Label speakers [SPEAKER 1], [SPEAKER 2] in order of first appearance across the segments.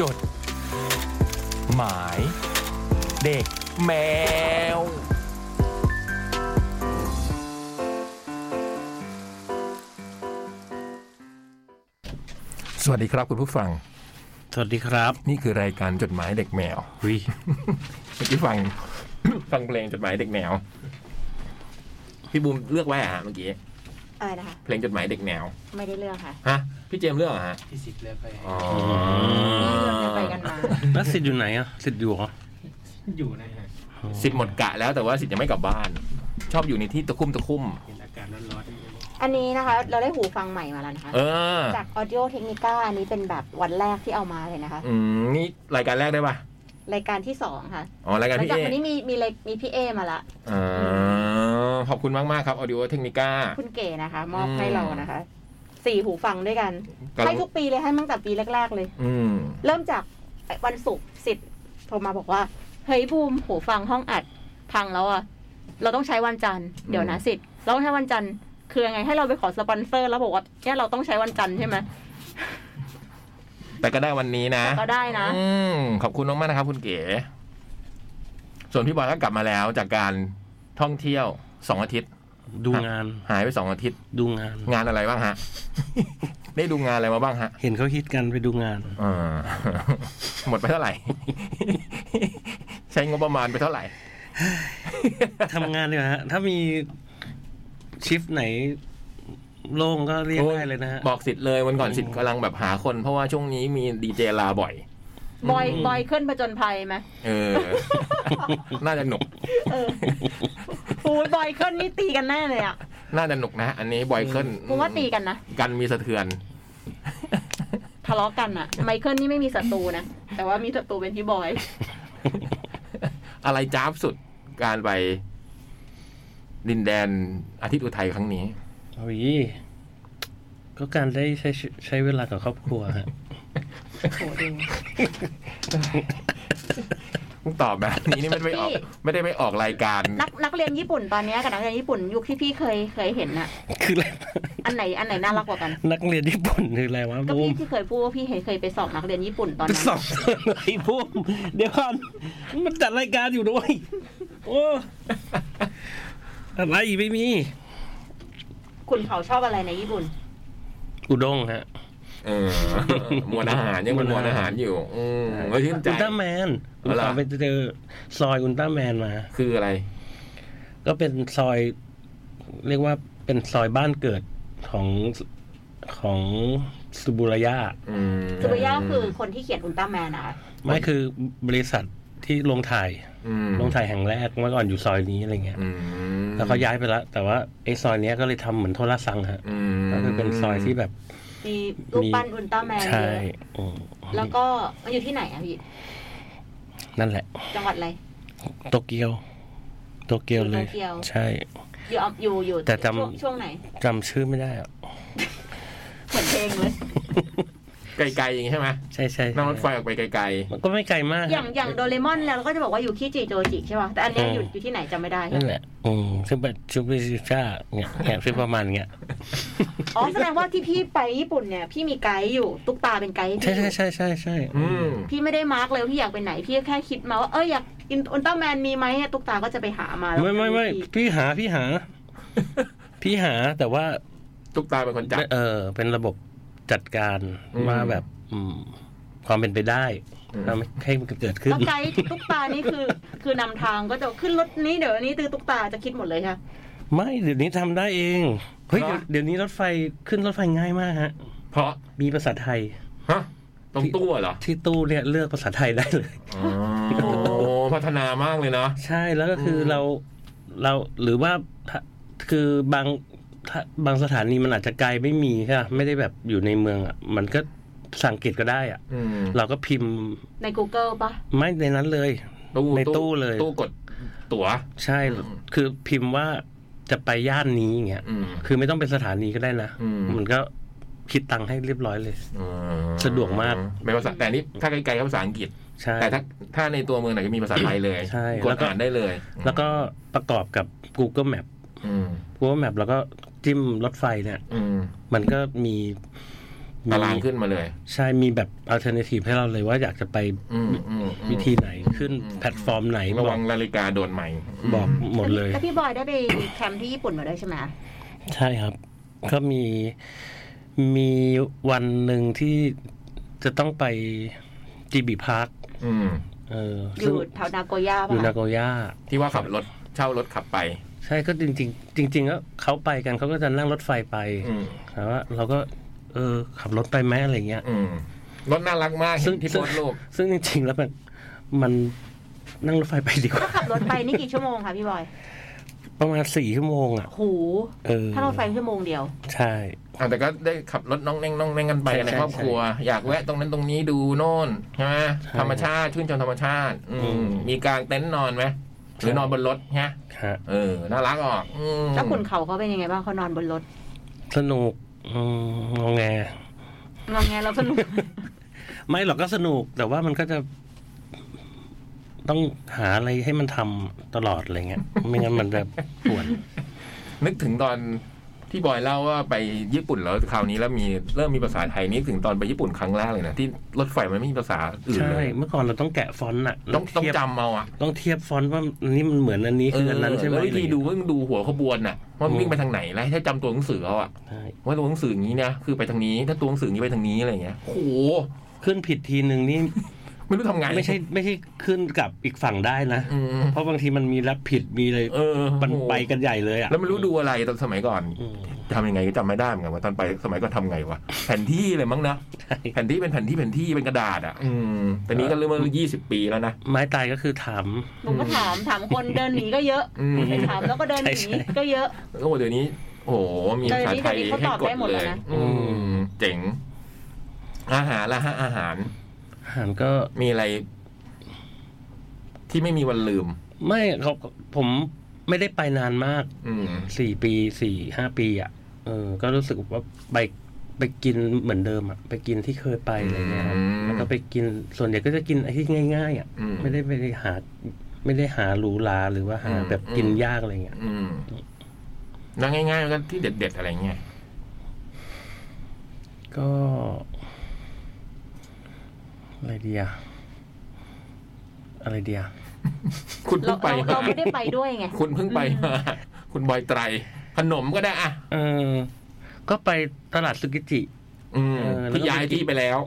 [SPEAKER 1] จด หมาย เด็กแมว สวัสดีครับคุณผู้ฟัง
[SPEAKER 2] สวัสดีครับ
[SPEAKER 1] นี่คือรายการจดหมายเด็กแมว
[SPEAKER 2] หุย
[SPEAKER 1] เมื่อกี้ฟัง ฟังเพลงจดหมายเด็กแมว พี่บูมเลือกไว้อะฮะเมื่อกี้
[SPEAKER 3] อะไรนะคะ
[SPEAKER 1] เพลงจดหมายเด็กแมว
[SPEAKER 3] ไม่ได้เลือกค่ะ
[SPEAKER 1] ฮะ พี่เจมส์เลือกเหรอฮะ
[SPEAKER 4] ที่สิบเลยไป
[SPEAKER 1] อ๋อ
[SPEAKER 3] เลือกกันไปกัน มา
[SPEAKER 2] แล้วสิทธิ์อยู่ไหนอ่ะสิทธิ์อยู่เหรอ
[SPEAKER 4] อยู่นะฮะ
[SPEAKER 1] สิทธิ์หมดกะแล้วแต่ว่าสิทธิ์ยังไม่กลับบ้าน ชอบอยู่ในที่ตะคุ่มตะคุ่ม
[SPEAKER 4] เห็นอากาศร้อนๆนี่นะ
[SPEAKER 3] อันนี้นะคะ เราได้หูฟังใหม่มาแล้วนะคะ
[SPEAKER 1] เออ
[SPEAKER 3] จาก Audio Technica อันนี้เป็นแบบวันแรกที่เอามาเลยนะคะ
[SPEAKER 1] อืมนี่รายการแรกได้ป่ะ
[SPEAKER 3] รายการที่สองค่ะ
[SPEAKER 1] อ๋อ รายการ
[SPEAKER 3] หลัง
[SPEAKER 1] พี่
[SPEAKER 3] จาก
[SPEAKER 1] เอ
[SPEAKER 3] วันนี้มีมีเลมีพี่เอมาละ
[SPEAKER 1] อ๋อขอบคุณมากมากๆครับ Audio Technica
[SPEAKER 3] คุณเก๋นะคะ มอบ
[SPEAKER 1] อืม
[SPEAKER 3] ให้เรานะคะสี่หูฟังด้วยกัน
[SPEAKER 1] กัน
[SPEAKER 3] ให้ทุกปีเลยให้ตั้งแต่ปีแรก ๆ เลย
[SPEAKER 1] อืม
[SPEAKER 3] เริ่มจากวันศุกร์สิทธิ์โทรมาบอกว่า เฮ้ยบูมหูฟังห้องอัดพังแล้วอะเราต้องใช้วันจันทร์เดี๋ยวนะสิทธิ์เราต้องใช้วันจันทร์คือยังไงให้เราไปขอสปอนเซอร์แล้วบอกว่าเนี่ยเราต้องใช้วันจันทร์ใช่ไหม
[SPEAKER 1] แต่ก็ได้วันนี้นะ
[SPEAKER 3] แต่ก็ได้นะ
[SPEAKER 1] อืมขอบคุณมากๆนะครับ คุณเก๋ ส่วนพี่บอยก็กลับมาแล้วจากการท่องเที่ยวสองอาทิตย์
[SPEAKER 2] ดูงาน
[SPEAKER 1] หายไปสองอาทิตย์
[SPEAKER 2] ดูงาน
[SPEAKER 1] งานอะไรบ้างฮะ ได้ดูงานอะไรมาบ้างฮะ
[SPEAKER 2] เห็นเขาฮิตกันไปดู งาน
[SPEAKER 1] อ่า หมดไปเท่าไหร่ ใช้งบประมาณไปเท่าไหร่
[SPEAKER 2] ทำงานดีกว่าฮะ ถ้ามีชิฟไหนโล่งก็เรียกได้เลยนะฮะ
[SPEAKER 1] บอกสิทธิ์เลยวันก่อนสิทธิ์กำลังแบบหาคน เพราะว่าช่วงนี้มีดีเจลาบ่อย
[SPEAKER 3] บอย
[SPEAKER 2] อืม
[SPEAKER 3] บอยขึ้นประจนภัยไหม
[SPEAKER 1] เออ น่าจะหนุก
[SPEAKER 3] เออโอ้ยบอยขึ้นนี่ตีกันแน่เลยอะ
[SPEAKER 1] น่าจะหนุกนะ อันนี้บอยเคิล
[SPEAKER 3] กูว่าตีกันนะ
[SPEAKER 1] กันมีสะเทือน
[SPEAKER 3] ทะเลาะกันอะไมเคิลนี่ไม่มีศัตรูนะแต่ว่ามีศัตรูเป็นพี่บอย
[SPEAKER 1] อะไรจ้าบสุดการไป ดินแดนอาทิตย์อุทัยครั้งนี้
[SPEAKER 2] เอาอีกก็การได้ใช้ใช้เวลากับครอบครัวฮะ
[SPEAKER 3] โอ้ดู
[SPEAKER 1] ตอบแบบนี้นี่ไม่ได้ไปอ อก
[SPEAKER 3] พี่
[SPEAKER 1] ไม่ได้ไปออกรายการ
[SPEAKER 3] นักนักเรียนญี่ปุ่นตอนเนี้ยกับนักเรียนญี่ปุ่นยุคที่พี่เคยเคยเห็นอะ
[SPEAKER 2] คืออะไร
[SPEAKER 3] อันไหนอันไหนน่ารักกว่ากัน
[SPEAKER 2] นักเรียนญี่ปุ่นคืออะไรวะ
[SPEAKER 3] ก็
[SPEAKER 2] บูม
[SPEAKER 3] พี่ ที่เคยพูดว่าพี่เคยเคยไปสอบนักเรียนญี่ปุ่นตอนนั้น
[SPEAKER 2] สองไอ้บูมเดี๋ยวก่อนมันจัดรายการอยู่ด้วยโอ้อะไรไม่มี
[SPEAKER 3] คุณเขาชอบอะไรในญี่ปุ่น
[SPEAKER 2] อุด้งฮะ
[SPEAKER 1] เออหมวลอาหารยังเป็นหมวลอาหารอยู่ อืมเฮ้ยชื่นใจ
[SPEAKER 2] อุลตร้าแมนผ
[SPEAKER 1] อ๋
[SPEAKER 2] ม
[SPEAKER 1] อเหรอ
[SPEAKER 2] ขับไปเจอซอยอุลตร้าแมนมา
[SPEAKER 1] คืออะไร
[SPEAKER 2] ก็เป็นซอย เรียกว่าเป็นซอยบ้านเกิดของของสุบุระยะ
[SPEAKER 1] อืม
[SPEAKER 3] สุริยะคือคนที่เขียนอุลตร้าแมนนะคะ
[SPEAKER 2] ไม่คือบริษัทที่ลงถ่าย
[SPEAKER 1] ม
[SPEAKER 2] ลงถ่ายแห่งแรกเมื่อก่อนอยู่ซอยนี้อะไรเงี้ย
[SPEAKER 1] อืม
[SPEAKER 2] แล้วเขาย้ายไปแล้วแต่ว่าไอ้ซอยเนี้ยก็เลยทำเหมือนโทรศัพท์ฮะ
[SPEAKER 1] อืม
[SPEAKER 2] ก็คือเป็นซอยที่แบบ
[SPEAKER 3] มีรูปปั้นอุลตร้าแมนเย
[SPEAKER 2] ใช่
[SPEAKER 3] อะ
[SPEAKER 2] อืม
[SPEAKER 3] แล้วก็มันอยู่ที่ไหนอะพี่
[SPEAKER 2] นั่นแหละ
[SPEAKER 3] จังหวัดอะไร
[SPEAKER 2] โตเกียว โตเกียวเลย
[SPEAKER 3] อยู่โตเกียว
[SPEAKER 2] ใช่
[SPEAKER 3] อยู่ออยู่อยู่
[SPEAKER 2] แต่จำ
[SPEAKER 3] ช่วงช่วงไหน
[SPEAKER 2] จำชื่อไม่ได้อะ
[SPEAKER 3] เหมือนเพลงเลย
[SPEAKER 1] ไกลๆอย่างนี้ใช่ไหม
[SPEAKER 2] ใช่ใช่
[SPEAKER 1] นั่งรถไฟออกไปไกล
[SPEAKER 2] มันก็ไม่ไกลมาก
[SPEAKER 3] อย่างอย่างโดเรมอนแล้วเราก็จะบอกว่าอยู่คิจิโจจิใช่ป่ะแต่อันเนี้ยอยู่อยู่ที่ไหนจำไม่ได้
[SPEAKER 2] นั่นแหละ อืมซึ่งเป็นชุบชิชาเนี่ยเนี่ยซึ่งประมาณเงี้ย
[SPEAKER 3] อ๋อแสดงว่าที่พี่ไปญี่ปุ่นเนี่ยพี่มีไกด์อยู่ตุ๊กตาเป็นไกด์ให้
[SPEAKER 2] ใช่
[SPEAKER 3] พี่อ
[SPEAKER 2] ใช่
[SPEAKER 3] ยู่
[SPEAKER 2] ใช่ใช่ใช่
[SPEAKER 1] ๆ อืม
[SPEAKER 3] พี่ไม่ได้มาร์กเลยว่าพี่อยากไปไหนพี่แค่คิดมาว่าเอออยากอุลตร้าแมนมีไหมตุ๊กตาก็จะไปหามาแล้ว
[SPEAKER 2] ไม่ไม่ไม่พี่หาพี่หา พี่หาแต่ว่า
[SPEAKER 1] ทุกตาเป็นคนจับ
[SPEAKER 2] เออ เป็นระบบจัดการ
[SPEAKER 1] อืม
[SPEAKER 2] ว่าแบบ อืม ความเป็นไปได้
[SPEAKER 1] อืม
[SPEAKER 2] ทำให้มันเกิดขึ้น
[SPEAKER 3] แล้วไกด์ตุ๊กตานี่คือ คือนำทางก็จะขึ้นรถนี้เดี๋ยวอันนี้ตือตุ๊กตาจะคิดหมดเลยค่ะ
[SPEAKER 2] ไม่เดี๋ยวนี้ทำได้เองเฮ้ย
[SPEAKER 1] เหรอ
[SPEAKER 2] เดี๋ยวเดี๋ยวนี้รถไฟขึ้นรถไฟง่ายมากฮะ
[SPEAKER 1] เพราะ
[SPEAKER 2] มีภาษาไทย
[SPEAKER 1] ฮะตรงตู้เหรอ
[SPEAKER 2] ที่ตู้เนี่ยเลือกภาษาไทยได้เลย
[SPEAKER 1] โอ้พัฒนามากเลยเนาะ
[SPEAKER 2] ใช่แล้วก็คืออ
[SPEAKER 1] ม
[SPEAKER 2] เราเราหรือว่าถ้าคือบางถ้าบางสถานีมันอาจจะไกลไม่มีใช่ปะไม่ได้แบบอยู่ในเมืองอ่ะมันก็สังเกตก็ได้อ่ะ
[SPEAKER 1] อืม
[SPEAKER 2] เราก็พิมพ์
[SPEAKER 3] ใน Google ปะ
[SPEAKER 2] ไม่ในนั้นเลย
[SPEAKER 1] ตู้
[SPEAKER 2] ในตู้เลย
[SPEAKER 1] ตู้กดตั๋ว
[SPEAKER 2] ใช่
[SPEAKER 1] อืม
[SPEAKER 2] คือพิมพ์ว่าจะไปย่านนี้อย่างเงี้ย
[SPEAKER 1] อืม
[SPEAKER 2] คือไม่ต้องเป็นสถานีก็ได้นะ
[SPEAKER 1] อืม
[SPEAKER 2] มันก็คิดตังค์ให้เรียบร้อยเลย
[SPEAKER 1] อืม
[SPEAKER 2] สะดวกมาก
[SPEAKER 1] เป็นภาษาแต่นี่ถ้าไกลๆก็ภาษาอังกฤษ
[SPEAKER 2] ใช่
[SPEAKER 1] แต่ถ้าถ้าในตัวเมืองไหนก็มีภาษาไทยเลย
[SPEAKER 2] ใช่
[SPEAKER 1] ก
[SPEAKER 2] แล้
[SPEAKER 1] ด
[SPEAKER 2] วก็
[SPEAKER 1] อ่านได้เลย
[SPEAKER 2] แล้วก็ประกอบกับ Google Map
[SPEAKER 1] อืม
[SPEAKER 2] Google Map แล้วก็จิ้มรถไฟเนี่ย
[SPEAKER 1] อืม
[SPEAKER 2] มันก็มี มี
[SPEAKER 1] ตารางขึ้นมาเลย
[SPEAKER 2] ใช่มีแบบอัลเทอร์เนทีฟให้เราเลยว่าอยากจะไป
[SPEAKER 1] อืมอืมอืม
[SPEAKER 2] วิธีไหนขึ้น
[SPEAKER 1] อืม
[SPEAKER 2] แพลตฟอร์มไหนบ
[SPEAKER 1] ระ
[SPEAKER 2] อ
[SPEAKER 1] วั
[SPEAKER 2] ก
[SPEAKER 1] งนาฬิกาโดนใหม่
[SPEAKER 2] บอกหมดเลย
[SPEAKER 3] แล้วพี่บอยได้ไปแคมป์ที่ญี่ปุ่นมาด้วยใช่ไหม
[SPEAKER 2] ใช่ครับ ก็มีมีวันหนึ่งที่จะต้องไปจีบีพาร์ค
[SPEAKER 1] อืม
[SPEAKER 2] เออ
[SPEAKER 3] อ
[SPEAKER 2] ซึ่ง
[SPEAKER 3] ยู่แถวนาโกย่า
[SPEAKER 2] อยู่
[SPEAKER 3] ป่ะ
[SPEAKER 2] นาโกย่า
[SPEAKER 1] ที่ว่าขับรถเช่ารถขับไป
[SPEAKER 2] ใช่ก็จริงๆจริงๆก็เขาไปกันเขาก็จะนั่งรถไฟไป
[SPEAKER 1] อืม
[SPEAKER 2] แต่ว่าเราก็ เออ ขับรถไปไหมอะไรเงี้ย
[SPEAKER 1] อืมรถน่ารักมาก
[SPEAKER 2] ซึ่
[SPEAKER 1] เห็น
[SPEAKER 2] ง
[SPEAKER 1] ที่โพสต์รูป
[SPEAKER 2] ซึ่งจริงๆแล้วมันมันนั่งรถไฟไปดีกว่า
[SPEAKER 3] ขับรถไปนี่กี่ชั่วโมงคะพี่บอย
[SPEAKER 2] ประมาณสี่ชั่วโมงอ่ะ
[SPEAKER 3] หู
[SPEAKER 2] เออ
[SPEAKER 3] ถ้ารถไฟชั่วโมงเดียว
[SPEAKER 2] ใช่
[SPEAKER 1] อ่ะแต่ก็ได้ขับรถน้องเน่งน้องเน่งกันไป
[SPEAKER 2] ใช่
[SPEAKER 1] ในครอบครัว อยากแวะตรงนั้นตรงนี้ดูโน่นใช่ไหม
[SPEAKER 2] ใช่
[SPEAKER 1] ธรรมชาติชื่นชมธรรมชาติ อื
[SPEAKER 2] อื
[SPEAKER 1] ม
[SPEAKER 2] ม
[SPEAKER 1] มีกางเต็นท์นอนไหมหรือนอนบนรถฮะ
[SPEAKER 2] ฮะ
[SPEAKER 1] เออน่ารักออกอืม
[SPEAKER 3] แล้วขุนเขาเขาเป็นยังไงบ้างเขานอนบนรถ
[SPEAKER 2] สนุกอืมงองแง
[SPEAKER 3] งองแงแล้วส นุก
[SPEAKER 2] ไม่หรอกก็สนุก แต่ว่ามันก็จะต้องหาอะไรให้มันทำตลอดอะไรเงี้ย ไม่งั้นมันจะป วด
[SPEAKER 1] นึกถึงตอนที่บอยเล่าว่าไปญี่ปุ่นแล้วคราวนี้แล้วมีเริ่มมีภาษาไทยนี่ถึงตอนไปญี่ปุ่นครั้งแรกเลยนะที่รถไฟมันไม่มีภาษาอื่น
[SPEAKER 2] ใช่
[SPEAKER 1] เลย
[SPEAKER 2] เมื่อก่อนเราต้องแกะฟอนต์อะ
[SPEAKER 1] ต้องต้อง
[SPEAKER 2] เทียบ
[SPEAKER 1] จำเอาอะ
[SPEAKER 2] ต้องเทียบฟอนต์ว่าอันนี้มันเหมือนอันนี้คืออันนั้นใช่ไหม
[SPEAKER 1] แล้ววิธีดูก็ต้องดูหัวขบวนน่ะว่ามันวิ่งไปทางไหนแล้วถ้าจำตัวหนังสือเอาอะ
[SPEAKER 2] ใช่
[SPEAKER 1] ว่าตัวหนังสืออย่างนี้นะคือไปทางนี้ ถ้าตัวหนังสืออย่างนี้ไปทางนี้อะไรอย่างเงี้ยโอ้โห
[SPEAKER 2] ขึ้นผิดทีหนึ่งนี่
[SPEAKER 1] ไม่รู้ทำไง
[SPEAKER 2] ไม่ใช่ไม่ใช่ขึ้นกับอีกฝั่งได้นะ
[SPEAKER 1] อืม
[SPEAKER 2] เพราะบางทีมันมีรับผิดมีอะไร
[SPEAKER 1] เออ
[SPEAKER 2] มันไปกันใหญ่เลย
[SPEAKER 1] โอ้โห
[SPEAKER 2] อะ
[SPEAKER 1] แล้วไม่รู้ดูอะไรตอนสมัยก่อน
[SPEAKER 2] อืม
[SPEAKER 1] ทำยังไงก็จำไม่ได้เหมือนกันว่าตอนไปสมัยก่อนทำไงวะแผนที่เลยมั้งนะ
[SPEAKER 2] ใช่
[SPEAKER 1] แผนที่เป็นแผนที่แผนที่เป็นกระดาษอ่ะ อืมแต่นี้ก็เริ่มมายี่สิบปีแล้วนะ
[SPEAKER 2] ไม้ตายก็คือถาม
[SPEAKER 3] หนูก็ถามถามคนเดินหนีก็เยอะ
[SPEAKER 1] อืม
[SPEAKER 3] ไปถามแล้วก็เดินหนี
[SPEAKER 2] ใช่ใช่
[SPEAKER 3] ก็เยอะ
[SPEAKER 1] โอ้โหเดี๋ยวนี้ โอ้โหมีภาษาไทย
[SPEAKER 3] เดี๋ยวนี้
[SPEAKER 1] ให้
[SPEAKER 3] เขาตอบ
[SPEAKER 1] ก
[SPEAKER 3] ได้
[SPEAKER 1] ด
[SPEAKER 3] หมด
[SPEAKER 1] เล
[SPEAKER 3] แล้ว
[SPEAKER 1] ย
[SPEAKER 3] นะ
[SPEAKER 1] อืมเจ๋ง อาหารละฮะอาหาร
[SPEAKER 2] หันก็
[SPEAKER 1] มีอะไร ที่ไม่มีวันลืม
[SPEAKER 2] ไม่เขาผมไม่ได้ไปนานมาก
[SPEAKER 1] อืม
[SPEAKER 2] สี่ปีสี่ห้าปีอ่ะเออ ก็รู้สึกว่าไปไปกินเหมือนเดิมอ่ะ ไปกินที่เคยไปอะไรเงี้ยครับ
[SPEAKER 1] อืม
[SPEAKER 2] แล้วก็ไปกินส่วนใหญ่ก็จะกินไอ้ที่ง่ายๆอ่ะ
[SPEAKER 1] อืม
[SPEAKER 2] ไม่ได้ไปหา ไม่ได้หาหรูหราหรือว่าหา
[SPEAKER 1] อืม
[SPEAKER 2] แบบกินยากอะไรเงี้ย
[SPEAKER 1] อืมนั่งง่ายๆก็ที่เด็ดๆอะไรเงี้ย
[SPEAKER 2] ก็อะไรเดียอะไรเดีย
[SPEAKER 1] คุณ
[SPEAKER 3] เรา
[SPEAKER 1] เพิ่งไปมา
[SPEAKER 3] เราเราไม่ได้ไปด้วยไง
[SPEAKER 1] คุณเพิ่งไปมาคุณบอยไตร ขนมก็ได้อ่ะ
[SPEAKER 2] เออ ก็ไปตลาดสุกิจิ
[SPEAKER 1] อืม
[SPEAKER 2] เออแล้วก็
[SPEAKER 1] ที่ย้ายที่ไปแล้ว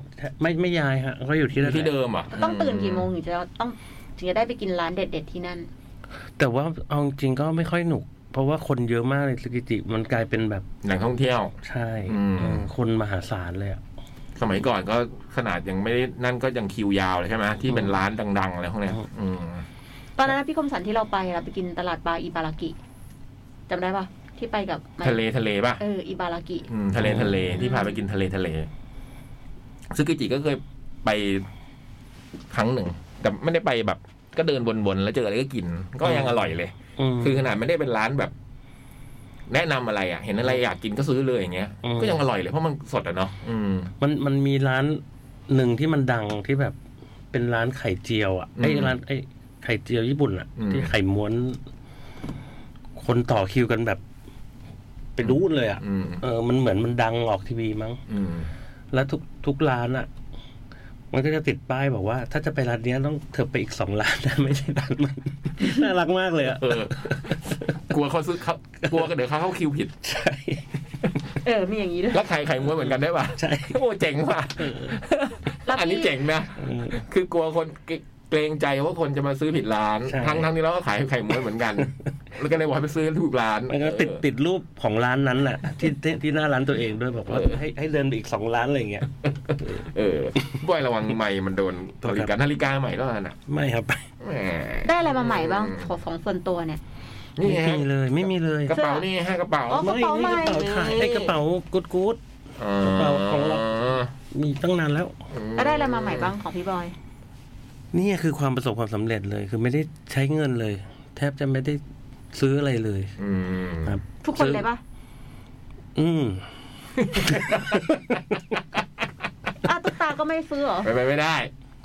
[SPEAKER 2] ไม่ไม่ย้ายฮะก็อยู่ที่นั่นแห
[SPEAKER 1] ที่
[SPEAKER 2] ละ
[SPEAKER 1] เดิมเหรอ่ะ
[SPEAKER 3] ต้องตื่นกี่โมงถึงจะต้องถึงจะได้ไปกินร้านเด็ด ๆ ที่นั่น
[SPEAKER 2] แต่ว่าเอาจริงๆก็ไม่ค่อยหนุก เพราะว่าคนเยอะมากเลยสุกิจิมันกลายเป็นแบบ
[SPEAKER 1] แหล่งท่องเที่ยว
[SPEAKER 2] ใช่
[SPEAKER 1] อืม
[SPEAKER 2] เออคนมหาศาลเลยอะ
[SPEAKER 1] สมัยก่อนก็ขนาดยังไม่ได้นั่นก็ยังคิวยาวเลยใช่ไหมที่เป็นร้านดังๆอะไรพวกเนี้ยอืม
[SPEAKER 3] ตอนนั้นพี่คมสันที่เราไปเราไปกินตลาดปลาอิบารากิจำได้ปะที่ไปกับไมค์
[SPEAKER 1] ทะเลทะเลป่ะ
[SPEAKER 3] เอออิบารากิ
[SPEAKER 1] อืมทะเลทะเลที่พาไปกินทะเลทะเลซึกิจิก็เคยไปครั้งหนึ่ง แต่ไม่ได้ไปแบบ ก็เดินวนๆแล้วเจออะไรก็กิน ก็ยังอร่อยเลย
[SPEAKER 2] ม
[SPEAKER 1] คือขนาดไม่ได้เป็นร้านแบบ แนะนำอะไรอ่ะ เห็นอะไรอยากกินก็ซื้อเลยอย่างเงี้ย
[SPEAKER 2] อืม
[SPEAKER 1] ก็ยังอร่อยเลยเพราะมันสดอ่ะเนาะอืม
[SPEAKER 2] มันมันมีร้านหนึ่งที่มันดังที่แบบเป็นร้านไข่เจียวอ่ะไอ้
[SPEAKER 1] อืม
[SPEAKER 2] ร้านไอ้ไข่เจียวญี่ปุ่นอ่ะ
[SPEAKER 1] อืม
[SPEAKER 2] ที่ไข่ม้วน คนต่อคิวกันแบบ ไปรู้เลยอ่ะ
[SPEAKER 1] อืม
[SPEAKER 2] เออ มันเหมือนมันดังออกทีวีมั้ง
[SPEAKER 1] อืม
[SPEAKER 2] แล้วทุกทุกร้านอ่ะ มันก็จะติดป้ายบอกว่า ถ้าจะไปร้านเนี้ยต้องเธอไปอีกสองร้านนะ ไม่ใช่ร้านมัน น่ารักมากเลยอ่ะ
[SPEAKER 1] เอ อ กลัวเขาซื้อเขากลัวเดี๋ยวเขาเข้าคิวผิด
[SPEAKER 2] ใช่
[SPEAKER 3] เออ มีอย่างนี้ด้วย
[SPEAKER 1] แล้วไข่ไข่ม้วนเหมือนกันได้ป่ะ
[SPEAKER 2] ใช่
[SPEAKER 1] โอ้เจ๋งว่ะ
[SPEAKER 3] แล้วพี่
[SPEAKER 1] อันนี้เจ๋งนะ
[SPEAKER 2] เออ
[SPEAKER 1] คือกลัวคนเกรเกรงใจว่าคนจะมาซื้อผิดร้าน
[SPEAKER 2] ใช่
[SPEAKER 1] ทั้งทั้งที่เราก็ขายไข่ม้วนเหมื อนกัน แล้วก็เลยบอกให้ไปซื้อถูกร้าน
[SPEAKER 2] มันก็ติด
[SPEAKER 1] เออ
[SPEAKER 2] ติดรูปของร้านนั้นน่ะ ที่ที่ที่หน้าร้านตัวเองด้วยบอกว่า
[SPEAKER 1] เออ
[SPEAKER 2] ให้ให้เดินไปอีกสองร้านอะไรอย่างเงี้ย
[SPEAKER 1] เออบ่อยระวังไม่มันโดน
[SPEAKER 2] โทษ
[SPEAKER 1] นาฬิ
[SPEAKER 2] ครับ
[SPEAKER 1] กานาฬิกาใหม่แล้วน่ะ
[SPEAKER 2] ไม่ครับ
[SPEAKER 1] แหม
[SPEAKER 3] ได้อะไรมาใหม่บ้างของของส่วนตัวเนี่ย
[SPEAKER 1] นี่
[SPEAKER 2] ไม่
[SPEAKER 1] ฮะ
[SPEAKER 2] มีเลยไม่มีเลย
[SPEAKER 1] กระเป๋านี่ฮะกระเป๋า
[SPEAKER 3] อ๋อ
[SPEAKER 2] ไม่
[SPEAKER 3] กระเป๋าใหม่
[SPEAKER 2] ไม่กระเป๋าขายไอ้กระเป๋ากุ๊ดกู๊ด กระเป๋าของเรา มีตั้งนานแล้ว
[SPEAKER 3] แล้วได้อะไรมาใหม่บ้างของพี่บอย
[SPEAKER 2] นี่คือความประสบความสำเร็จเลย คือไม่ได้ใช้เงินเลย แทบจะไม่ได้ซื้ออะไรเลย
[SPEAKER 1] อืม
[SPEAKER 2] ครับ
[SPEAKER 3] ทุกคนเลยปะ
[SPEAKER 2] อืม
[SPEAKER 3] อ้าวตุ๊กตาก็ไม่ซื้อเหรอ
[SPEAKER 1] ไปไปไม่ได้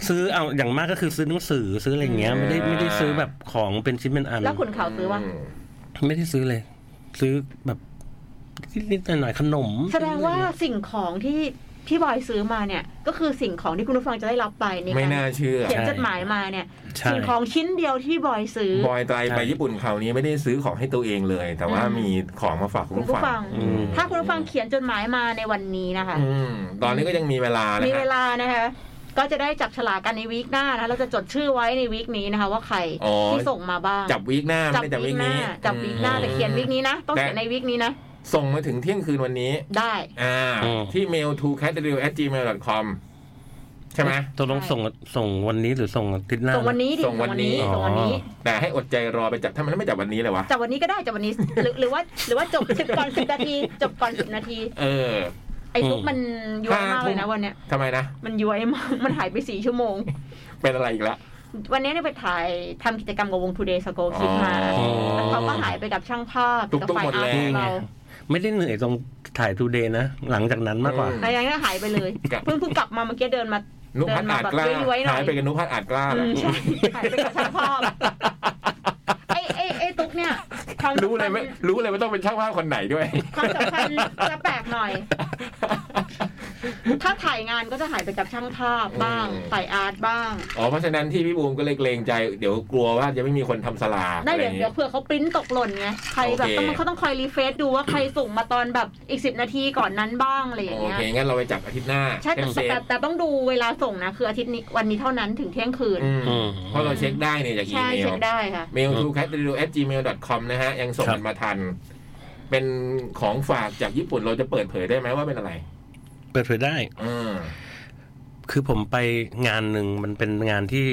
[SPEAKER 2] ซื้อเอาอย่างมากก็คือซื้อหนังสือซื้ออะไรอย่างเงี้ย ไม่ได้ไม่ได้ซื้อแบบของเป็นชิ้นเป็นอัน
[SPEAKER 3] แล้วขุนเขาซื้อวะ
[SPEAKER 2] ไม่ได้ซื้อเลย ซื้อแบบนิดๆหน่อยๆขนม
[SPEAKER 3] แสดงว่าสิ่งของที่ พี่บอยซื้อมาเนี่ย ก็คือสิ่งของที่คุณผู้ฟังจะได้รับไปใน
[SPEAKER 1] ไม่
[SPEAKER 3] การ
[SPEAKER 1] น่าเชื่อ
[SPEAKER 3] เขียน
[SPEAKER 2] ใช่
[SPEAKER 3] จดหมายมาเนี่ย
[SPEAKER 2] ใช่
[SPEAKER 3] สิ่งของชิ้นเดียวที่บอยซื้อ
[SPEAKER 1] บอยไตรไป
[SPEAKER 2] ใช่
[SPEAKER 1] ญี่ปุ่นคราวนี้ไม่ได้ซื้อของให้ตัวเองเลย แต่ว่า
[SPEAKER 3] อืม
[SPEAKER 1] มีของมาฝากคุณ
[SPEAKER 3] คุณ
[SPEAKER 1] ผู้
[SPEAKER 3] ผู้
[SPEAKER 1] ฟั
[SPEAKER 3] ฟั
[SPEAKER 1] ง
[SPEAKER 3] ง
[SPEAKER 2] อืม
[SPEAKER 3] ถ้าคุณผู้ฟังเขียนจดหมายมาในวันนี้นะคะ
[SPEAKER 1] อืมตอนนี้ก็ยังมีเวลานะ
[SPEAKER 3] มี
[SPEAKER 1] ค
[SPEAKER 3] เว
[SPEAKER 1] รับ
[SPEAKER 3] ลานะคะ ก็จะได้จับฉลากกันในวีคหน้านะคะเราจะจดชื่อไว้ในวีคนี้นะคะ ว่าใคร
[SPEAKER 1] อ๋อ
[SPEAKER 3] ที่ส่งมาบ้าง
[SPEAKER 1] จับวีคหน้าไม่ได้จับวีค
[SPEAKER 3] หน้า
[SPEAKER 1] นี้
[SPEAKER 3] จับวีคหน้าแต่เขียนวีคนี้นะต้องเขียนในวีคนี้นะ
[SPEAKER 1] ส่งมาถึงเที่ยงคืนวันนี้
[SPEAKER 3] ได้
[SPEAKER 1] อ่า
[SPEAKER 2] อืม
[SPEAKER 1] ที่ mail to c a t r i l at gmail com ใช่ไหม
[SPEAKER 2] ตกลงส่งส่งวันนี้หรือส่งอาทิตย์หน้า
[SPEAKER 3] ส่งวันนี้ดิ
[SPEAKER 1] ส่งวันนี้
[SPEAKER 3] ส่งวันนี้
[SPEAKER 2] อ๋อ
[SPEAKER 1] แต่ให้อดใจรอไปจับถ้ามันไม่จับวันนี้เลยวะ
[SPEAKER 3] จับวันนี้ก็ได้จับวันนี้ หรือหรือว่าหรือว่าจบสิบก่อนสิบนาทีจบก่อนสิบนาที
[SPEAKER 1] เออ
[SPEAKER 3] ไอ้ทุกมันย้วยมากเลยนะ
[SPEAKER 1] ห้าทุ่ม
[SPEAKER 3] วันเนี้ย
[SPEAKER 1] ทำไมนะ
[SPEAKER 3] มันย้วยมาก มันหายไปสี่ชั่วโมง
[SPEAKER 1] เป็นอะไรอีกละ
[SPEAKER 3] วันนี้เนี่ยไปถ่ายทำกิจกรรมกับวง Today s c o คิดมา
[SPEAKER 1] อ๋อ
[SPEAKER 3] แล้วเขาก็หายไปกับช่างภาพ
[SPEAKER 1] ตุ๊ก
[SPEAKER 3] กับ
[SPEAKER 1] ตุ๊ก
[SPEAKER 3] ฝ่าย
[SPEAKER 1] หมด
[SPEAKER 3] อาร์ต
[SPEAKER 1] แรง
[SPEAKER 3] ของเรา
[SPEAKER 2] ไม่ได้เหนื่อยตรงถ่ายทูเดย์นะ หลังจากนั้นมากกว่า
[SPEAKER 1] อืม
[SPEAKER 3] อะไรอย่างเงี้ยหายไปเลย
[SPEAKER 1] ครับ
[SPEAKER 3] เพิ่งเพิ่งกลับมาเมื่อกี้เดินมา
[SPEAKER 1] นุพัฒน์อาจกล้า
[SPEAKER 3] เดินมาแบบย้วยๆหน่อย
[SPEAKER 1] หายไปกับนุพัฒน์อาจกล้า
[SPEAKER 3] อื
[SPEAKER 1] แล้ว
[SPEAKER 3] มใช่หายไปกับช่างภาพไอ้ไอ้ไอ้ตุ๊กเนี่ยความ
[SPEAKER 1] รู้เลยไม่รู้เลยว่าต้องเป็นช่างภาพคนไหนด้วย
[SPEAKER 3] ความสำคัญจะแปลกหน่อย ถ้าถ่ายงานก็จะหายไปกับช่างภาพบ้าง
[SPEAKER 1] อืม
[SPEAKER 3] ฝ่ายอาร์ตบ้าง
[SPEAKER 1] อ๋อเพราะฉะนั้นที่พี่บูมก็เลยเกรงใจเดี๋ยวกลัวว่าจะไม่มีคนทำสลาก
[SPEAKER 3] ได้
[SPEAKER 1] อะไรอ
[SPEAKER 3] เดี๋ยว
[SPEAKER 1] ย่าง
[SPEAKER 3] เดี๋ย
[SPEAKER 1] เงี้
[SPEAKER 3] วย เผื่อเขาปริ้นตกหล่นไงใครแบบ
[SPEAKER 1] โอเค
[SPEAKER 3] ต้องเขาต้องคอยรีเฟซดูว่าใครส่งมาตอนแบบอีกสิบนาทีก่อนนั้นบ้างอะไรอย่าง
[SPEAKER 1] โอ
[SPEAKER 3] เงี้ย
[SPEAKER 1] เคงั้นเราไปจับอาทิตย์หน้า
[SPEAKER 3] ใช่
[SPEAKER 1] เต็
[SPEAKER 3] แต่
[SPEAKER 1] มเซ
[SPEAKER 3] แต่
[SPEAKER 1] ฟ
[SPEAKER 3] แต่แต่ต้องดูเวลาส่งนะ คืออาทิตย์นี้วันนี้เท่านั้นถึงเที่ยงคืน
[SPEAKER 1] อืม
[SPEAKER 2] อืม
[SPEAKER 1] เพราะเราเช็คได้เนี่ยจากอี
[SPEAKER 3] ใช่
[SPEAKER 1] เมล
[SPEAKER 3] เช็คได้ค่ะ
[SPEAKER 1] mail to c a t r i l at gmail com นะฮะ ยังส่ง
[SPEAKER 2] ครับ
[SPEAKER 1] กันมาทัน เป็นของฝากจากญี่ปุ่นเราจะเปิดเผยได้ไหมว่าเป็นอะไร
[SPEAKER 2] เปิดเผยได้
[SPEAKER 1] อืม
[SPEAKER 2] คือผมไปงานหนึ่งมันเป็นงานที่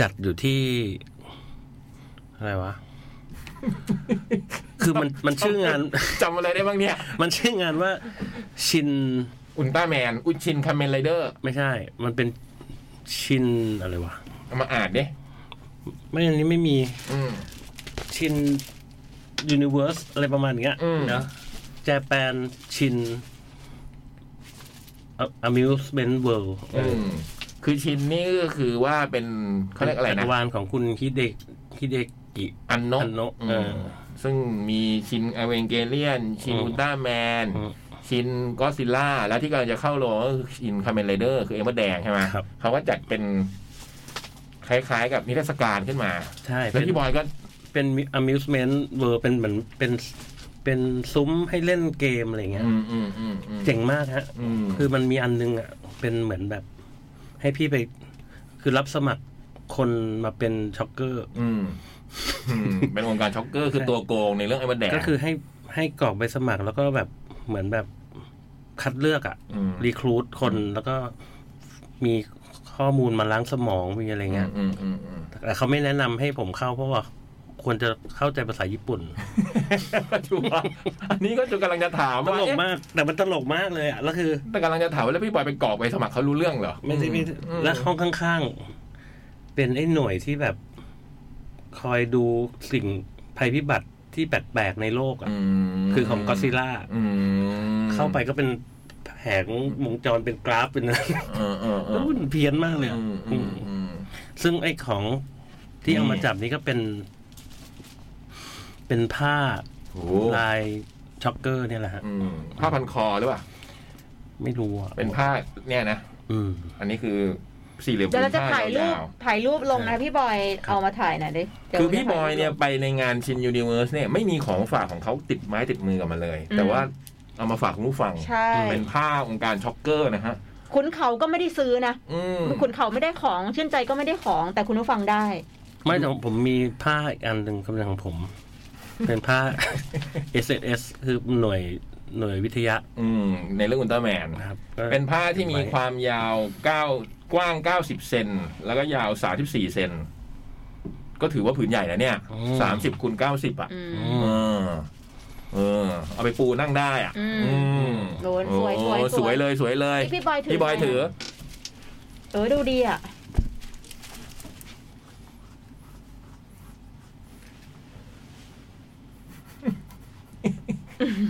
[SPEAKER 2] จัดอยู่ที่ อะไร วะ คือมันมันชื่องาน
[SPEAKER 1] จำอะไรได้บ้างเนี่ย
[SPEAKER 2] มันชื่องานว่าชิน
[SPEAKER 1] อุลตร้าแมน อุชินคาเมนไรเดอร์
[SPEAKER 2] ไม่ใช่ มันเป็นชินอะไรวะ
[SPEAKER 1] เอามาอ่านดิ
[SPEAKER 2] ไม่อันนี้ไม่มี
[SPEAKER 1] อืม
[SPEAKER 2] ชินยูนิเว s ร์สอะไรประมาณอย่างเงี้ย
[SPEAKER 1] อืม
[SPEAKER 2] เนาะจแปนชินอ m u s e m e n t World
[SPEAKER 1] อืมคือชินนี่ก็คือว่าเป็นเขาเรียกอะไร
[SPEAKER 2] จั
[SPEAKER 1] นะ
[SPEAKER 2] กรวาลของคุณฮิเดกฮิเดกิ
[SPEAKER 1] อันโนะ
[SPEAKER 2] อันโนะ
[SPEAKER 1] อืม
[SPEAKER 2] เออ
[SPEAKER 1] ซึ่งมีชินอเวนเกเลียน ชิน
[SPEAKER 2] อืม
[SPEAKER 1] อุลตร้าแมน
[SPEAKER 2] อืม
[SPEAKER 1] ชินก็อดซิลล่า แล้วที่กำลังจะเข้าโรงก็คือชินคาเมนไรเดอร์คือเอมเบอร์แดงใช่ไหม
[SPEAKER 2] ครับ
[SPEAKER 1] เขาก็จัดเป็นคล้ายๆกับนิทรรศการขึ้นมา
[SPEAKER 2] ใช่
[SPEAKER 1] แล้ว
[SPEAKER 2] เป็น
[SPEAKER 1] พี่บอยก็
[SPEAKER 2] เป็น amusement world เป็นเหมือนเป็นเป็นซุ้มให้เล่นเกมอะไรเงี้ย
[SPEAKER 1] อืมอืมอืมอืม
[SPEAKER 2] เจ๋งมากฮะ
[SPEAKER 1] อืม
[SPEAKER 2] คือมันมีอันนึงอ่ะ เป็นเหมือนแบบ ให้พี่ไป คือรับสมัครคนมาเป็นช็อกเกอร์
[SPEAKER 1] อืมอืมเป็นองค์การช็อกเกอร์คือตัวโกงในเรื่องไอ้มดแดง
[SPEAKER 2] ก็คือให้ให้กรอกใบสมัครแล้วก็แบบเหมือนแบบคัดเลือกอะ
[SPEAKER 1] ม
[SPEAKER 2] รีครูดคนแล้วก็มีข้อมูลมาล้างสมองมีอะไรเงี้ย
[SPEAKER 1] อืมอืมอืม
[SPEAKER 2] แต่เขาไม่แนะนำให้ผมเข้าเพราะว่าควรจะเข้าใจภาษาญี่ปุ่น
[SPEAKER 1] ถูกว่าอันนี้ก็จะกำลังจะถาม
[SPEAKER 2] ต
[SPEAKER 1] ว่า
[SPEAKER 2] ลก
[SPEAKER 1] เอ๊ะ
[SPEAKER 2] มาก แต่มันตลกมากเลยอะแล้วคือ
[SPEAKER 1] แต่กำลังจะถามว่าแล้วพี่บอยไปกรอกไปสมัครเขารู้เรื่องเหรอ
[SPEAKER 2] ไม่ใช่ไม่
[SPEAKER 1] อืม
[SPEAKER 2] แล้วห้องข้างๆ เป็นไอ้หน่วยที่แบบ คอยดูสิ่งภัยพิบัติที่แปลกๆในโลกอะ
[SPEAKER 1] อื
[SPEAKER 2] คือของก็ซิล่า
[SPEAKER 1] อืม
[SPEAKER 2] เข้าไปก็เป็นแผงวงจรเป็นกราฟเป็นอะไร
[SPEAKER 1] เออเออเออ
[SPEAKER 2] แล้วมันเพี้ยนมากเลย
[SPEAKER 1] อื
[SPEAKER 2] อะ
[SPEAKER 1] มอืมอืม
[SPEAKER 2] ซึ่งไอ้ของที่
[SPEAKER 1] นี่
[SPEAKER 2] เอามาจับนี่ก็เป็น เป็นผ้า
[SPEAKER 1] โอ้
[SPEAKER 2] ลายช็อกเกอร์เนี่ยแหละฮะ
[SPEAKER 1] อืมผ้าพันคอหรือเปล่า
[SPEAKER 2] ไม่รู้อ่ะ
[SPEAKER 1] เป็นผ้าเนี่ยนะ
[SPEAKER 2] อืม
[SPEAKER 1] อันนี้คือสี่เหลี่ยม
[SPEAKER 3] เดี๋ยวเราจะ
[SPEAKER 1] ผืนผ้
[SPEAKER 3] ถ่ายรูป
[SPEAKER 1] ว
[SPEAKER 3] ถ่ายรูปลงนะพี่บอย
[SPEAKER 2] ครับ
[SPEAKER 3] เอามาถ่ายหน่อยดิเดี๋
[SPEAKER 1] ๆ
[SPEAKER 3] ว
[SPEAKER 1] คือพี่บอยเนี่ย
[SPEAKER 3] ราจะถ่ารูป
[SPEAKER 1] ไปในงานชินยูนิเว r ร์สเนี่ยไม่มีของฝากของเขาติดไม้ติดมือกลับมาเลย
[SPEAKER 3] อืม
[SPEAKER 1] แต่ว่าเอามาฝากคุณผู้ฟัง
[SPEAKER 3] ใช่
[SPEAKER 1] เป็นผ้าองค์การช็อกเกอร์นะฮะ
[SPEAKER 3] คุณเขาก็ไม่ได้ซื้อนะ
[SPEAKER 1] อืม
[SPEAKER 3] คุณเขาไม่ได้ของชื่นใจก็ไม่ได้ของ แต่คุณผู้ฟังได้
[SPEAKER 2] ไม่แต่ผมมีผ้าอีกอันหนึ่งกำลั งของผม เป็นผ้า S S S คือหน่วยหน่วยวิทยะ
[SPEAKER 1] อืมในเรื่องอุลตร้าแมน
[SPEAKER 2] นะครับก็
[SPEAKER 1] เป็นผ้าที่มีความยาวเก้ากว้าง 90 เซน แล้วก็ยาว 34 เซน ก็ถือว่าผืนใหญ่นะเนี่ย 30คูณ90 อ่ะ
[SPEAKER 3] อืม
[SPEAKER 1] เอ
[SPEAKER 2] อื
[SPEAKER 1] อ
[SPEAKER 2] ม
[SPEAKER 1] เออ เอาไปปูนั่งได้อ่ะ
[SPEAKER 3] อืม
[SPEAKER 1] ม
[SPEAKER 3] โดนสวยสวย
[SPEAKER 1] โอ้
[SPEAKER 3] สว
[SPEAKER 1] สว
[SPEAKER 3] ย
[SPEAKER 1] ยเลยสวยเลย
[SPEAKER 3] พี่บอยถือ
[SPEAKER 1] พี่บอยถือ
[SPEAKER 3] เออดูดีอ่ะ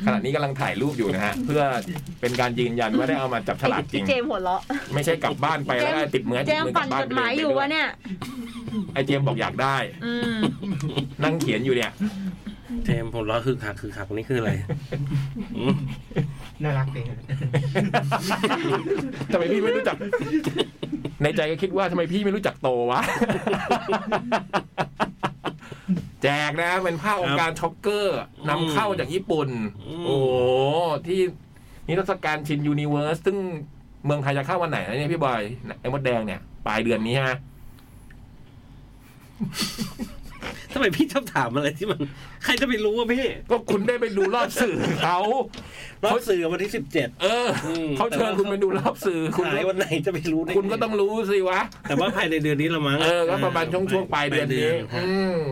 [SPEAKER 1] ขณะนี้กำลังถ่ายรูปอยู่นะฮะ เพื่อเป็นการยืนยันว่าได้เอามาจับฉลากจริง
[SPEAKER 3] เจมส์หัวเราะ
[SPEAKER 1] ไม่ใช่กลับบ้านไปแล้วก็ติดมือ
[SPEAKER 3] เจ
[SPEAKER 1] ติด
[SPEAKER 3] ม
[SPEAKER 1] มื
[SPEAKER 3] ส์
[SPEAKER 1] อ
[SPEAKER 3] ปั่น
[SPEAKER 1] กลับบ้าน
[SPEAKER 3] จดหมายอยู่วะเนี่ย
[SPEAKER 1] ไอเจมส์บอกอยากได้
[SPEAKER 3] อืม
[SPEAKER 1] นั่งเขียนอยู่เนี่ย
[SPEAKER 2] เจมส์ผมร้อคือขักคือขักนี่คืออะไรอืม
[SPEAKER 4] น่ารักดีฮะ
[SPEAKER 1] ทำไมพี่ไม่รู้จัก ในใจก็คิดว่าทำไมพี่ไม่รู้จักโตวะ แจกนะ เป็นผ้าองค์การช็อกเกอร์นำเข้าจากญี่ปุ่น
[SPEAKER 2] อืม
[SPEAKER 1] โอ้โหที่นิทรรศการชินยูนิเว r ร์สซึ่งเมืองไทยจะเข้าวันไหนนะเนี่ยพี่บอยไอ้มดแดงเนี่ย ปลายเดือนนี้ฮะ
[SPEAKER 2] ทำไมพี่ชอบถามอะไรที่มัน ใครจะไปรู้ว่าพี่
[SPEAKER 1] ก็คุณได้ไปดูรอบสื่อเขา
[SPEAKER 2] รอบสื่อวันที่สิบเจ็ด
[SPEAKER 1] เอออ
[SPEAKER 2] ม
[SPEAKER 1] เขาเชิญคุณไปดูรอบสื่อ คุณ
[SPEAKER 2] หาย
[SPEAKER 1] ก็
[SPEAKER 2] วันไหนจะไปรู้ได้ไ
[SPEAKER 1] คุณก็ต้องรู้สิวะ
[SPEAKER 2] แต่ว่าภายในเดือนนี้ละมั้ง
[SPEAKER 1] เออก็ประมาณช่วงช่วงๆปลายเดือนนี้
[SPEAKER 2] ฮะ
[SPEAKER 1] อืม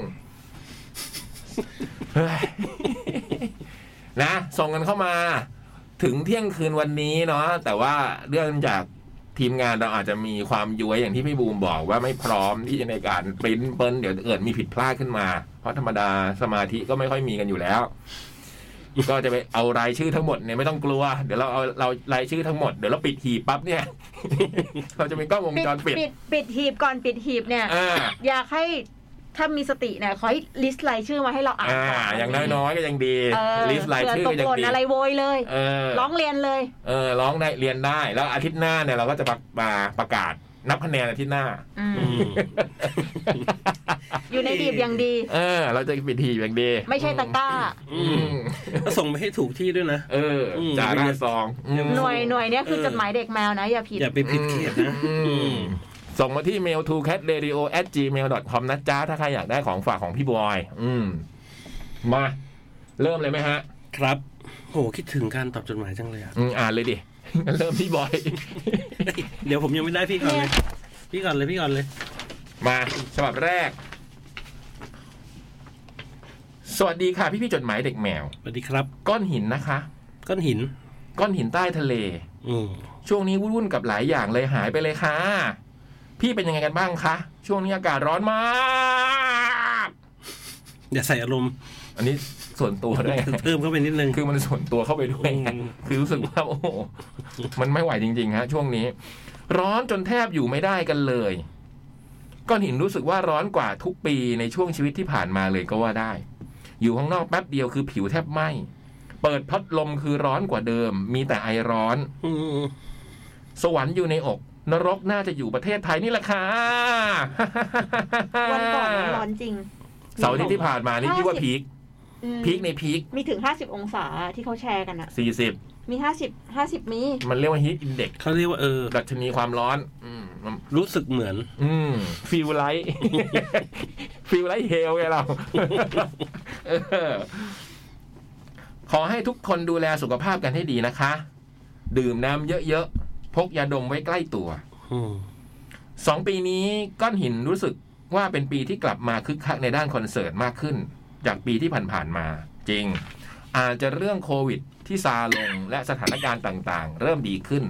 [SPEAKER 1] เฮ้ยนะ ส่งกันเข้ามา ถึงเที่ยงคืนวันนี้เนาะแต่ว่าเรื่องจากทีมงานเราอาจจะมีความย้วยอย่างที่พี่บูมบอกว่าไม่พร้อมที่จะในการปริ้นเปิ้ลเดี๋ยวเกิดมีผิดพลาดขึ้นมา เพราะธรรมดาสมาธิก็ไม่ค่อยมีกันอยู่แล้ว ก็จะไปเอารายชื่อทั้งหมดเนี่ยไม่ต้องกลัว เดี๋ยวเราเอาเรารายชื่อทั้งหมดเดี๋ยวเราปิดหีบปั๊บเนี่ย เราจะมีกล้องวง
[SPEAKER 3] ปิด
[SPEAKER 1] จรปิด
[SPEAKER 3] ปิดปิดหีบก่อนปิดหีบเนี่ย
[SPEAKER 1] อ่า
[SPEAKER 3] อยากให้ถ้ามีสติเนี่ยขอให้ลิสต์รายชื่อมาให้เราอ่าน
[SPEAKER 1] อ่า
[SPEAKER 3] ก่น
[SPEAKER 1] อย่างน้อยๆก็ยังดี
[SPEAKER 3] เออ
[SPEAKER 1] ลิสต์รายชื่อ
[SPEAKER 3] เผื่
[SPEAKER 1] ก็
[SPEAKER 3] ตก
[SPEAKER 1] ยัง
[SPEAKER 3] หล่น
[SPEAKER 1] ดี
[SPEAKER 3] อะไรโวยเลย
[SPEAKER 1] เออ
[SPEAKER 3] ร้องเรียนเลย
[SPEAKER 1] เออ ร้องได้เรียนได้ แล้วอาทิตย์หน้าเนี่ยเราก็จะมาประกาศนับคะแนนอาทิตย์หน้า
[SPEAKER 3] อืม
[SPEAKER 2] อืม
[SPEAKER 3] อยู่ในหีบอย่างดี
[SPEAKER 1] เออ เราจะปิดทีอย่างดี
[SPEAKER 3] ไม่ใช่ตะกร้า
[SPEAKER 2] อื
[SPEAKER 1] อืม
[SPEAKER 2] มแล้วส่งไปให้ถูกที่ด้วยนะ
[SPEAKER 1] เอออ
[SPEAKER 2] ม
[SPEAKER 1] จ่าหน้าซองอืม
[SPEAKER 3] หน่วยหน่วยเนี้ยคือ
[SPEAKER 2] เออ
[SPEAKER 3] จดหมายเด็กแมวนะ อย่าผิด
[SPEAKER 2] อย่าไปผิดเขียดนะ
[SPEAKER 1] อืมส่งมาที่ mail to cat radio at gmail com นะจ๊ะ ถ้าใครอยากได้ของฝากของพี่บอย อืม มา เริ่มเลยไหมฮะ
[SPEAKER 2] ครับโหคิดถึงการตอบจดหมายจังเลยอะ
[SPEAKER 1] อืม อ่านเลยดิ เริ่มพี่บอย
[SPEAKER 2] เดี๋ยวผมยังไม่ได้พี่ก่อนเลย พี่ก่อนเลยพี่ก่อนเลย
[SPEAKER 1] มาฉบับแรก สวัสดีค่ะ พี่พี่ๆจดหมายเด็กแมว
[SPEAKER 2] สวัสดีครับ
[SPEAKER 1] ก้อนหินนะคะ
[SPEAKER 2] ก้อนหิน
[SPEAKER 1] ก้อนหินใต้ทะเล
[SPEAKER 2] อืม
[SPEAKER 1] ช่วงนี้วุ่นๆกับหลายอย่างเลยหายไปเลยค่ะ พี่เป็นยังไงกันบ้างคะ ช่วงนี้อากาศร้อนมาก
[SPEAKER 2] อย่าใส่อารมณ์
[SPEAKER 1] อันนี้ส่วนตัวด้วย
[SPEAKER 2] เพิ่มเข้าไปนิดนึง
[SPEAKER 1] คือมันส่วนตัวเข้าไปด้วยไงคือรู้สึกว่าโอ้โหมันไม่ไหวจริง ๆ ฮะ ช่วงนี้ ร้อนจนแทบอยู่ไม่ได้กันเลย ก้อนหินรู้สึกว่าร้อนกว่าทุกปีในช่วงชีวิตที่ผ่านมาเลยก็ว่าได้ อยู่ข้างนอกแป๊บเดียวคือผิวแทบไหม้ เปิดพัดลมคือร้อนกว่าเดิม มีแต่ไอร้อน
[SPEAKER 2] อืม
[SPEAKER 1] สวรรค์อยู่ในอก นรกน่าจะอยู่ประเทศไทยนี่แหละค่ะ
[SPEAKER 3] วันก่อนมันร้อนจริง
[SPEAKER 1] เสาร์อาทตย์ที่ผ่านมานี่พี่ว่าพีค
[SPEAKER 3] อืม
[SPEAKER 1] พีคในพีค
[SPEAKER 3] มีถึง 50 องศาที่เขาแชร์กันอะ
[SPEAKER 1] สี่สิบ
[SPEAKER 3] มี 50 50 มี
[SPEAKER 1] มันเรียกว่าฮีทอินเด็ก
[SPEAKER 2] เขาเรียกว่าเออ
[SPEAKER 1] ดัชนีความร้อน อืม
[SPEAKER 2] รู้สึกเหมือน
[SPEAKER 1] อืมฟิลไล ท์ ฟิลไลท์เฮลไงเรา เออขอให้ทุกคนดูแลสุขภาพกันให้ดีนะคะ ดื่มน้ำเยอะๆ พกยาดมไว้ใกล้ตัว
[SPEAKER 2] อืม
[SPEAKER 1] สองปีนี้ก้อนหินรู้สึกว่าเป็นปีที่กลับมาคึกคักในด้านคอนเสิร์ตมากขึ้น จากปีที่ผ่านๆมา จริง อาจจะเรื่องโควิดที่ซาลงและสถานการณ์ต่างๆ เริ่มดีขึ้น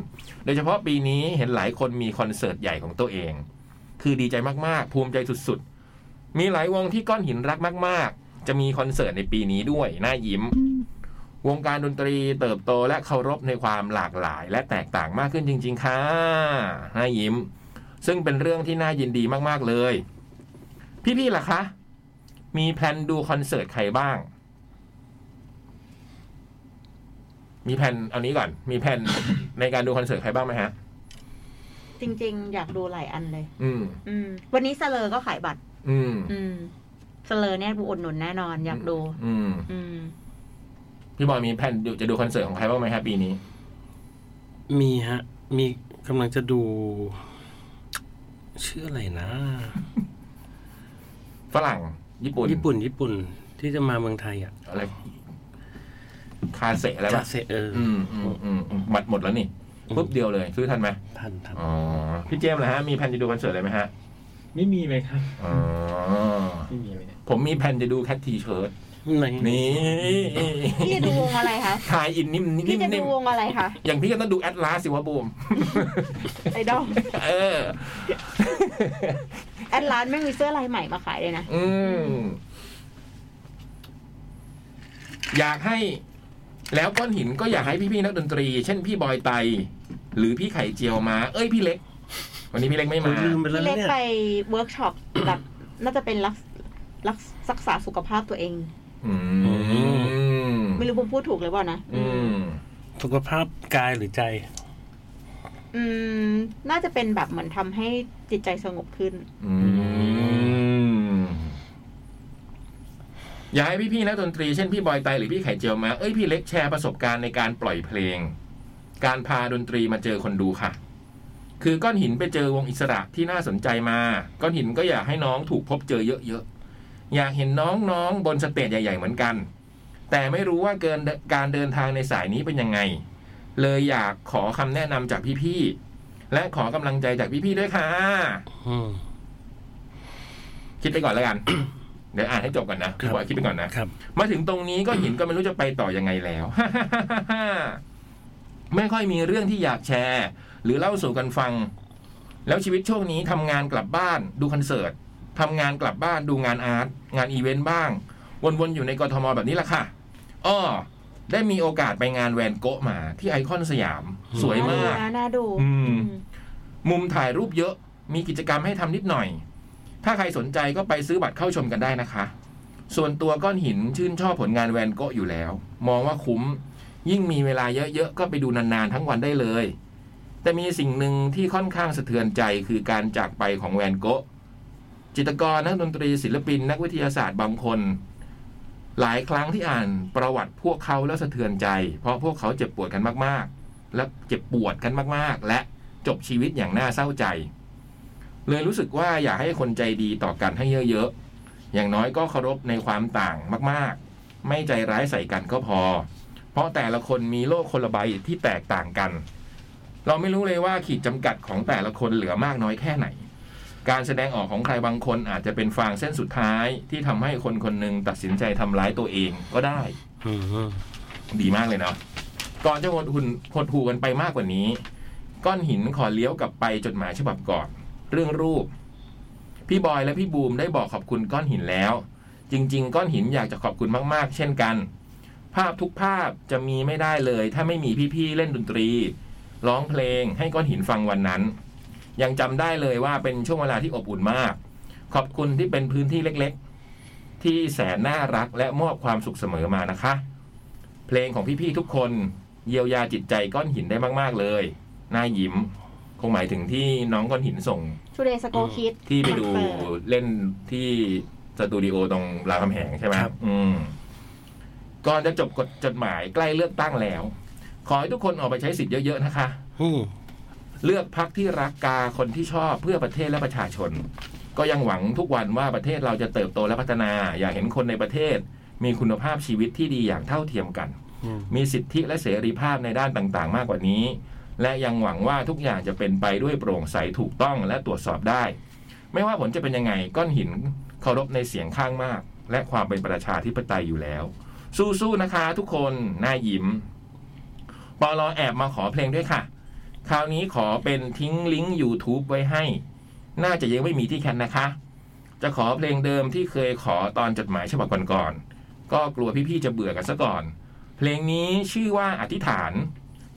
[SPEAKER 1] โดยเฉพาะปีนี้เห็นหลายคนมีคอนเสิร์ตใหญ่ของตัวเอง คือดีใจมากๆ ภูมิใจสุดๆ มีหลายวงที่ก้อนหินรักมาก ๆ จะมีคอนเสิร์ตในปีนี้ด้วยน่ายิ้ม วงการดนตรีเติบโตและเคารพในความหลากหลาย และแตกต่างมากขึ้นจริง ๆค่ะน่ายิ้ม ซึ่งเป็นเรื่องที่น่ายินดีมาก ๆ เลย พี่ ๆ ล่ะคะ มีแพลนดูคอนเสิร์ตใครบ้าง มีแพลนเอานี้ก่อน มีแพลน ในการดูคอนเสิร์ตใครบ้างไหมฮะ
[SPEAKER 3] จริง ๆ อยากดูหลายอันเลย
[SPEAKER 1] อืม
[SPEAKER 3] อืม วันนี้เสลอก็ขายบัตร
[SPEAKER 1] อืม
[SPEAKER 3] อืมเสลอเนี่ยบูอุดหนุนแน่นอน อยากดู
[SPEAKER 1] อืม
[SPEAKER 3] อืม
[SPEAKER 1] พี่บอยมีแพลนดูจะดูคอนเสิร์ตของใครบ้างไหมฮะปีนี้
[SPEAKER 2] มีฮะ มีกำลังจะดู ชื่ออะไรนะ
[SPEAKER 1] ฝรั่ง ญี่ปุ่น
[SPEAKER 2] ญี่ปุ่น ญี่ปุ่น ที่จะมาเมืองไทยอ่ะ
[SPEAKER 1] อะไร คาเซอะไร
[SPEAKER 2] จะ
[SPEAKER 1] ปะ
[SPEAKER 2] เซเอออ
[SPEAKER 1] อืมอืมอืมอืมบัตรหมดแล้วนี่ปุ๊บเดียวเลย ซื้อทันไหม
[SPEAKER 2] ทันทัน
[SPEAKER 1] อ๋อ พี่เจมส์นะฮะ มีแพลนจะดูคอนเสิร์ตอะไรไหมฮะ
[SPEAKER 4] ไม่มีเลยครับ
[SPEAKER 1] อ๋อ
[SPEAKER 4] ไม่มีเลยนะ
[SPEAKER 1] ผมมีแผนจะดูแคททีเชิร์ต
[SPEAKER 2] ไหน
[SPEAKER 1] นี่
[SPEAKER 3] พี่จะดูวงอะไรคะ
[SPEAKER 1] ทายอินนิ่มนิ่
[SPEAKER 3] พี่
[SPEAKER 1] ม
[SPEAKER 3] จะ
[SPEAKER 1] นิ่
[SPEAKER 3] ดู
[SPEAKER 1] ม
[SPEAKER 3] วงอะไรคะ
[SPEAKER 1] อย่างพี่ก็ต้องดูแอตลาสิวะบูม
[SPEAKER 3] ไอดอล
[SPEAKER 1] เออ
[SPEAKER 3] แอดลานไม่มีเสื้อลายใหม่มาขายเลยนะ
[SPEAKER 1] อืม อยากให้ แล้วก้อนหินก็อยากให้พี่ๆนักดนตรี เช่นพี่บอยไต หรือพี่ไข่เจียวมา เอ้ยพี่เล็ก วันนี้พี่เล็กไม่
[SPEAKER 2] ผม
[SPEAKER 1] มา
[SPEAKER 2] ลืมไปแล้ว
[SPEAKER 3] พี่เล็ก
[SPEAKER 2] เนี่ย
[SPEAKER 3] ไปเวิร์กช็อปแบบน่าจะเป็นรักรักรักษาสุขภาพตัวเอง
[SPEAKER 1] อืม
[SPEAKER 3] ไม่รู้ผมพูดถูกหรือเปล่านะ
[SPEAKER 1] อืม
[SPEAKER 2] สุขภาพกายหรือใจ
[SPEAKER 3] อืม น่าจะเป็นแบบเหมือนทำให้จิตใจสงบขึ้น
[SPEAKER 1] อืมอยากให้พี่ๆนักดนตรีเช่นพี่บอยไตหรือพี่ไข่เจียวมาเอ้ยพี่เล็กแชร์ประสบการณ์ในการปล่อยเพลง การพาดนตรีมาเจอคนดูค่ะ คือก้อนหินไปเจอวงอิสระที่น่าสนใจมา ก้อนหินก็อยากให้น้องถูกพบเจอเยอะๆอยากเห็นน้องๆบนสเตจใหญ่ ๆ เหมือนกัน แต่ไม่รู้ว่าเกินการเดินทางในสายนี้เป็นยังไง เลยอยากขอคำแนะนำจากพี่ๆและขอกำลังใจจากพี่ๆด้วยค่ะ
[SPEAKER 2] อืม
[SPEAKER 1] คิดไปก่อนแล้วกัน เดี๋ยวอ่านให้จบก่อนนะ
[SPEAKER 2] ครั
[SPEAKER 1] พี่
[SPEAKER 2] บ
[SPEAKER 1] บอยคิดไปก่อนนะ
[SPEAKER 2] ครับ
[SPEAKER 1] มาถึงตรงนี้ก็เห็นก็ไม่รู้จะไปต่อยังไงแล้ว ไม่ค่อยมีเรื่องที่อยากแชร์ หรือเล่าสู่กันฟัง แล้วชีวิตช่วงนี้ทำงานกลับบ้านดูคอนเสิร์ตทำงานกลับบ้านดูงานอาร์ตงานอีเวนต์บ้าง วนๆอยู่ในกทมแบบนี้แหละค่ะอ้อได้มีโอกาสไปงานแวนโกะมาที่ไอคอนสยาม สวยมาก
[SPEAKER 3] น่าดูนะน่าดู
[SPEAKER 1] อืม มุมถ่ายรูปเยอะ มีกิจกรรมให้ทำนิดหน่อย ถ้าใครสนใจก็ไปซื้อบัตรเข้าชมกันได้นะคะ ส่วนตัวก้อนหินชื่นชอบผลงานแวนโกะอยู่แล้ว มองว่าคุ้ม ยิ่งมีเวลาเยอะๆ ก็ไปดูนานๆ ทั้งวันได้เลย แต่มีสิ่งหนึ่งที่ค่อนข้างสะเทือนใจคือการจากไปของแวนโกะจิตรกรนักดนตรีศิลปิน นักวิทยาศาสตร์บางคน หลายครั้งที่อ่านประวัติพวกเขาแล้วสะเทือนใจ เพราะพวกเขาเจ็บปวดกันมากๆ และเจ็บปวดกันมากๆ และ จบชีวิตอย่างน่าเศร้าใจ เลยรู้สึกว่าอยากให้คนใจดีต่อกันให้เยอะๆ อย่างน้อยก็เคารพในความต่างมากๆ ไม่ใจร้ายใส่กันก็พอ เพราะแต่ละคนมีโลกคนละใบที่แตกต่างกัน เราไม่รู้เลยว่าขีดจำกัดของแต่ละคนเหลือมากน้อยแค่ไหน การแสดงออกของใครบางคนอาจจะเป็นฟางเส้นสุดท้าย ที่ทำให้คนคนหนึ่งตัดสินใจทำร้ายตัวเองก็ได้
[SPEAKER 2] อืม
[SPEAKER 1] ดีมากเลยเนาะก่อนจะหดหุ่นหดหูกันไปมากกว่านี้ ก้อนหินขอเลี้ยวกลับไปจดหมายฉบับก่อน เรื่องรูป พี่บอยและพี่บูมได้บอกขอบคุณก้อนหินแล้ว จริง ๆ ก้อนหินอยากจะขอบคุณมาก ๆ เช่นกัน ภาพทุกภาพจะมีไม่ได้เลย ถ้าไม่มีพี่ๆเล่นดนตรี ร้องเพลงให้ก้อนหินฟังวันนั้น ยังจำได้เลยว่าเป็นช่วงเวลาที่อบอุ่นมาก ขอบคุณที่เป็นพื้นที่เล็กๆ ที่แสนน่ารักและมอบความสุขเสมอมานะคะ เพลงของพี่ ๆ ทุกคนเยียวยาจิตใจก้อนหินได้มาก ๆ เลยน่ายิ้ม คงหมายถึงที่น้องก้อนหินส่ง
[SPEAKER 3] ชูเดสโกคิด
[SPEAKER 1] ที่ไปดูเล่นที่สตูดิโอตรงรามคำแหงใช่ไหมอืมก่อนจะจบกฎจดหมายใกล้เลือกตั้งแล้ว ขอให้ทุกคนออกไปใช้สิทธิ์เยอะ ๆ นะคะ
[SPEAKER 2] อืม
[SPEAKER 1] เลือกพักที่รักกาคนที่ชอบเพื่อประเทศและประชาชน ก็ยังหวังทุกวันว่าประเทศเราจะเติบโตและพัฒนา อยากเห็นคนในประเทศ มีคุณภาพชีวิตที่ดีอย่างเท่าเทียมกัน
[SPEAKER 2] อืม
[SPEAKER 1] มีสิทธิและเสรีภาพในด้านต่างๆ มากกว่านี้ และยังหวังว่าทุกอย่างจะเป็นไปด้วยโปร่งใสถูกต้องและตรวจสอบได้ ไม่ว่าผลจะเป็นยังไงก้อนหินเคารพในเสียงข้างมาก และความเป็นประชาธิปไตยอยู่แล้ว สู้ๆนะคะทุกคนหน้ายิ้มปอลอแอบมาขอเพลงด้วยค่ะ คราวนี้ขอเป็นทิ้งลิงก์ YouTube ไว้ให้ น่าจะยังไม่มีที่แคนนะคะ จะขอเพลงเดิมที่เคยขอตอนจดหมายฉบับก่อนๆก็กลัวพี่ๆจะเบื่อกันซะก่อน เพลงนี้ชื่อว่าอธิษฐาน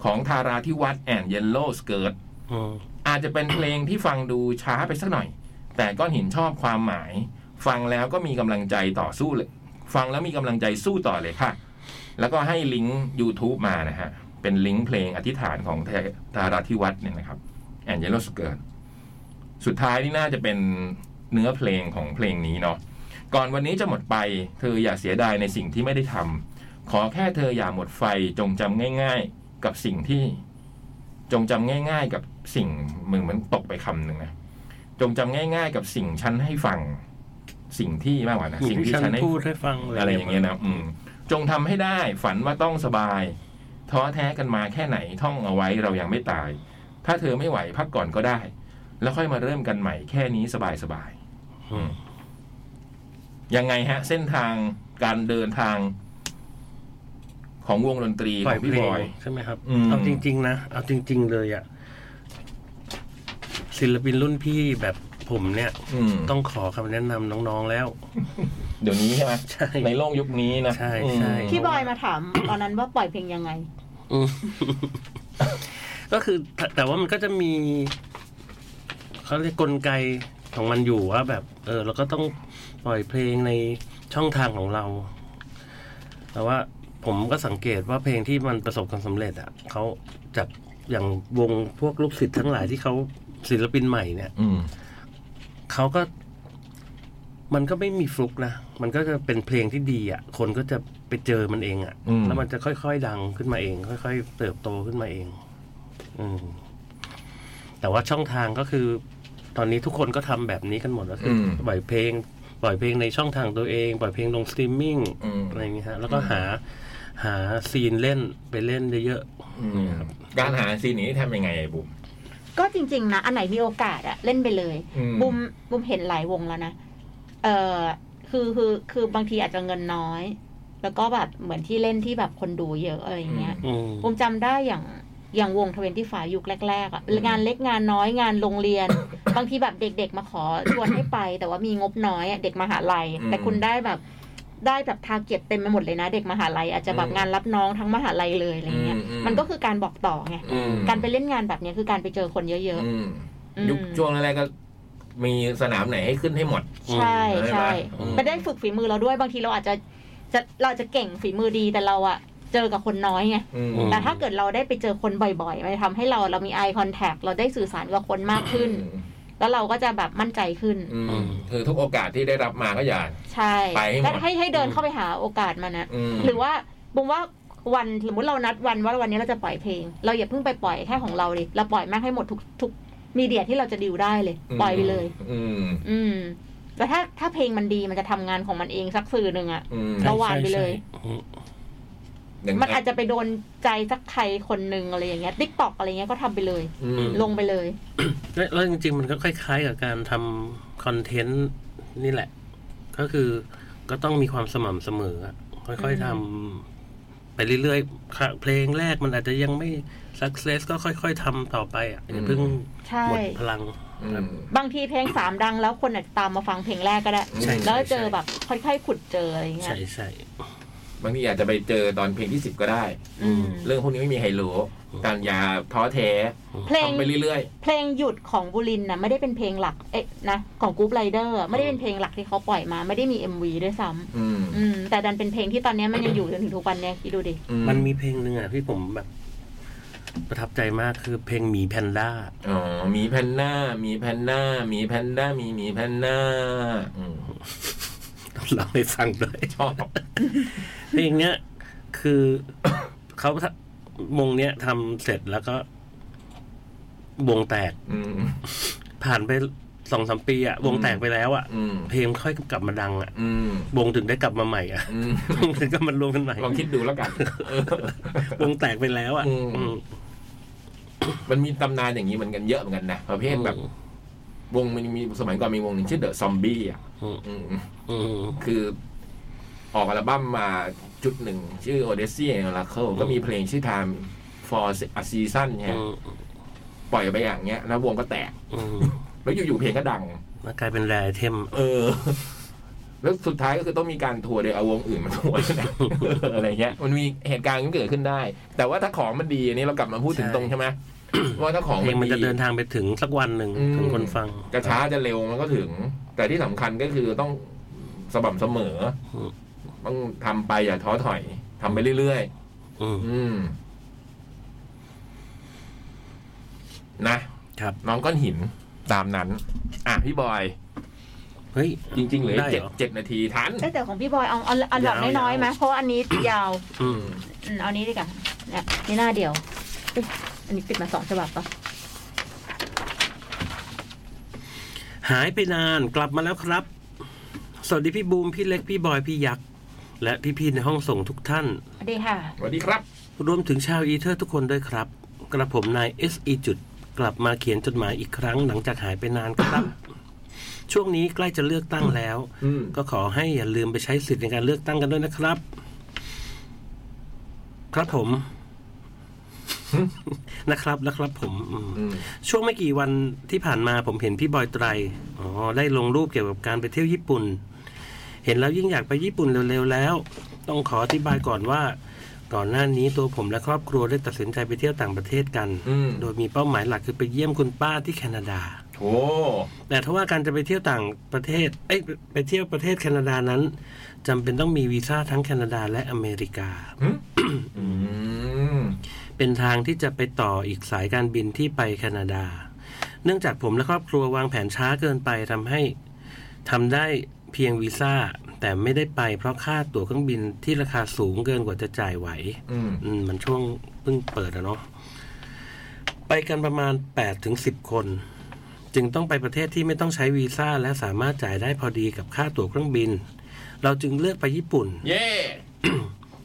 [SPEAKER 1] ของทาราที่วัดแอนเยลโลสเกิร์ต
[SPEAKER 2] อืม
[SPEAKER 1] อาจจะเป็นเพลงที่ฟังดูช้าไปสักหน่อย แต่ก้อนหินชอบความหมาย ฟังแล้วก็มีกำลังใจต่อสู้เลย ฟังแล้วมีกำลังใจสู้ต่อเลยค่ะ แล้วก็ให้ลิงก์ YouTube มานะฮะ เป็นลิงก์เพลงอธิษฐานของทาราที่วัดเนี่ยนะครับแอนเยลโลสเกิร์ตสุดท้ายนี่น่าจะเป็นเนื้อเพลงของเพลงนี้เนาะก่อนวันนี้จะหมดไป เธออย่าเสียดายในสิ่งที่ไม่ได้ทำ ขอแค่เธออย่าหมดไฟจงจำง่าย ๆ กับสิ่งที่ จงจำง่าย ๆ กับสิ่งมึงเหมือนตกไปคำหนึ่งนะจงจำง่าย ๆ กับสิ่งฉันให้ฟัง สิ่งที่มากกว่านะ
[SPEAKER 2] สิ่
[SPEAKER 1] สิ่
[SPEAKER 2] ง
[SPEAKER 1] ง
[SPEAKER 2] ที่
[SPEAKER 1] ที่
[SPEAKER 2] ฉัน
[SPEAKER 1] ฉันให้
[SPEAKER 2] พูดให้ฟัง
[SPEAKER 1] อะไรอย่างเงี้ยนะอืมจงทำให้ได้ ฝันว่าต้องสบาย ท้อแท้กันมาแค่ไหนท่องเอาไว้เรายังไม่ตาย ถ้าเธอไม่ไหวพักก่อนก็ได้ แล้วค่อยมาเริ่มกันใหม่แค่นี้สบายสบายๆอืมยังไงฮะ เส้นทางการเดินทาง ของวงดนตรี
[SPEAKER 2] ป
[SPEAKER 1] ข
[SPEAKER 2] ล่อ
[SPEAKER 1] อย ง
[SPEAKER 2] เพ
[SPEAKER 1] พี่
[SPEAKER 2] ล
[SPEAKER 1] บ
[SPEAKER 2] ง
[SPEAKER 1] อย
[SPEAKER 2] ใช่ไหมครับ
[SPEAKER 1] อืม
[SPEAKER 2] เอาจริง ๆ นะ เอาจริง ๆ เลยอะศิลปินรุ่นพี่แบบผมเนี่ย
[SPEAKER 1] อืม
[SPEAKER 2] ต้องขอคำแนะนำน้อง ๆ แล้ว
[SPEAKER 1] เดี๋ยวนี้ใช่ไหม
[SPEAKER 2] ใช่
[SPEAKER 1] ในโลกยุคนี้นะ
[SPEAKER 2] ใช่ใช่
[SPEAKER 1] ม
[SPEAKER 3] พี่บอยมาถาม ตอนนั้นว่าปล่อยเพลงยังไง
[SPEAKER 2] อืม ก็คือแต่แต่ว่ามันก็จะมีเขาเรียกกลไกของมันอยู่ว่าแบบ เออ เราก็ต้องปล่อยเพลงในช่องทางของเรา แต่ว่า ผมก็สังเกตว่าเพลงที่มันประสบความสำเร็จอ่ะเขาจากอย่างวงพวกลูกศิษย์ทั้งหลายที่เขาศิลปินใหม่เนี่ย
[SPEAKER 1] อืม
[SPEAKER 2] เขาก็ มันก็ไม่มีฟลุกนะ มันก็จะเป็นเพลงที่ดีอ่ะ คนก็จะไปเจอมันเองอ่ะ
[SPEAKER 1] อืม
[SPEAKER 2] แล้วมันจะค่อยๆดังขึ้นมาเอง ค่อยๆเติบโตขึ้นมาเอง อืม แต่ว่าช่องทางก็คือ ตอนนี้ทุกคนก็ทำแบบนี้กันหมดก็คืออ
[SPEAKER 1] ม
[SPEAKER 2] ปล่อยเพลง ปล่อยเพลงในช่องทางตัวเอง ปล่อยเพลงลงสตรีมมิ่ง
[SPEAKER 1] อืม
[SPEAKER 2] อะไรอย่างเงี้ยฮะ แล้วก็หา หาซีนเล่นไปเล่นเยอะ
[SPEAKER 1] อืมการหาซีนนี้ทำยังไงไอ้บุ๋ม
[SPEAKER 3] ก็จริง ๆ นะ อันไหนมีโอกาสอะเล่นไปเลย
[SPEAKER 1] อื
[SPEAKER 3] บุมบุมเห็นหลายวงแล้วนะ เออคือคือคือบางทีอาจจะเงินน้อย แล้วก็แบบเหมือนที่เล่นที่แบบคนดูเยอะอะไรอย่างเงี้ย
[SPEAKER 2] ๆอืม
[SPEAKER 3] ผมจำได้อย่างอย่างวงทเวนตี้ฝายุคแรกๆอะงานเล็กงานน้อยงานโรงเรียน บางทีแบบเด็กๆมาขอชวนให้ไป แต่ว่ามีงบน้อยอะเด็กมหาลัย แต่คุณได้แบบได้แบบทาร์เก็ตเต็มไปหมดเลยนะ เด็กมหาลัยอาจจะแบบงานรับน้องทั้งมหาลัยเลยอะไรเงี้ยมันก็คือการบอกต่อไง
[SPEAKER 1] อืม
[SPEAKER 3] การไปเล่นงานแบบเนี้ยคือการไปเจอคนเยอะ
[SPEAKER 1] อืม
[SPEAKER 3] ๆอืม
[SPEAKER 1] ยุคช่วงแรกๆก็มีสนามไหนให้ขึ้นให้หมด
[SPEAKER 3] ใช่ใช่
[SPEAKER 1] อืม
[SPEAKER 3] มันได้ฝึกฝีมือเราด้วยบางทีเราอาจจะจะเราอาจจะเก่งฝีมือดีแต่เราอะเจอกับคนน้อยไง
[SPEAKER 1] อืม
[SPEAKER 2] อืม
[SPEAKER 3] แต่ถ้าเกิดเราได้ไปเจอคนบ่อยๆ มันทำให้เราเรามี eye contact เราได้สื่อสารกับคนมากขึ้น แล้วเราก็จะแบบมั่นใจขึ้น
[SPEAKER 1] อืมคือทุกโอกาสที่ได้รับมาก็อย่า
[SPEAKER 3] ใช่
[SPEAKER 1] ไปให้หมด
[SPEAKER 3] ก็ให้ให้เดินเข้าไปหาโอกาสมันนะ
[SPEAKER 1] ม
[SPEAKER 3] หรือว่าบุมว่าวันสมมติเรานัดวันว่าวันนี้เราจะปล่อยเพลง เราอย่าเพิ่งไปปล่อยแค่ของเราดิเราปล่อยแม่งให้หมดทุกทุกมีเดียที่เราจะดิวได้เลย ปล่อยไปเลย
[SPEAKER 1] อืม
[SPEAKER 3] อืมแต่ถ้าถ้าเพลงมันดีมันจะทำงานของมันเองสักสื่อหนึ่งอะ
[SPEAKER 1] อืม
[SPEAKER 3] เระหว่างไปเลย
[SPEAKER 2] ใช่ใช่ใช่อืม
[SPEAKER 1] อย่าง
[SPEAKER 3] มันอาจจะไปโดนใจสักใครคนหนึ่งอะไรอย่างเงี้ยติ๊กตอกอะไรเงี้ยก็ทำไปเลย
[SPEAKER 1] อืม
[SPEAKER 3] ลงไปเลย
[SPEAKER 2] แล้วแล้วจริงๆ มันก็คล้ายๆ กับการทำคอนเทนต์นี่แหละ ก็คือก็ต้องมีความสม่ำเสมออะค่อยๆทำไปเรื่อยๆค่ะเพลงแรกมันอาจจะยังไม่สักเซสก็ค่อยๆทำต่อไปอ่ะอย่าเพิ่ง
[SPEAKER 3] ใช่
[SPEAKER 2] หมดพลัง
[SPEAKER 1] อืม
[SPEAKER 3] บางทีเพลงสามดังแล้วคนอาจจะตามมาฟังเพลงแรกก็ได้
[SPEAKER 1] ใช่
[SPEAKER 3] แล้วเจอแบบค่อยๆขุดเจออะไรเงี้
[SPEAKER 2] ใช่
[SPEAKER 3] ย
[SPEAKER 2] ใช่
[SPEAKER 1] บางทีอาจจะไปเจอตอนเพลงที่สิบก็ได้
[SPEAKER 2] อื
[SPEAKER 3] อื
[SPEAKER 2] ม
[SPEAKER 3] ม
[SPEAKER 1] เรื่องพวกนี้ไม่มีใครรู้การอย่าท้อแท้
[SPEAKER 3] เพลง
[SPEAKER 1] ทำไปเรื่อย
[SPEAKER 3] เพลงหยุดของบุรินทร์นะไม่ได้เป็นเพลงหลักเอ๊ะนะของกรุ๊ปไรเดอร์ไม่ได้เป็นเพลงหลักที่เขาปล่อยมาไม่ได้มี MV ด้วยซ้ำ
[SPEAKER 1] ๆอืม
[SPEAKER 3] อืมแต่ดันเป็นเพลงที่ตอนเนี้ยมันยังอยู่จนถึงทุกวันเนี้ยคิดดูดิ
[SPEAKER 1] อื
[SPEAKER 2] มันมีเพลงหนึ่งอ่ะที่ผมแบบ ประทับใจมากคือเพลงหมีแพนด้า
[SPEAKER 1] อ๋อมีแพนด้ามีแพนด้ามีแพนด้ามีหมีแพนด้าอืม
[SPEAKER 2] ต้องเล่าให้ฟังด้วย
[SPEAKER 1] ชอบ
[SPEAKER 2] เพลงเนี้ยคือ เขาทำวงเนี้ยทำเสร็จแล้วก็วงแตก
[SPEAKER 1] อืม
[SPEAKER 2] ผ่านไปสองสามปีอะวง
[SPEAKER 1] อืม
[SPEAKER 2] แตกไปแล้วอะ
[SPEAKER 1] อืม
[SPEAKER 2] เพลงค่อยกลับมาดังอะ
[SPEAKER 1] อืม
[SPEAKER 2] วงถึงได้กลับมาใหม่อะ
[SPEAKER 1] อืม
[SPEAKER 2] วงถึงก็มันรวมกันใหม่
[SPEAKER 1] ลองคิดดูแล้วกัน
[SPEAKER 2] วงแตกไปแล้วอะ
[SPEAKER 1] อืม
[SPEAKER 2] อืม
[SPEAKER 1] มันมีตำนานอย่างนี้เหมือนกันเยอะเหมือนกันนะประเภทแบบ วงมันมีสมัยก่อนมีวงหนึ่งชื่อเดอะซอมบี้อ่ะ
[SPEAKER 2] อืม
[SPEAKER 1] อืม
[SPEAKER 2] อืม
[SPEAKER 1] คือออกอัลบั้มมาจุดหนึ่ง ชื่อ Odyssey and Oracle ก็มีเพลงชื่อ Time for a Season เนี่ย
[SPEAKER 2] อืม
[SPEAKER 1] ปล่อยไปอย่างเงี้ย แล้ววงก็แตก
[SPEAKER 2] อืม
[SPEAKER 1] แล้วอยู่ๆเพลงก็ดัง
[SPEAKER 2] แล้วกลายเป็นแรไอเทม
[SPEAKER 1] เออ แล้วสุดท้ายก็คือต้องมีการทัวร์โดยเอาวงอื่นมา ทัวร์นะ อะไรเงี้ย มันมีเหตุการณ์ที่เกิดขึ้นได้ แต่ว่าถ้าของมันดีอันนี้เรากลับมาพูดถึง
[SPEAKER 2] ใช่
[SPEAKER 1] ตรงใช่ไหมว่าถ้าของ
[SPEAKER 2] เพล
[SPEAKER 1] มั
[SPEAKER 2] ง
[SPEAKER 1] น
[SPEAKER 2] มัน
[SPEAKER 1] ดี
[SPEAKER 2] จะเดินทางไปถึงสักวันหนึ่ง
[SPEAKER 1] อืม
[SPEAKER 2] ถึงคนฟัง
[SPEAKER 1] จะช้าจะเร็วมันก็ถึง แต่ที่สำคัญก็คือต้องสม่ำเสมอ
[SPEAKER 2] อืม
[SPEAKER 1] ต้องทำไปอย่าท้อถอยทำไปเรื่อย
[SPEAKER 2] อืม
[SPEAKER 1] ๆ อืม นะ
[SPEAKER 2] ครับ
[SPEAKER 1] น้องก้อนหินตามนั้น อ่ะพี่บอย
[SPEAKER 2] เฮ้ย
[SPEAKER 1] จริงๆเหลือ
[SPEAKER 2] ได้เหรอ
[SPEAKER 1] เจ็ดเจ็ดนาทีทัน
[SPEAKER 3] เอ้ยแต่ของพี่บอยเอาเอาเอาหลอดน้อยๆไหมเพราะว่าอันนี้ ยาว
[SPEAKER 2] อืม
[SPEAKER 3] อืมเอานี้ดีกว่าเนี่ยนี่หน้าเดียวอุ๊ยอันนี้ติดมาสองฉบับปะ
[SPEAKER 2] หายไปนานกลับมาแล้วครับ สวัสดีพี่บูมพี่เล็กพี่บอยพี่ยักษ์และพี่ๆในห้องส่งทุกท่าน
[SPEAKER 3] สวัสดีค่ะ
[SPEAKER 1] สวัสดีครับ
[SPEAKER 2] รวมถึงชาวอีเทอร์ทุกคนด้วยครับ กระผมนาย SE จุดกลับมาเขียนจดหมายอีกครั้งหลังจากหายไปนานครับ ช่วงนี้ใกล้จะเลือกตั้งแล้ว
[SPEAKER 1] อืม
[SPEAKER 2] ก็ขอให้อย่าลืมไปใช้สิทธิ์ในการเลือกตั้งกันด้วยนะครับ ครับผม นะครับนะครับผมอืม
[SPEAKER 1] อืม
[SPEAKER 2] ช่วงไม่กี่วันที่ผ่านมาผมเห็นพี่บอยไตร อ๋อ ได้ลงรูปเกี่ยวกับการไปเที่ยวญี่ปุ่น เห็นแล้วยิ่งอยากไปญี่ปุ่นเร็วๆแล้ว ต้องขออธิบายก่อนว่า ก่อนหน้านี้ตัวผมและครอบครัวได้ตัดสินใจไปเที่ยวต่างประเทศกัน
[SPEAKER 1] อืม
[SPEAKER 2] โดยมีเป้าหมายหลักคือไปเยี่ยมคุณป้าที่แคนาดา
[SPEAKER 1] โอ้
[SPEAKER 2] แต่ถ้าว่าการจะไปเที่ยวต่างประเทศ เอ้ยไปเที่ยวประเทศแคนาดานั้น จำเป็นต้องมีวีซ่าทั้งแคนาดาและอเมริกา
[SPEAKER 1] หึอืม
[SPEAKER 2] เป็นทางที่จะไปต่ออีกสายการบินที่ไปแคนาดา เนื่องจากผมและครอบครัววางแผนช้าเกินไปทำให้ทำได้เพียงวีซ่า แต่ไม่ได้ไปเพราะค่าตั๋วเครื่องบินที่ราคาสูงเกินกว่าจะจ่ายไหว
[SPEAKER 1] อืม
[SPEAKER 2] อืมมันช่วงเพิ่งเปิดอะเนาะไปกันประมาณ8ปดถึงสิคน จึงต้องไปประเทศที่ไม่ต้องใช้วีซ่าและสามารถจ่ายได้พอดีกับค่าตั๋วเครื่องบิน เราจึงเลือกไปญี่ปุ่น
[SPEAKER 1] เย่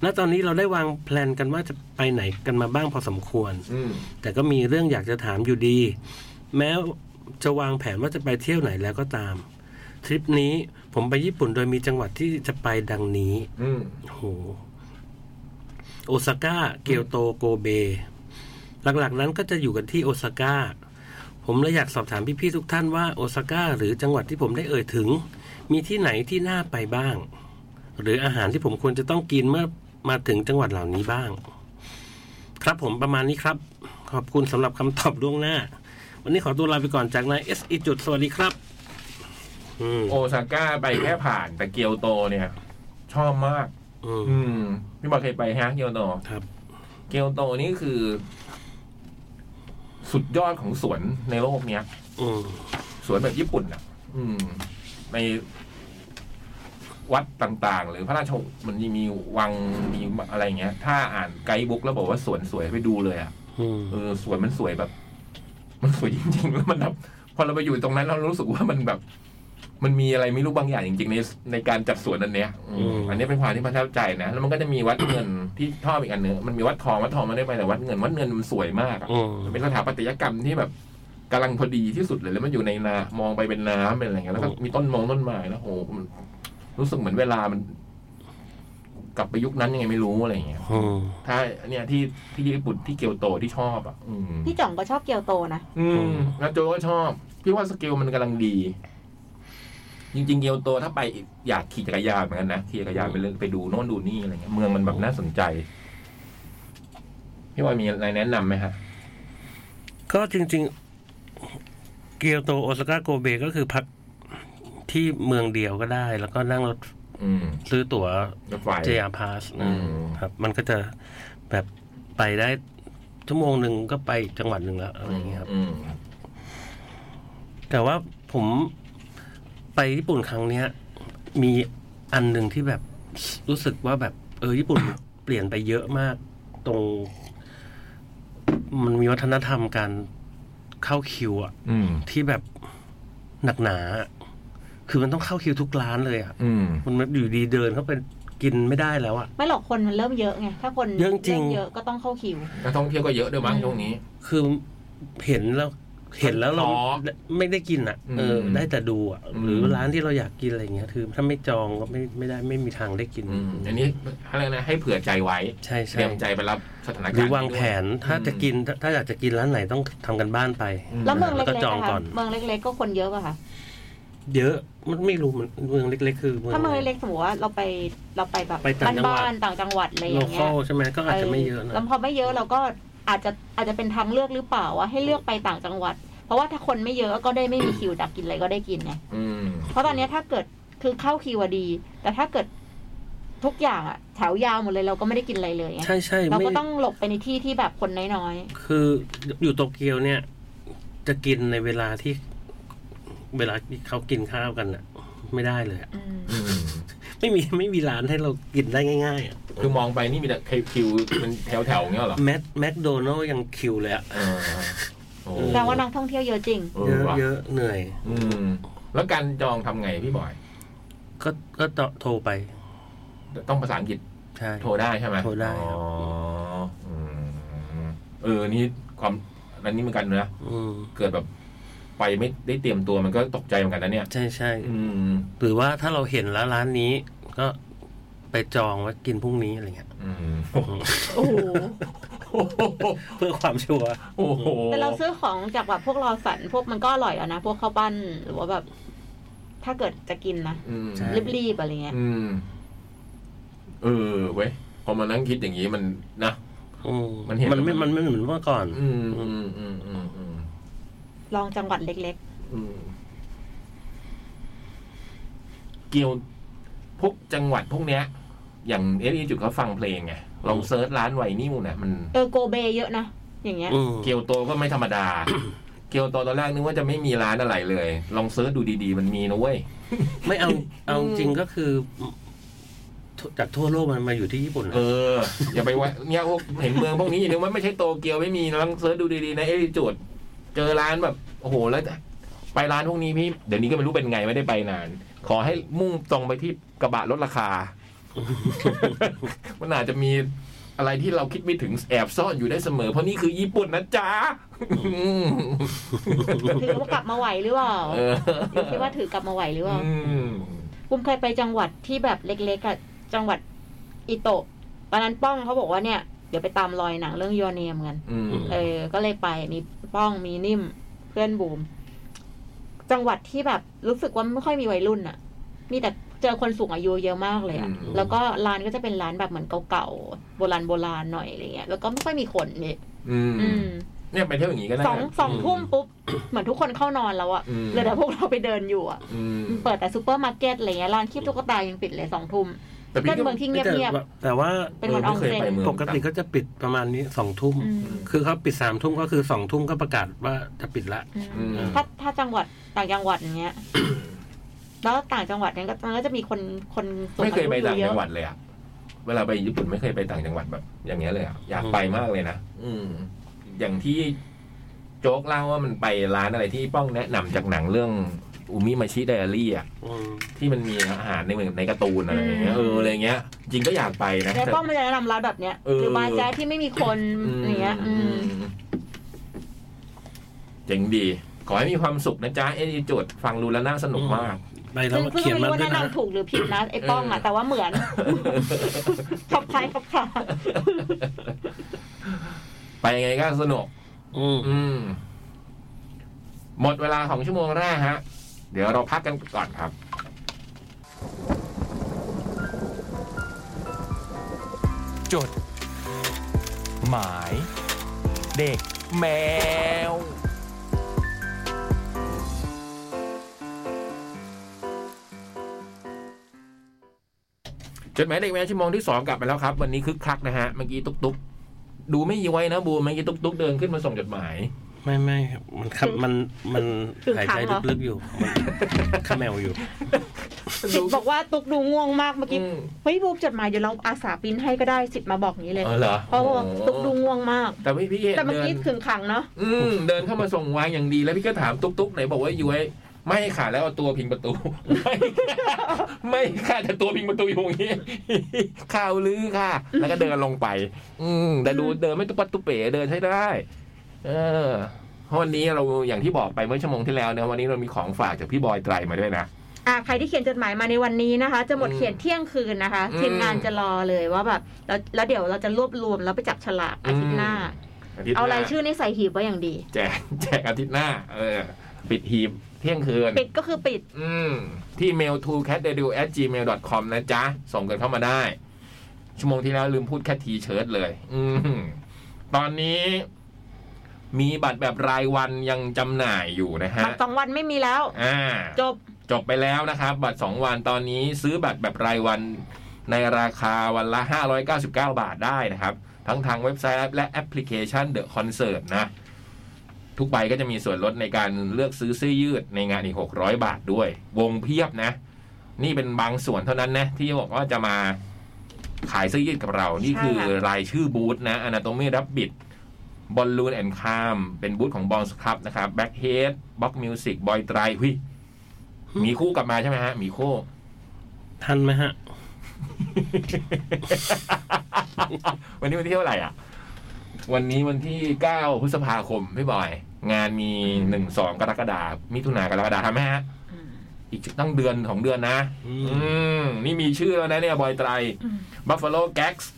[SPEAKER 2] ณตอนนี้เราได้วางแผนกันว่าจะไปไหนกันมาบ้างพอสมควร
[SPEAKER 1] อืม
[SPEAKER 2] แต่ก็มีเรื่องอยากจะถามอยู่ดี แม้จะวางแผนว่าจะไปเที่ยวไหนแล้วก็ตาม ทริปนี้ผมไปญี่ปุ่นโดยมีจังหวัดที่จะไปดังนี้
[SPEAKER 1] อืม
[SPEAKER 2] โอ้โหโอซาก้า เกียวโต โกเบ หลักๆนั้นก็จะอยู่กันที่โอซาก้า ผมเลยอยากสอบถามพี่ๆทุกท่านว่าโอซาก้าหรือจังหวัดที่ผมได้เอ่ยถึง มีที่ไหนที่น่าไปบ้าง หรืออาหารที่ผมควรจะต้องกินเมื่อมาถึงจังหวัดเหล่านี้บ้าง ครับผมประมาณนี้ครับ ขอบคุณสำหรับคำตอบล่วงหน้า วันนี้ขอตัวลาไปก่อนจากนายเอสอีจุดสวัสดีครับ อืม
[SPEAKER 1] โอซาก้าไปแค่ผ่านแต่เกียวโตเนี่ย ชอบมาก
[SPEAKER 2] อืม
[SPEAKER 1] อืมพี่บอยเคยไปฮะเกียวโต
[SPEAKER 2] ครับ
[SPEAKER 1] เกียวโตนี่คือ สุดยอดของสวนในโลกเนี้ย
[SPEAKER 2] อืม
[SPEAKER 1] สวนแบบญี่ปุ่นอ่ะ อืม ในวัดต่างๆ หรือพระราชวังมันมีวังมีอะไรเงี้ย ถ้าอ่านไกด์บุ๊กแล้วบอกว่าสวนสวยไปดูเลยอ่ะ
[SPEAKER 2] อืม
[SPEAKER 1] เออสวนมันสวยแบบ มันสวยจริงๆแล้วมันแบบพอเราไปอยู่ตรงนั้นเรารู้สึกว่ามันแบบ มันมีอะไรไม่รู้บางอย่างจริงๆในในการจัดสวนอันเนี้ยอืมอันนี้เป็นความที่ประทับใจนะแล้วมันก็จะมีวัดเงินที่ชอบอีกอันหนึงมันมีวัดทองวัดทองมันได้ไปแต่วัดเงินวัดเงินมันสวยมากอะ
[SPEAKER 2] อืม
[SPEAKER 1] มันเป็นสถาปัตยกรรมที่แบบกำลังพอดีที่สุดเลยแล้วมันอยู่ในนามองไปเป็นน้ำเป็นอะไรเงี้ยแล้วก็
[SPEAKER 2] อืม
[SPEAKER 1] มีต้นมองต้นไม้แล้วโอ้โหมันรู้สึกเหมือนเวลามัน กลับไปยุคนั้นยังไงไม่รู้อะไรเงี้ย
[SPEAKER 2] อืม
[SPEAKER 1] ถ้าเนี่ยที่ที่ญี่ปุ่นที่เกียวโตที่ชอบอ่ะ อืม
[SPEAKER 3] พี่จ่องก็ชอบเกียวโตนะ
[SPEAKER 1] อืมแล้วโจก็ชอบ พี่ว่าสเกลมันกำลังดี จริงๆเกียวโตถ้าไปอยากขี่จักรยานเหมือนกันนะขี่จักรยานไปเรื่อยไปดูโน่นดูนี่อะไรเงี้ยเมืองมันแบบน่าสนใจพี่ว่ามีอะไรแนะนำไหมฮะ
[SPEAKER 2] ก็จริงๆ เกียวโตโอซาก้าโกเบก็คือพักที่เมืองเดียวก็ได้ แล้วก็นั่งรถ
[SPEAKER 1] อืม
[SPEAKER 2] ซื้อตั๋ว
[SPEAKER 1] รถไฟ
[SPEAKER 2] JR Pass
[SPEAKER 1] อืม
[SPEAKER 2] นะครับ มันก็จะแบบไปได้ชั่วโมงหนึ่งก็ไปจังหวัดหนึ่งแล้วอะไรอย่างเงี้ยครับ
[SPEAKER 1] อืม
[SPEAKER 2] แต่ว่าผมไปญี่ปุ่นครั้งเนี้ย มีอันหนึ่งที่แบบรู้สึกว่าแบบ เออญี่ปุ่น เปลี่ยนไปเยอะมาก ตรง มันมีวัฒนธรรมการเข้าคิวอะ
[SPEAKER 1] อืม
[SPEAKER 2] ที่แบบหนักหนาอะคือมันต้องเข้าคิวทุกร้านเลยอ่ะ
[SPEAKER 1] อืม
[SPEAKER 2] มันแบบอยู่ดีเดินเข้าไปกินไม่ได้แล้วอ่ะ
[SPEAKER 3] ไม่หรอกคนมันเริ่มเยอะไงถ้าคน
[SPEAKER 2] เยอะจริง
[SPEAKER 3] เยอะก็ต้องเข้าคิว
[SPEAKER 1] นักท่องเที่ยวก็เยอะด้วยมั้งช่วงนี้
[SPEAKER 2] คือเห็นแล้ว เห็นแล้วเรา
[SPEAKER 1] ท้อ
[SPEAKER 2] ไม่ได้กินอ่ะ เออ
[SPEAKER 1] อืม
[SPEAKER 2] ได้แต่ดูอ่ะ หรืออ
[SPEAKER 1] ม
[SPEAKER 2] ร้านที่เราอยากกินอะไรเงี้ย คือถ้าไม่จองก็ไม่ไม่ได้ไม่มีทางได้กิน
[SPEAKER 1] อืม อันนี้อะไรนะให้เผื่อใจไว้
[SPEAKER 2] ใช่ใช่
[SPEAKER 1] เตรียมใจไปรับสถานการณ์
[SPEAKER 2] หรือวาง
[SPEAKER 1] นี้ด้ย
[SPEAKER 2] แผนถ้าจะกินถ้าถ้าอยากจะกินร้านไหนต้องทำกันบ้านไป
[SPEAKER 1] อืม
[SPEAKER 3] แล้วเมือง
[SPEAKER 2] แล้
[SPEAKER 3] เล็
[SPEAKER 2] วก็
[SPEAKER 3] กๆ
[SPEAKER 2] จอง
[SPEAKER 3] นะคะ
[SPEAKER 2] ก่อน
[SPEAKER 3] เมืองเล็ก ๆ ก็คนเยอะป่ะคะ
[SPEAKER 2] เยอะมันไม่รู้มันเมืองเล็ก ๆ คือ
[SPEAKER 3] ถ้าเมือง
[SPEAKER 2] อะไร
[SPEAKER 3] เล็กๆสมมติว่าเราไปเราไปแบบ
[SPEAKER 2] ไปต่างจังหวัด
[SPEAKER 3] บ้านๆต่างจังหวัดอะไรอ
[SPEAKER 2] โล
[SPEAKER 3] ย่า
[SPEAKER 2] ค
[SPEAKER 3] งเงี้
[SPEAKER 2] อย ลใช่ไหมก็อาจจะไม่เยอะนะ
[SPEAKER 3] แล้วพอไม่เยอะเราก็อาจจะอาจจะเป็นทางเลือกหรือเปล่าว่าให้เลือกไปต่างจังหวัด เพราะว่าถ้าคนไม่เยอะก็ได้ไม่มีคิวดักกินอะไรก็ได้กินไง
[SPEAKER 1] อืม
[SPEAKER 3] เพราะตอนเนี้ยถ้าเกิดคือเข้าคิวอะดี แต่ถ้าเกิดทุกอย่างอะแถวยาวหมดเลยเราก็ไม่ได้กินอะไรเลยไง
[SPEAKER 2] ใช่ใช่
[SPEAKER 3] เรา
[SPEAKER 2] ไม่
[SPEAKER 3] ก็ต้องหลบไปในที่ที่แบบคนน้อย
[SPEAKER 2] คืออยู่โตเกียวเนี่ย จะกินในเวลาที่เวลาที่เขากินข้าวกันน่ะ ไม่ได้เลยอะ
[SPEAKER 3] ๆอืม
[SPEAKER 1] อืม
[SPEAKER 2] ไม่มีไม่มีร้านให้เรากินได้ง่ายๆอะ
[SPEAKER 1] คือมองไปนี่มีแต่คิวเป็นแถวๆเงี้ยเหรอ
[SPEAKER 2] แมคแมคโดนัลยังคิวเลยอะ
[SPEAKER 1] เออโอ้
[SPEAKER 2] เออ
[SPEAKER 3] แปลว่านักท่องเที่ยวเยอะจริง
[SPEAKER 1] เอ
[SPEAKER 2] เย
[SPEAKER 1] อ
[SPEAKER 2] อะ
[SPEAKER 1] ว่ะ
[SPEAKER 2] เยอะเหนื่อย
[SPEAKER 1] อืม แล้วการจองทำไงพี่บอย
[SPEAKER 2] ก็ก็ต่อโทรไป
[SPEAKER 1] ต้องภาษาอังกฤษ
[SPEAKER 2] ใช่
[SPEAKER 1] โทรได้ใช่ไหม
[SPEAKER 2] โทรได้ครับ
[SPEAKER 1] อ๋ออืมเออ นี่ความอันนี้เหมือนกันนะ
[SPEAKER 2] อืม
[SPEAKER 1] เกิดแบบไปไม่ได้เตรียมตัวมันก็ตกใจเหมือนกันนะเนี่ย
[SPEAKER 2] ใช่ใช่
[SPEAKER 1] อืม
[SPEAKER 2] หรือว่าถ้าเราเห็นแล้วร้านนี้ ก็ไปจองว่ากินพรุ่งนี้อะไรเงี้ย
[SPEAKER 1] อืม
[SPEAKER 3] โอ้โห
[SPEAKER 2] เพื่อความชัวร์
[SPEAKER 1] โอ้โห
[SPEAKER 3] แต่เราซื้อของจากแบบพวกเราสันพวกมันก็อร่อยแล้วนะ พวกข้าวปั้นหรือว่าแบบ ถ้าเกิดจะกินนะ
[SPEAKER 1] อืม
[SPEAKER 3] รีบๆอะไรเงี้ย
[SPEAKER 1] อืม เออเว้ย พอมานั่งคิดอย่างนี้มันนะ
[SPEAKER 2] อืม
[SPEAKER 1] มันเห็น
[SPEAKER 2] มันไม่มันไม่เหมือนเมื่อก่อน
[SPEAKER 1] อืมอืมอืมอืมอืม
[SPEAKER 3] ลองจังหวัดเล็ก
[SPEAKER 1] อืมเกียว พวกจังหวัดพวกเนี้ย อย่างเอสอีจุดเขาฟังเพลงไงลองเซิร์ชร้านไวนิวเนี่ยมัน
[SPEAKER 3] เออโกเบเยอะนะอย่างเงี้ย
[SPEAKER 2] อืม
[SPEAKER 1] เกียวโตก็ไม่ธรรมดา เกียวโตตอนแรกนึกว่าจะไม่มีร้านอะไรเลย ลองเซิร์ชดูดีๆ มันมีนะเว้ย
[SPEAKER 2] ไม่เอาเอา
[SPEAKER 3] อืม
[SPEAKER 2] จริงก็คือจากทั่วโลกมันมาอยู่ที่ญี่ปุ่นนะ
[SPEAKER 1] เออ อย่าไปว่าเนี่ยพวกเห็นเมืองพวกนี้อย่านึกว่าไม่ใช่โตเกียวไม่มีนะลองเซิร์ชดูดีๆ ในเอริจูดเจอร้านแบบ โอ้โหแล้วไปร้านพวกนี้พี่เดี๋ยวนี้ก็ไม่รู้เป็นไงไม่ได้ไปนาน ขอให้มุ่งตรงไปที่กระบะลดราค า มันอาจจะมีอะไรที่เราคิดไม่ถึงแอบซ่อนอยู่ได้เสมอ เพราะนี่คือญี่ปุ่นนะ จ๊ะอืม
[SPEAKER 3] ถือว่ากลับมาไหวหรือเปล่า
[SPEAKER 1] เออ
[SPEAKER 3] อยู่ที่ว่าถือกลับมาไหวหรือเปล่า
[SPEAKER 1] อืม
[SPEAKER 3] ปุ้มเคยไปจังหวัดที่แบบเล็กๆอะจังหวัดอิโตะตอนนั้นป้องเขาบอกว่าเนี่ยเดี๋ยวไปตามรอยหนังเรื่องยอเนียมกัน
[SPEAKER 1] อืม
[SPEAKER 3] เออ ก็เลยไป มีป้อง มีนิ่ม เพื่อนบูม จังหวัดที่แบบรู้สึกว่าไม่ค่อยมีวัยรุ่นอะมีแต่เจอคนสูงอายุเยอะมากเลยอะแล้วก็ร้านก็จะเป็นร้านแบบเหมือนเก่าๆ โบราณโบราณหน่อยอะไรเงี้ย แล้วก็ไม่ค่อยมีคนนี่
[SPEAKER 1] อืม
[SPEAKER 3] อืม
[SPEAKER 1] เนี่ยไปเที่ยวอย่างนี้ก็ได้
[SPEAKER 3] สองสองทุ่มปุ๊บ เหมือนทุกคนเข้านอนแล้วอะ
[SPEAKER 1] อืม
[SPEAKER 3] เหลยแต่พวกเราไปเดินอยู่อะ
[SPEAKER 1] อืม
[SPEAKER 3] เปิดแต่ซูเปอร์มาร์เก็ตอะไรเงี้ย ร้านคีบตุ๊กตายังปิดเลยสองทุ่ม
[SPEAKER 1] แต่พี่
[SPEAKER 3] เป็น
[SPEAKER 1] ก็
[SPEAKER 3] เมืองที่เงี
[SPEAKER 2] แต่
[SPEAKER 3] ยบ
[SPEAKER 2] ว่าแต่ว่า
[SPEAKER 3] เป็นวัน
[SPEAKER 1] ไม่เคยไปเมือง
[SPEAKER 2] ปกติก็จะปิดประมาณนี้สองทุ่ม
[SPEAKER 3] ๆอืม
[SPEAKER 2] คือเขาปิดสามทุ่มก็คือสองทุ่มก็ประกาศว่าจะปิดละ
[SPEAKER 3] อืม
[SPEAKER 1] อืม
[SPEAKER 3] ถ้าถ้าจังหวัดต่างจังหวัดอย่างเงี้ย แล้วต่างจังหวัดเนี่ยก็มันก็จะมีคนคนสู
[SPEAKER 1] ไม่เคยไป
[SPEAKER 3] อ
[SPEAKER 1] ต่าง
[SPEAKER 3] เย
[SPEAKER 1] จั
[SPEAKER 3] อะ
[SPEAKER 1] งหวัดเลยอะเวลาไปญี่ปุ่นไม่เคยไปต่างจังหวัดแบบ อย่างเงี้ยเลยอะอยากไปมากเลยนะอืม อย่างที่โจ๊กเล่าว่ามันไปร้านอะไรที่ป้องแนะนำจากหนังเรื่องอุมิมาชิไดอารี่อะ
[SPEAKER 2] อืม
[SPEAKER 1] ที่มันมีอาหารในเมืองในการ์ตูนอะไรอย่างเงี้ยเอออะไรเงี้ย จริงก็อยากไปนะ
[SPEAKER 3] แล้ว
[SPEAKER 1] แต่
[SPEAKER 3] ป้องมันจะแนะนำร้านแบบเนี้ย
[SPEAKER 1] เออ
[SPEAKER 3] หรือบาร์แจ๊สที่ไม่มีคนอย่างเงี้ย อืม
[SPEAKER 1] เจ๋งดี ขอให้มีความสุขนะจ๊ะเอ็นจุดฟังดูแล้วน่าสนุกมาก
[SPEAKER 2] ไปแล้ว
[SPEAKER 3] ซึ่ง
[SPEAKER 2] มา
[SPEAKER 3] เพิ่ง
[SPEAKER 2] เขียน
[SPEAKER 3] ไม่
[SPEAKER 2] มา
[SPEAKER 3] รู้ว่า
[SPEAKER 2] ด้วย
[SPEAKER 3] แนะ
[SPEAKER 2] นะ
[SPEAKER 3] นำถูกหรือผิดนะไอ้ป้องอ่ะ
[SPEAKER 1] เออ
[SPEAKER 3] แต่ว่าเหมือน ขับคล้ายขับคล้าย
[SPEAKER 1] ไปยังไงก็สนุก
[SPEAKER 2] อืม
[SPEAKER 1] อืม หมดเวลาของชั่วโมงแรกฮะ เดี๋ยวเราพักกันก่อนครับ
[SPEAKER 5] จด หมาย เด็กแมว
[SPEAKER 1] จดหมายเด็กแมวชั่วโมงที่สองกลับมาแล้วครับ วันนี้คึกคักนะฮะเมื่อกี้ตุ๊กตุ๊กดูไม่ย้วยนะบูมเมื่อกี้ตุ๊กตุ๊กเดินขึ้นมาส่งจดหมาย
[SPEAKER 2] ไม่ไม่ครับมันครับมันมันหายใจลึกๆอยู่มันขมแมวอยู่
[SPEAKER 3] เห็นบอกว่าตุกดูง่วงมากเมื่อกี้
[SPEAKER 1] อืม
[SPEAKER 3] เฮ้ยบูมจดหมายเดี๋ยวเราอาสาปริ้นให้ก็ได้สิทธิ์มาบอกนี้เลย
[SPEAKER 1] อ๋อเหรอ
[SPEAKER 3] เพราะว่าตุกดูง่วงมาก
[SPEAKER 1] แต่พี่พี่เห็น
[SPEAKER 3] แต่เมื่อ
[SPEAKER 1] เดิน
[SPEAKER 3] กี้ถึงขังเนาะ
[SPEAKER 1] อืมเดินเข้ามาส่งวางอย่างดีแล้วพี่ก็ถามตุ๊กตุ๊กไหนบอกว่าย้วยไม่ค่ะแล้วเอาตัวพิงประตู ไม่ค่ะไม่ค่ะแต่ตัวพิงประตูอยู่อย่างนี้ ข่าวลือค่ะ แล้วก็เดินลงไป อืมแต่ดูเดินไม่ตุปัดตุเป๋เดินใช้ได้ เออเพราะวันนี้เราอย่างที่บอกไปเมื่อชั่วโมงที่แล้วนะวันนี้เรามีของฝากจากพี่บอยไตรมาด้วยนะ
[SPEAKER 3] อ่ะใครที่เขียนจดหมายมาในวันนี้นะคะ จะหมด
[SPEAKER 1] อืม
[SPEAKER 3] เขียนเที่ยงคืนนะคะ
[SPEAKER 1] อืม
[SPEAKER 3] ทีมงานจะรอเลยว่าแบบแล้วแล้วเดี๋ยวเราจะรวบรวมแล้วไปจับฉลากอาทิตย์หน้า
[SPEAKER 1] อาทิตย์หน้าร
[SPEAKER 3] เอาายชื่อในใส่หีบไว้อย่างดี
[SPEAKER 1] แจก แจกอาทิตย์หน้า เออ ปิดหีบเที่ยงคืน
[SPEAKER 3] ปิดก็คือปิด
[SPEAKER 1] อืม ที่ mail to cat r a d i o at gmail com นะจ๊ะ ส่งกันเข้ามาได้ ชั่วโมงที่แล้วลืมพูดแค่ทีเชิร์ตเลย อืม ตอนนี้ มีบัตรแบบรายวันยังจำหน่ายอยู่นะฮะ
[SPEAKER 3] บัตรสองวันไม่มีแล้ว
[SPEAKER 1] อ่า
[SPEAKER 3] จบ
[SPEAKER 1] จบไปแล้วนะครับ บัตร 2 วันตอนนี้ซื้อบัตรแบบรายวันในราคาวันละ 599 บาทได้นะครับ ทั้งทางเว็บไซต์และแอปพลิเคชัน The Concert นะ ทุกใบก็จะมีส่วนลดในการเลือกซื้อเสื้อยืดในงานอีก 600 บาทด้วย วงเพียบนะ นี่เป็นบางส่วนเท่านั้นนะ ที่บอกว่าจะมาขายเสื้อยืดกับเรา นี่คือ
[SPEAKER 3] ใช่ค่ะ
[SPEAKER 1] รายชื่อบูธนะ Anatomy Rabbit บอลลูนแอนคามเป็นบูธของบอลสครับนะครับแบ็กเฮดบ็อกมิวสิกบอยไตรหุยหมีคู่กลับมาใช่ไหมฮะหมีคู่
[SPEAKER 2] ทันไหมฮะ
[SPEAKER 1] วันนี้วันที่เท่าไหร่อ่ะ วันนี้วันที่ 9 พฤษภาคม พี่บอย งานมี 1 2 กรกฎาคมมิถุนายนกรกฎาคมทำไหมฮะ อีกตั้งเดือนของเดือนนะ
[SPEAKER 2] อืม
[SPEAKER 1] อืม นี่มีชื่อแล้วนะเนี่ย บอยไตร บัฟฟาโลแก๊กส์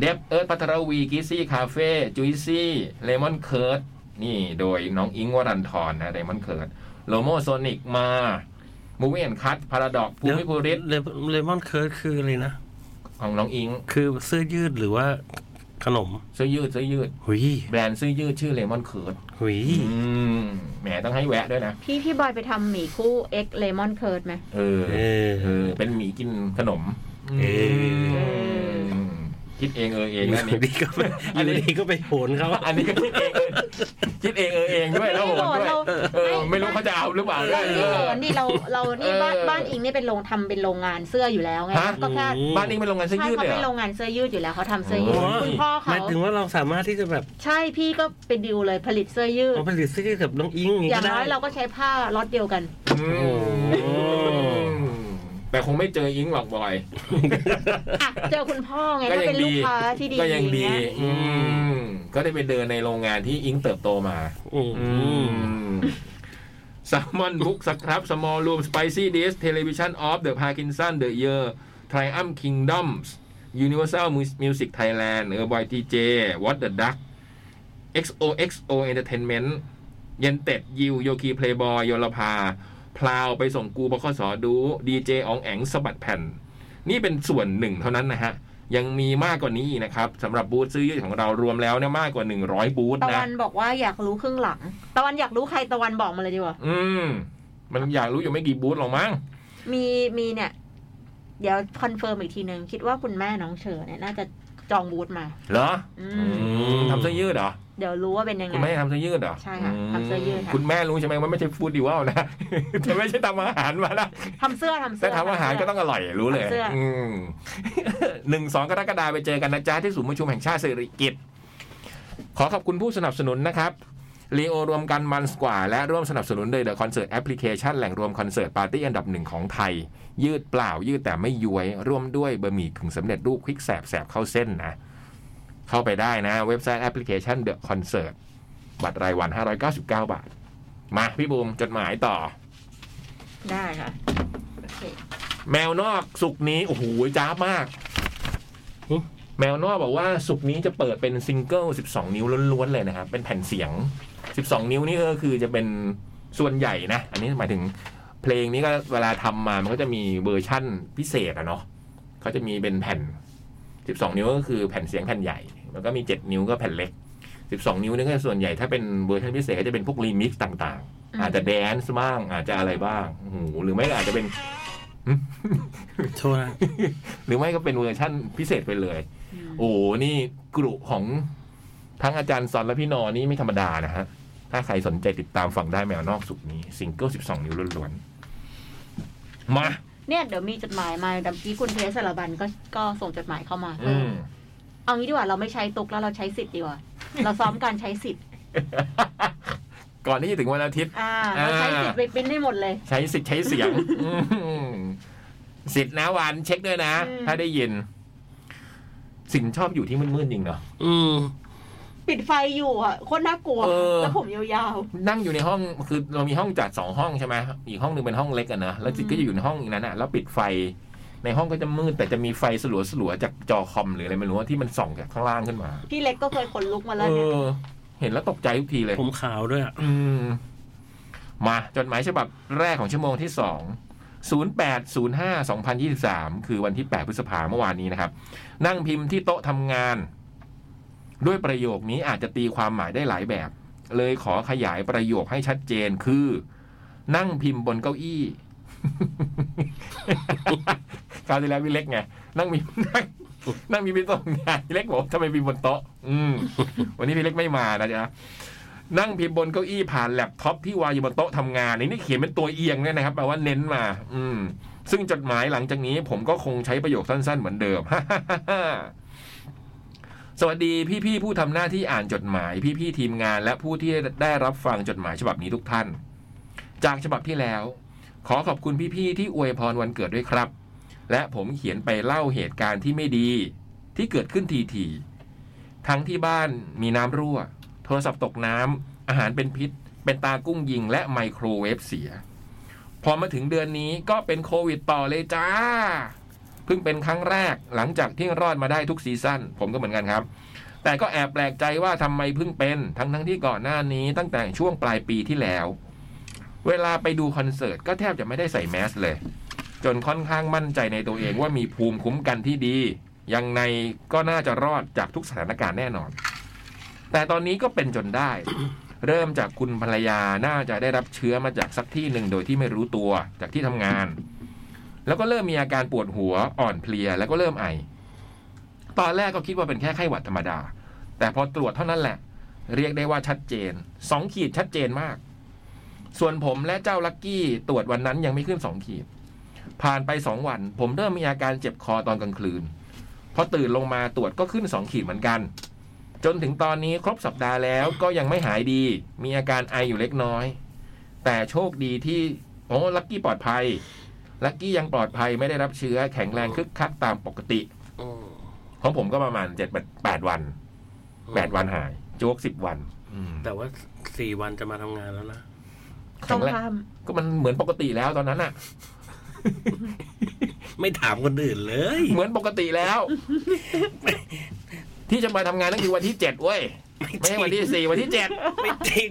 [SPEAKER 1] เดฟเอิร์ธพัทรวีกิซี่คาเฟ่จุยซี่เลมอนเคิร์ดนี่โดยน้องอิงวรันทรนะเลมอนเคิร์ดโลโมโซนิกมามูวี่แอนคัตพาราดอกภู
[SPEAKER 2] เดี๋ยว
[SPEAKER 1] มิภูริศ
[SPEAKER 2] เลมอนเคิร์ดคืออะไรนะ
[SPEAKER 1] ของน้องอิง
[SPEAKER 2] คือเสื้อยืดหรือว่า ขนม
[SPEAKER 1] เสื้อยืดเสื้อยืด
[SPEAKER 2] หุย
[SPEAKER 1] แบรนด์เสื้อยืดชื่อเลมอนเคิร์ด
[SPEAKER 2] หุย
[SPEAKER 1] แหมต้องให้แวะด้วยนะ
[SPEAKER 3] พี่พี่บอยไปทำหมี่คู่เอ็กเลมอนเคิร์ดไหม
[SPEAKER 1] เออ
[SPEAKER 2] เออ
[SPEAKER 1] เออ เป็นหมีกินขนม
[SPEAKER 2] เอ
[SPEAKER 3] อ
[SPEAKER 1] มคิดเองเออเอง
[SPEAKER 2] อยู่
[SPEAKER 1] นะนี่
[SPEAKER 2] ดีก็ไป
[SPEAKER 1] อั
[SPEAKER 2] อน ยู่
[SPEAKER 1] นี้
[SPEAKER 2] ดีก็ไปโหนเขา
[SPEAKER 1] อันนี้ก็คิดเองเออคิดเองเออเองด้วยแล้วผมด้วย
[SPEAKER 3] เรา
[SPEAKER 1] เออไม่รู้เขาจะเอาหรือเปล่าด้ว
[SPEAKER 3] เรา
[SPEAKER 1] ย
[SPEAKER 3] ไม่
[SPEAKER 1] เอ
[SPEAKER 3] โห
[SPEAKER 1] อ
[SPEAKER 3] นนี่เราเรานี่บ้าน
[SPEAKER 1] เออ
[SPEAKER 3] บ้านอิงนี่เป็นโรงทำเป็นโรงงานเสื้ออยู่แล้วไง
[SPEAKER 1] ฮะ
[SPEAKER 3] ก็แค่
[SPEAKER 2] อืม
[SPEAKER 1] บ้านนี้เป็นโรงงานเสื้อ
[SPEAKER 3] ใช่
[SPEAKER 1] ยืด
[SPEAKER 3] เขา
[SPEAKER 1] เลย
[SPEAKER 3] เป็น
[SPEAKER 1] เหร
[SPEAKER 3] โร
[SPEAKER 1] อ
[SPEAKER 3] งงานเสื้อยืดอยู่แล้วเขาทำเสื้อ
[SPEAKER 1] โ
[SPEAKER 3] ยืด
[SPEAKER 2] โอ้ย
[SPEAKER 3] คุณพ่อ
[SPEAKER 2] หมา
[SPEAKER 3] เขา
[SPEAKER 2] ยถึงว่าเราสามารถที่จะแบบ
[SPEAKER 3] ใช่พี่ก็ไปดิวเลยผลิตเสื้อยืด
[SPEAKER 2] เอาผลิตเสื้อกับน้องอิงอย่างนี้
[SPEAKER 3] อย่า
[SPEAKER 2] ก็
[SPEAKER 3] ง
[SPEAKER 2] ได้
[SPEAKER 3] น้อยเราก็ใช้ผ้าล็อตเดียวกัน
[SPEAKER 1] อืม
[SPEAKER 2] โอ้โห
[SPEAKER 1] แต่คงไม่เจออิงหรอกบอย
[SPEAKER 3] อ่ะ เจอคุณพ่อไง
[SPEAKER 1] ก็
[SPEAKER 3] ถ้า
[SPEAKER 1] ยั
[SPEAKER 3] เป็นลูกค้าที่ดี
[SPEAKER 1] ก็ยังดี
[SPEAKER 3] เงี้
[SPEAKER 1] อืมก็ได้ไปเดินในโรงงานที่อิงเติบโตมา
[SPEAKER 2] อืม
[SPEAKER 1] แซลมอนบุ๊กสครับสมอลรูมสไปซี่ดิสเทเลวิชันออฟเดอะพาร์กินสันเดอะเยอร์ทริอัมคิงดอมส์ยูนิเวอร์แซลมิวสิกไทยแลนด์เออบอยทีเจวอตเดอะดัก XOXO Entertainment เย็นเต็ดยิวโยคีเพลย์บอยโยลภา พลาวไปส่งกูบขสอดูดีเจอองแองสะบัดแผ่น นี่เป็นส่วนหนึ่งเท่านั้นนะฮะ ยังมีมากกว่านี้อีกนะครับสำหรับบูธซื้อยืดของเรารวมแล้วเนี่ยมากกว่า 100 บูธ
[SPEAKER 3] ยตะ
[SPEAKER 1] นะ
[SPEAKER 3] วันบอกว่าอยากรู้ครึ่งหลัง ตะวันอยากรู้ใครตะวันบอกมาเลยดีกว่า
[SPEAKER 1] อืม มันอยากรู้อยู่ไม่กี่บูธหรอกมั้ง
[SPEAKER 3] มีมีเนี่ย เดี๋ยวคอนเฟิร์มอีกทีนึง คิดว่าคุณแม่น้องเชอเนี่ยน่าจะจองบูธมา
[SPEAKER 1] เหรอ
[SPEAKER 3] อื
[SPEAKER 1] อื
[SPEAKER 3] ม
[SPEAKER 1] มทำเสื้อยืดเหรอ
[SPEAKER 3] เดี๋ยวรู้ว่าเป็นยังไง
[SPEAKER 1] คุณแม่ทำเสื้อยืดเหรอ
[SPEAKER 3] ใช่ค่ะทำเสื้อยืดค่ะ
[SPEAKER 1] คุณแม่รู้ใช่ไหมว่าไม่ใช่ฟู้ดดิวัลนะ จะไม่ใช่ทำอาหารมานะ
[SPEAKER 3] ทำเสื้อทำเสื้
[SPEAKER 1] แต่
[SPEAKER 3] อ
[SPEAKER 1] ทำอาหารก็ต้องอร่อยรู้เลย
[SPEAKER 3] ทำเสื้ออื
[SPEAKER 1] ม หนึ่งสองกรกฎาคมไปเจอกันนะจ๊ะที่ศูนย์ประชุมแห่งชาติสิริกิตขอขอบคุณผู้สนับสนุนนะครับเลโอรวมกันมันกว่า และร่วมสนับสนุนโดยเดอะคอนเสิร์ตแอปพลิเคชันแหล่งรวมคอนเสิร์ตปาร์ตี้อันดับหนึ่งของไทย ยืดเปล่า ยืดแต่ไม่ย้วย ร่วมด้วยบะหมี่กึ่งสำเร็จรูปคลิกแสบแสบเข้าเส้นนะ เข้าไปได้นะ เว็บไซต์แอปพลิเคชันเดอะคอนเสิร์ตบัตรรายวัน 599 บาท มาพี่บูมจดหมายต่อ
[SPEAKER 3] ได้ค่ะโอเค
[SPEAKER 1] แมวนอกสุกร์นี้ โอ้โหจ้าบมาก
[SPEAKER 2] หึ
[SPEAKER 1] แมวนอกบอกว่าสุกร์นี้จะเปิดเป็นซิงเกิล 12 นิ้วล้วนๆเลยนะครับ เป็นแผ่นเสียง 12 นิ้วนี่ก็คือจะเป็นส่วนใหญ่นะ อันนี้หมายถึงเพลงนี้ก็เวลาทำมามันก็จะมีเวอร์ชั่นพิเศษอะเนาะเขาจะมีเป็นแผ่น 12 นิ้วก็คือแผ่นเสียงแผ่นใหญ่ แล้วก็มี 7 นิ้วก็แผ่นเล็ก 12 นิ้วนี่ก็ส่วนใหญ่ถ้าเป็นเวอร์ชันพิเศษก็จะเป็นพวกรีมิกซ์ต่างๆ อาจจะแดนซ์บ้างอาจจะอะไรบ้างโอ้โหหรือไม่ก็อาจจะเป็น
[SPEAKER 2] โทษนะ
[SPEAKER 1] หรือไม่ก็เป็นเวอร์ชั่นพิเศษไปเลย โอ้โหนี่กรุของทั้งอาจารย์สอนและพี่นอนี่ไม่ธรรมดานะฮะ ถ้าใครสนใจติดตามฟังได้แมวนอกสุกนี้ซิงเกิล 12 นิ้วล้วนๆ มา
[SPEAKER 3] เนี่ยเดี๋ยวมีจดหมายมาดัมกี้คุณเทสสารบันก็ก็ส่งจดหมายเข้ามา
[SPEAKER 1] อืม
[SPEAKER 3] เอางี้ดีกว่าเราไม่ใช้ตุกแล้วเราใช้สิทธิ์ดีก ว่า เราซ้อมการใช้สิทธิ์
[SPEAKER 1] ก่อนที่จะถึงวันอาทิตย์
[SPEAKER 3] อ่าเราใช้สิทธิ์ไปเป็นได้หมดเลย
[SPEAKER 1] ใช้สิทธิ์ใช้เสียงอืมสิทธิ์นะวันเช็คด้วยนะ
[SPEAKER 3] อืม
[SPEAKER 1] ถ้าได้ยิน สิ่งชอบอยู่ที่มืดๆจริงเนาะ
[SPEAKER 2] อืม
[SPEAKER 3] ปิดไฟอยู่อ่ะโคตรน่ากลัว
[SPEAKER 1] เออ
[SPEAKER 3] แล้วผมยาว
[SPEAKER 1] นั่งอยู่ในห้องคือเรามีห้องจัดสองห้องใช่ไหมอีกห้องหนึ่งเป็นห้องเล็กอะนะแล้วจิตก็จะอยู่ในห้องอีกนั้นอะแล้วปิดไฟ ในห้องก็จะมืดแต่จะมีไฟสลัวๆจากจอคอมหรืออะไรไม่รู้ว่าที่มันส่องจากข้างล่างขึ้นมา
[SPEAKER 3] ๆพี่เล็กก็เคยขนลุกมาแล้
[SPEAKER 1] เอ
[SPEAKER 3] วเนี่ย
[SPEAKER 1] อ เห็นแล้วตกใจทุกทีเลย
[SPEAKER 2] ผมขาวด้วยอ่ะ
[SPEAKER 1] อืม มาจดหมายฉบับแรกของชั่วโมงที่สอง 0805-2023 คือวันที่ 8 พฤษภาเมื่อวานนี้นะครับ นั่งพิมพ์ที่โต๊ะทำงาน ด้วยประโยคนี้อาจจะตีความหมายได้หลายแบบ เลยขอขยายประโยคให้ชัดเจนคือ นั่งพิมพ์บนเก้าอี้ คราวที่แล้วพี่เล็กไง นั่งพิมพ์นั่งนั่งพิมพ์ที่โต๊ะทำงานพี่เล็กบอกทำไมพิมพ์บนโต๊ะอืม วันนี้พี่เล็กไม่มานะจ๊ะ นั่งพิมพ์บนเก้าอี้ผ่านแล็ปท็อปที่วางอยู่บนโต๊ะทำงานนี่นี่เขียนเป็นตัวเอียงเนี่ยนะครับแปลว่าเน้นมา อืม ซึ่งจดหมายหลังจากนี้ผมก็คงใช้ประโยคสั้นๆเหมือนเดิม สวัสดีพี่ๆผู้ทำหน้าที่อ่านจดหมาย พี่ๆทีมงานและผู้ที่ได้รับฟังจดหมายฉบับนี้ทุกท่าน จากฉบับที่แล้ว ขอขอบคุณพี่ๆที่อวยพรวันเกิดด้วยครับ และผมเขียนไปเล่าเหตุการณ์ที่ไม่ดี ที่เกิดขึ้นทีๆทั้งที่บ้านมีน้ำรั่ว โทรศัพท์ตกน้ำ อาหารเป็นพิษ เป็นตากุ้งยิง และไมโครเวฟเสีย พอมาถึงเดือนนี้ก็เป็นโควิดต่อเลยจ้า เพิ่งเป็นครั้งแรกหลังจากที่รอดมาได้ทุกซีซั่นผมก็เหมือนกันครับ แต่ก็แอบแปลกใจว่าทำไมเพิ่งเป็น ทั้งทั้งๆที่ก่อนหน้านี้ตั้งแต่ช่วงปลายปีที่แล้ว เวลาไปดูคอนเสิร์ตก็แทบจะไม่ได้ใส่แมสเลย จนค่อนข้างมั่นใจในตัวเองว่ามีภูมิคุ้มกันที่ดี ยังไงก็น่าจะรอดจากทุกสถานการณ์แน่นอน แต่ตอนนี้ก็เป็นจนได้ เริ่มจากคุณภรรยาน่าจะได้รับเชื้อมาจากสักที่หนึ่งโดยที่ไม่รู้ตัวจากที่ทำงาน แล้วก็เริ่มมีอาการปวดหัวอ่อนเพลียแล้วก็เริ่มไอ ตอนแรกก็คิดว่าเป็นแค่ไข้หวัดธรรมดา แต่พอตรวจเท่านั้นแหละ เรียกได้ว่าชัดเจนสองขีดชัดเจนมาก ส่วนผมและเจ้าลักกี้ตรวจวันนั้นยังไม่ขึ้นสองขีด ผ่านไปสองวัน ผมเริ่มมีอาการเจ็บคอตอนกลางคืนพอตื่นลงมาตรวจก็ขึ้นสองขีดเหมือนกัน จนถึงตอนนี้ครบสัปดาห์แล้วก็ยังไม่หายดี มีอาการไออยู่เล็กน้อย แต่โชคดีที่โอ้ลักกี้ปลอดภัยลักกี้ยังปลอดภัยไม่ได้รับเชื้อแข็งแรงคึกคักตามปกติ
[SPEAKER 2] อืม
[SPEAKER 1] ของผมก็ประมาณเจ็ดแปดวันแปดวันหาย โจ๊กสิบวัน
[SPEAKER 2] แต่ว่าสี่วันจะมาทำงานแล้วนะ
[SPEAKER 1] แข็งแรงก็มันเหมือนปกติแล้วตอนนั้นอะ
[SPEAKER 2] ไม่ถามคนอื่นเลย
[SPEAKER 1] เหมือนปกติแล้ว ที่จะมาทำงานนั่นคือวันที่เจ็ดเว้ยไม่ใช่วันที่สี่วันที่เจ็ด
[SPEAKER 2] ไม่จริง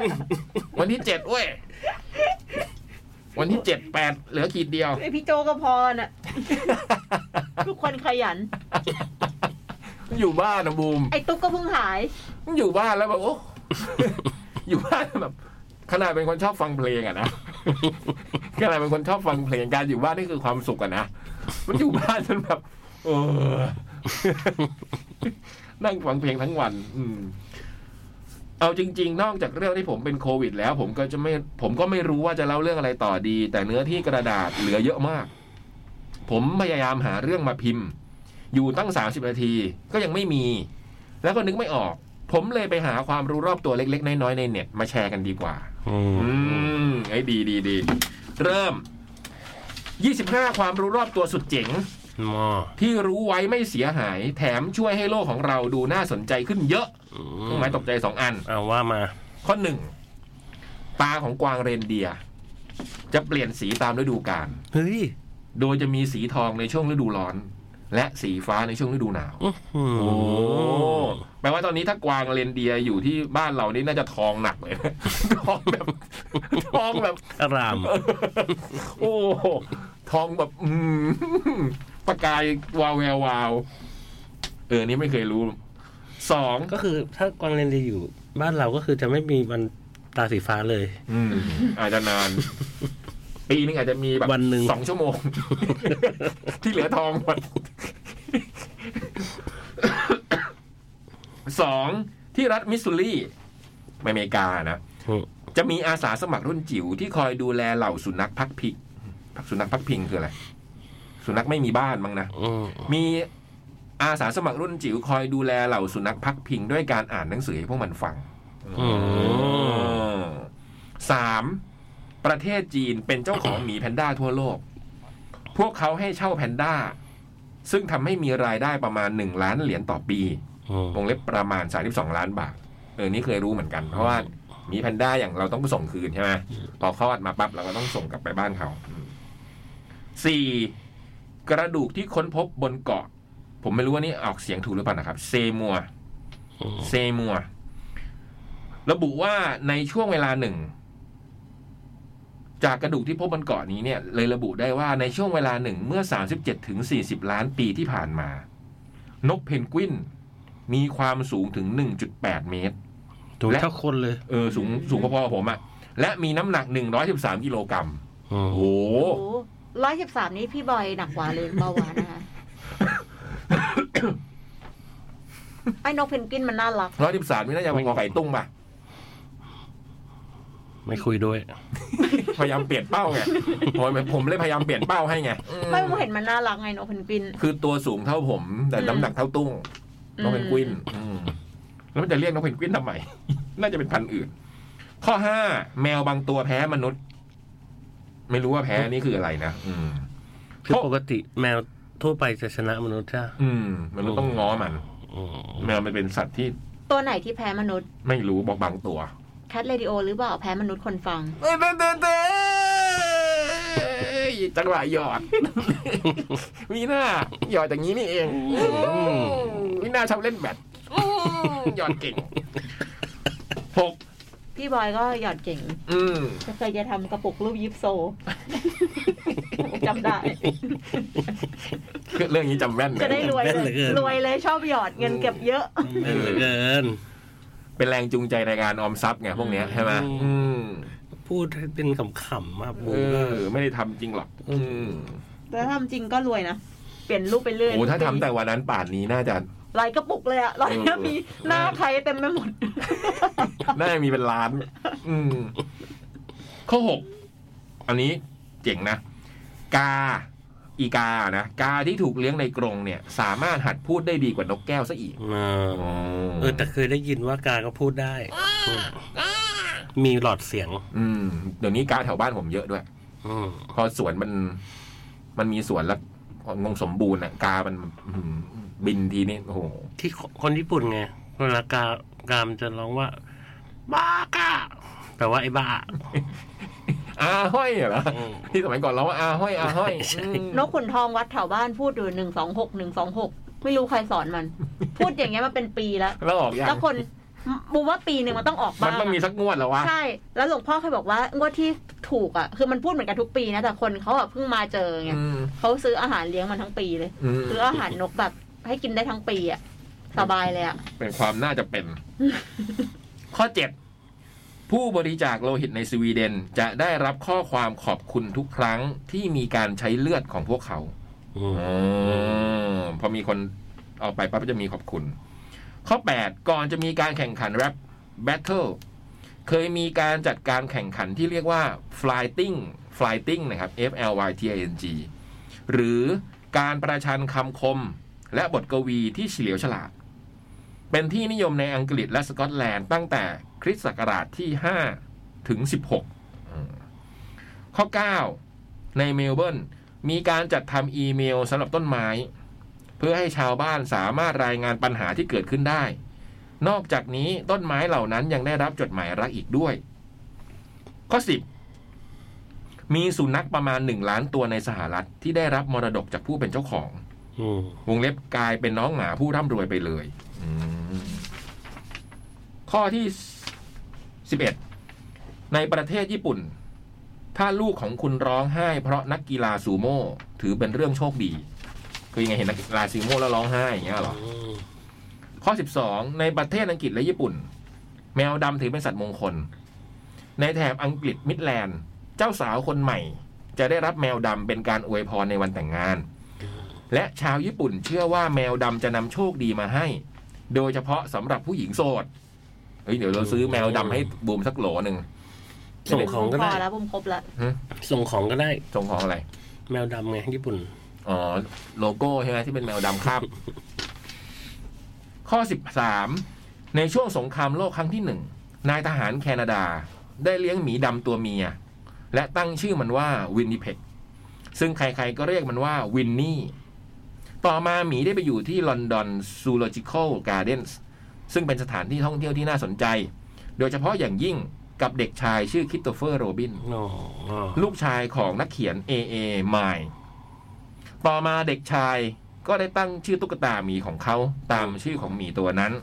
[SPEAKER 1] วันที่เจ็ดเว้ย วันที่เจ็ดแปดเหลือขีดเดียว
[SPEAKER 3] ไอพี่โจกับพร อ่ะ ทุกคนขยัน
[SPEAKER 1] อยู่บ้านนะบูม
[SPEAKER 3] ไอตุ๊กก็เพิ่งหาย
[SPEAKER 1] อยู่บ้านแล้วแบบโอ้ อยู่บ้านแบบขนาดเป็นคนชอบฟังเพลงอะ นะขนาดเป็นคนชอบฟังเพลงการอยู่บ้านนี่คือความสุขอะนะมันอยู่บ้านจนแบบเออ นั่งฟังเพลงทั้งวัน อืม เอาจริง ๆ นอกจากเรื่องที่ผมเป็นโควิด แล้ว ผมก็จะไม่ ผมก็ไม่รู้ว่าจะเล่าเรื่องอะไรต่อดี แต่เนื้อที่กระดาษเหลือเยอะมาก ผมพยายามหาเรื่องมาพิมพ์ อยู่ตั้งสามสิบนาที ก็ยังไม่มี แล้วก็นึกไม่ออก ผมเลยไปหาความรู้รอบตัวเล็ก ๆ น้อยๆในเน็ตมาแชร์กันดีกว่า อืมไอ้ยดีดีดีเริ่ม 25 ความรู้รอบตัวสุดเจ๋ง
[SPEAKER 2] มอ
[SPEAKER 1] ที่รู้ไว้ไม่เสียหาย แถมช่วยให้โลกของเราดูน่าสนใจขึ้นเยอะ
[SPEAKER 2] อื
[SPEAKER 1] เครื่องหมายตกใจสองอัน
[SPEAKER 2] เอาว่ามา
[SPEAKER 1] ข้อหนึ่งตาของกวางเรนเดียร์จะเปลี่ยนสีตามฤดูกาล
[SPEAKER 2] เฮ้ย
[SPEAKER 1] โดยจะมีสีทองในช่วงฤดูร้อน และสีฟ้าในช่วงฤดูหนาว
[SPEAKER 2] อื้อหือ
[SPEAKER 1] โอ้แปลว่าตอนนี้ถ้ากวางเรนเดียร์อยู่ที่บ้านเรานี่น่าจะทองหนักเลยนะ ทองแบบ ทองแบบ
[SPEAKER 2] อาราม
[SPEAKER 1] โอ้โหทองแบบ อืมประกายวาวแวววาว เออ นี่ไม่เคยรู้สอง
[SPEAKER 2] ก็คือถ้ากวางเลนเดียอยู่ บ้านเราก็คือจะไม่มีวันตาสีฟ้าเลย
[SPEAKER 1] อืม อาจจะนาน ปีนึงอาจจะมีแบบ
[SPEAKER 2] วันหนึ่ง
[SPEAKER 1] สองชั่วโมง ที่เหลือทองหมด สองที่รัฐมิสซูรีอเมริกานะ จะมีอาสาสมัครรุ่นจิ๋วที่คอยดูแลเหล่าสุนัขพักพิงสุนัขพักพิงคืออะไร สุนัขไม่มีบ้านมั้งนะ
[SPEAKER 2] อืม
[SPEAKER 1] มีอาสาสมัครรุ่นจิ๋วคอยดูแลเหล่าสุนัขพักพิงด้วยการอ่านหนังสือให้พวกมันฟัง
[SPEAKER 2] อืม
[SPEAKER 1] สามประเทศจีนเป็นเจ้าของหมีแพนด้าทั่วโลก พวกเขาให้เช่าแพนด้า ซึ่งทำให้มีรายได้ประมาณหนึ่งล้านเหรียญต่อปี
[SPEAKER 2] อืม
[SPEAKER 1] วงเล็บประมาณ 32 ล้านบาท เออ นี่เคยรู้เหมือนกัน เพราะว่าหมีแพนด้าอย่างเราต้องไปส่งคืนใช่ไหมพอคลอดมาปั๊บเราก็ต้องส่งกลับไปบ้านเขาอืมสี่กระดูกที่ค้นพบบนเกาะ ผมไม่รู้ว่านี่ออกเสียงถูกหรือเปล่านะครับ เซมัว
[SPEAKER 2] อืม
[SPEAKER 1] เซมัว ระบุว่าในช่วงเวลาหนึ่ง จากกระดูกที่พบบนเกาะนี้เนี่ย เลยระบุได้ว่าในช่วงเวลาหนึ่งเมื่อ 37ถึง40 ล้านปีที่ผ่านมา นกเพนกวิน มีความสูงถึง 1.8 เมตร
[SPEAKER 2] ถูกเท่าคนเลย
[SPEAKER 1] เออ สูงสูงพอๆกับผมอะและมีน้ำหนัก 113กิโลกรัม
[SPEAKER 2] อืม
[SPEAKER 1] โอ้โห
[SPEAKER 3] โอ้ร้อยสิบสามนี้พี่บอยหนักกว่าเลยเบาหวาน นะคะ ไอ้นกเพนกวินมันน่ารัก
[SPEAKER 1] 113นี่น่าจะพอๆไก่ตุ้งป่ะ
[SPEAKER 2] ไม่คุยด้วย
[SPEAKER 1] พยายามเปลี่ยนเป้าไง โอ้ยผมเลยพยายามเปลี่ยนเป้าให้ไงอืม
[SPEAKER 3] ไม่ผมเห็นมันน่ารักไงนกเพนกวิน
[SPEAKER 1] คือตัวสูงเท่าผม แต่น้ำหนักเท่าตุ้ง นกเพนกวินอืมแล้วมันจะเรียกนกเพนกวินทำไม น่าจะเป็นพันธุ์อื่น ข้อห้าแมวบางตัวแพ้มนุษย์ ไม่รู้ว่าแพ้นี่คืออะไรนะอืม
[SPEAKER 2] คือ
[SPEAKER 1] โอ้
[SPEAKER 2] ปกติแมวทั่วไปจะชนะมนุษย์จ้า
[SPEAKER 1] อืม มันษย์ต้องง้อมัน
[SPEAKER 2] อืม
[SPEAKER 1] แมวมันเป็นสัตว์ที่
[SPEAKER 3] ตัวไหนที่แพ้มนุษย์
[SPEAKER 1] ไม่รู้บอกบางตัว
[SPEAKER 3] แคทเรดิโอหรือเปล่าแพ้มนุษย์คนฟัง
[SPEAKER 1] เต้นเต้นเต้นเต้นจังหวะหยอด มีหน้าหยอดอย่างนี้นี่เองมีหน้าชอบเล่นแบดหยอดเก่งหก
[SPEAKER 3] พี่บอยก็หยอดเก่ง
[SPEAKER 1] อืม
[SPEAKER 3] เคยจะทำกระปุกรูปยิปโซ จำได้
[SPEAKER 1] เรื่องนี้จำแม่นน
[SPEAKER 3] จะได้รวย
[SPEAKER 2] แม่นเห
[SPEAKER 3] เล
[SPEAKER 2] ลือ
[SPEAKER 3] ย
[SPEAKER 2] เกิน
[SPEAKER 3] รวยเลยชอบหยอดเงินเก็บเยอะ
[SPEAKER 2] แม่นเหลือเกิน
[SPEAKER 1] เป็นแรงจูงใจในการออมทรัพย์ไงพวกเนี้ยใช่ไหม
[SPEAKER 2] อืม
[SPEAKER 1] อืม
[SPEAKER 2] พูดให้เป็นขำๆมากบุ๋
[SPEAKER 1] เอ
[SPEAKER 2] ม
[SPEAKER 1] อ
[SPEAKER 2] ก็
[SPEAKER 1] ไม่ได้ทำจริงหรอก อืม
[SPEAKER 3] แต่ถ้าทำจริงก็รวยนะ เปลี่ยนรูปไปเรื่อย
[SPEAKER 1] โอ้ถ้าทำแต่วันนั้นป่านนี้น่าจะ
[SPEAKER 3] ลายกระปุกเลยอะลายเนี้ยมีหน้าใครเต็มไปหมด
[SPEAKER 1] น่าจะมีเป็นล้าน อืม ข้อหก อันนี้เจ๋งนะ กา อีกานะ กาที่ถูกเลี้ยงในกรงเนี่ย สามารถหัดพูดได้ดีกว่านกแก้วซะอีก
[SPEAKER 2] มาเออ แต่เคยได้ยินว่ากาก็พูดได้อืมมีหลอดเสียง
[SPEAKER 1] อืม เดี๋ยวนี้กาแถวบ้านผมเยอะด้วย
[SPEAKER 2] อืม
[SPEAKER 1] พอสวนมัน มันมีสวนแล้วพองงสมบูรณ์อ่ะ กามันอื้อหือบินทีนี้โอ้โห
[SPEAKER 2] ที่คคนญี่ปุ่นไงเวลากากามนจะร้องว่า บ้ากาแปลว่าไอ้บ้า
[SPEAKER 1] อาห้อยเหรอ
[SPEAKER 2] อืม
[SPEAKER 1] ที่สมัยก่อนเราว่าอาห้อยอาห้อยอืม
[SPEAKER 3] นกขุนทองวัดแถวบ้านพูดอยู่หนึ่งสองหกหนึ่งสองหกไม่รู้ใครสอนมัน พูดอย่างเงี้ยมาเป็นปีแล้ว
[SPEAKER 1] แล้วออกยัง
[SPEAKER 3] แล้วคนบูมว่าปีหนึ่งมันต้องออก
[SPEAKER 1] มัน
[SPEAKER 3] บ้าง
[SPEAKER 1] ต้องมีสักงวดแล้ววะ
[SPEAKER 3] ใช่ แล้วหลวงพ่อเคยบอกว่างวดที่ถูกอ่ะ คือมันพูดเหมือนกันทุกปีนะแต่คนเขาอะเพิ่งมาเจอไง
[SPEAKER 1] อืม
[SPEAKER 3] เขาซื้ออาหารเลี้ยงมันทั้งปีเลย
[SPEAKER 1] อืม
[SPEAKER 3] ซื้ออาหารนกแบบให้กินได้ทั้งปีอ่ะสบายเลยอ่ะ
[SPEAKER 1] เป็นความน่าจะเป็น ข้อเจ็ดผู้บริจาคโลหิตในสวีเดนจะได้รับข้อความขอบคุณทุกครั้งที่มีการใช้เลือดของพวกเขา
[SPEAKER 2] อืม
[SPEAKER 1] อมพอมีคนเอาไปปั๊บก็จะมีขอบคุณ ข้อ 8 ก่อนจะมีการแข่งขันแรป Battle เคยมีการจัดการแข่งขันที่เรียกว่า Flyting Flyting นะครับ F L Y T I N G หรือการประชันคำคมและบทกวีที่เฉลียวฉลาด เป็นที่นิยมในอังกฤษและสกอตแลนด์ตั้งแต่คริสต์ศักราชที่ 5 ถึง 16อืมข้อ 9 ในเมลเบิร์นมีการจัดทำอีเมลสำหรับต้นไม้ เพื่อให้ชาวบ้านสามารถรายงานปัญหาที่เกิดขึ้นได้ นอกจากนี้ต้นไม้เหล่านั้นยังได้รับจดหมายรักอีกด้วย ข้อ 10 มีสุนัขประมาณ 1 ล้านตัวในสหรัฐที่ได้รับมรดกจากผู้เป็นเจ้าของ
[SPEAKER 2] อืม
[SPEAKER 1] วงเล็บกลายเป็นน้องหมาผู้ร่ำรวยไปเลย ข้อที่สิบเอ็ดในประเทศญี่ปุ่น ถ้าลูกของคุณร้องไห้เพราะนักกีฬาซูโม่ถือเป็นเรื่องโชคดี คือยังไงเห็นนักกีฬาซูโม่แล้วร้องไห้อย่างเงี้ยเหรอ ข้อ 12 ในประเทศอังกฤษและญี่ปุ่น แมวดำถือเป็นสัตว์มงคล ในแถบอังกฤษมิดแลนด์ เจ้าสาวคนใหม่ จะได้รับแมวดำเป็นการอวยพรในวันแต่งงาน และชาวญี่ปุ่นเชื่อว่าแมวดำจะนำโชคดีมาให้ โดยเฉพาะสำหรับผู้หญิงโสดเฮ้ยเดี๋ยวเราซื้อแมวดำให้บูมสักโหลหนึ่ง
[SPEAKER 2] ส่งของก็ได้
[SPEAKER 3] พอแล้วบุมครบละ
[SPEAKER 2] ส่งของก็ได้
[SPEAKER 1] ส่งของอะไร
[SPEAKER 2] แมวดำไงญี่ปุ่น
[SPEAKER 1] อ๋อ โลโก้ใช่ไหมที่เป็นแมวดำครับ ข้อ 13 ในช่วงสงครามโลกครั้งที่หนึ่งนายทหารแคนาดา ได้เลี้ยงหมีดำตัวเมีย และตั้งชื่อมันว่าวินนิเพ็กซึ่งใครๆก็เรียกมันว่าวินนี่ ต่อมาหมีได้ไปอยู่ที่ลอนดอนซูโลจิคอลการ์เดนส์ซึ่งเป็นสถานที่ท่องเที่ยวที่น่าสนใจ โดยเฉพาะอย่างยิ่งกับเด็กชายชื่อคริสโตเฟอร์โรบิน
[SPEAKER 2] อ๋ออ๋อ
[SPEAKER 1] ลูกชายของนักเขียน A.A. ไมล์ต่อมาเด็กชายก็ได้ตั้งชื่อตุ๊กตาหมีของเขาตามชื่อของหมีตัวนั้น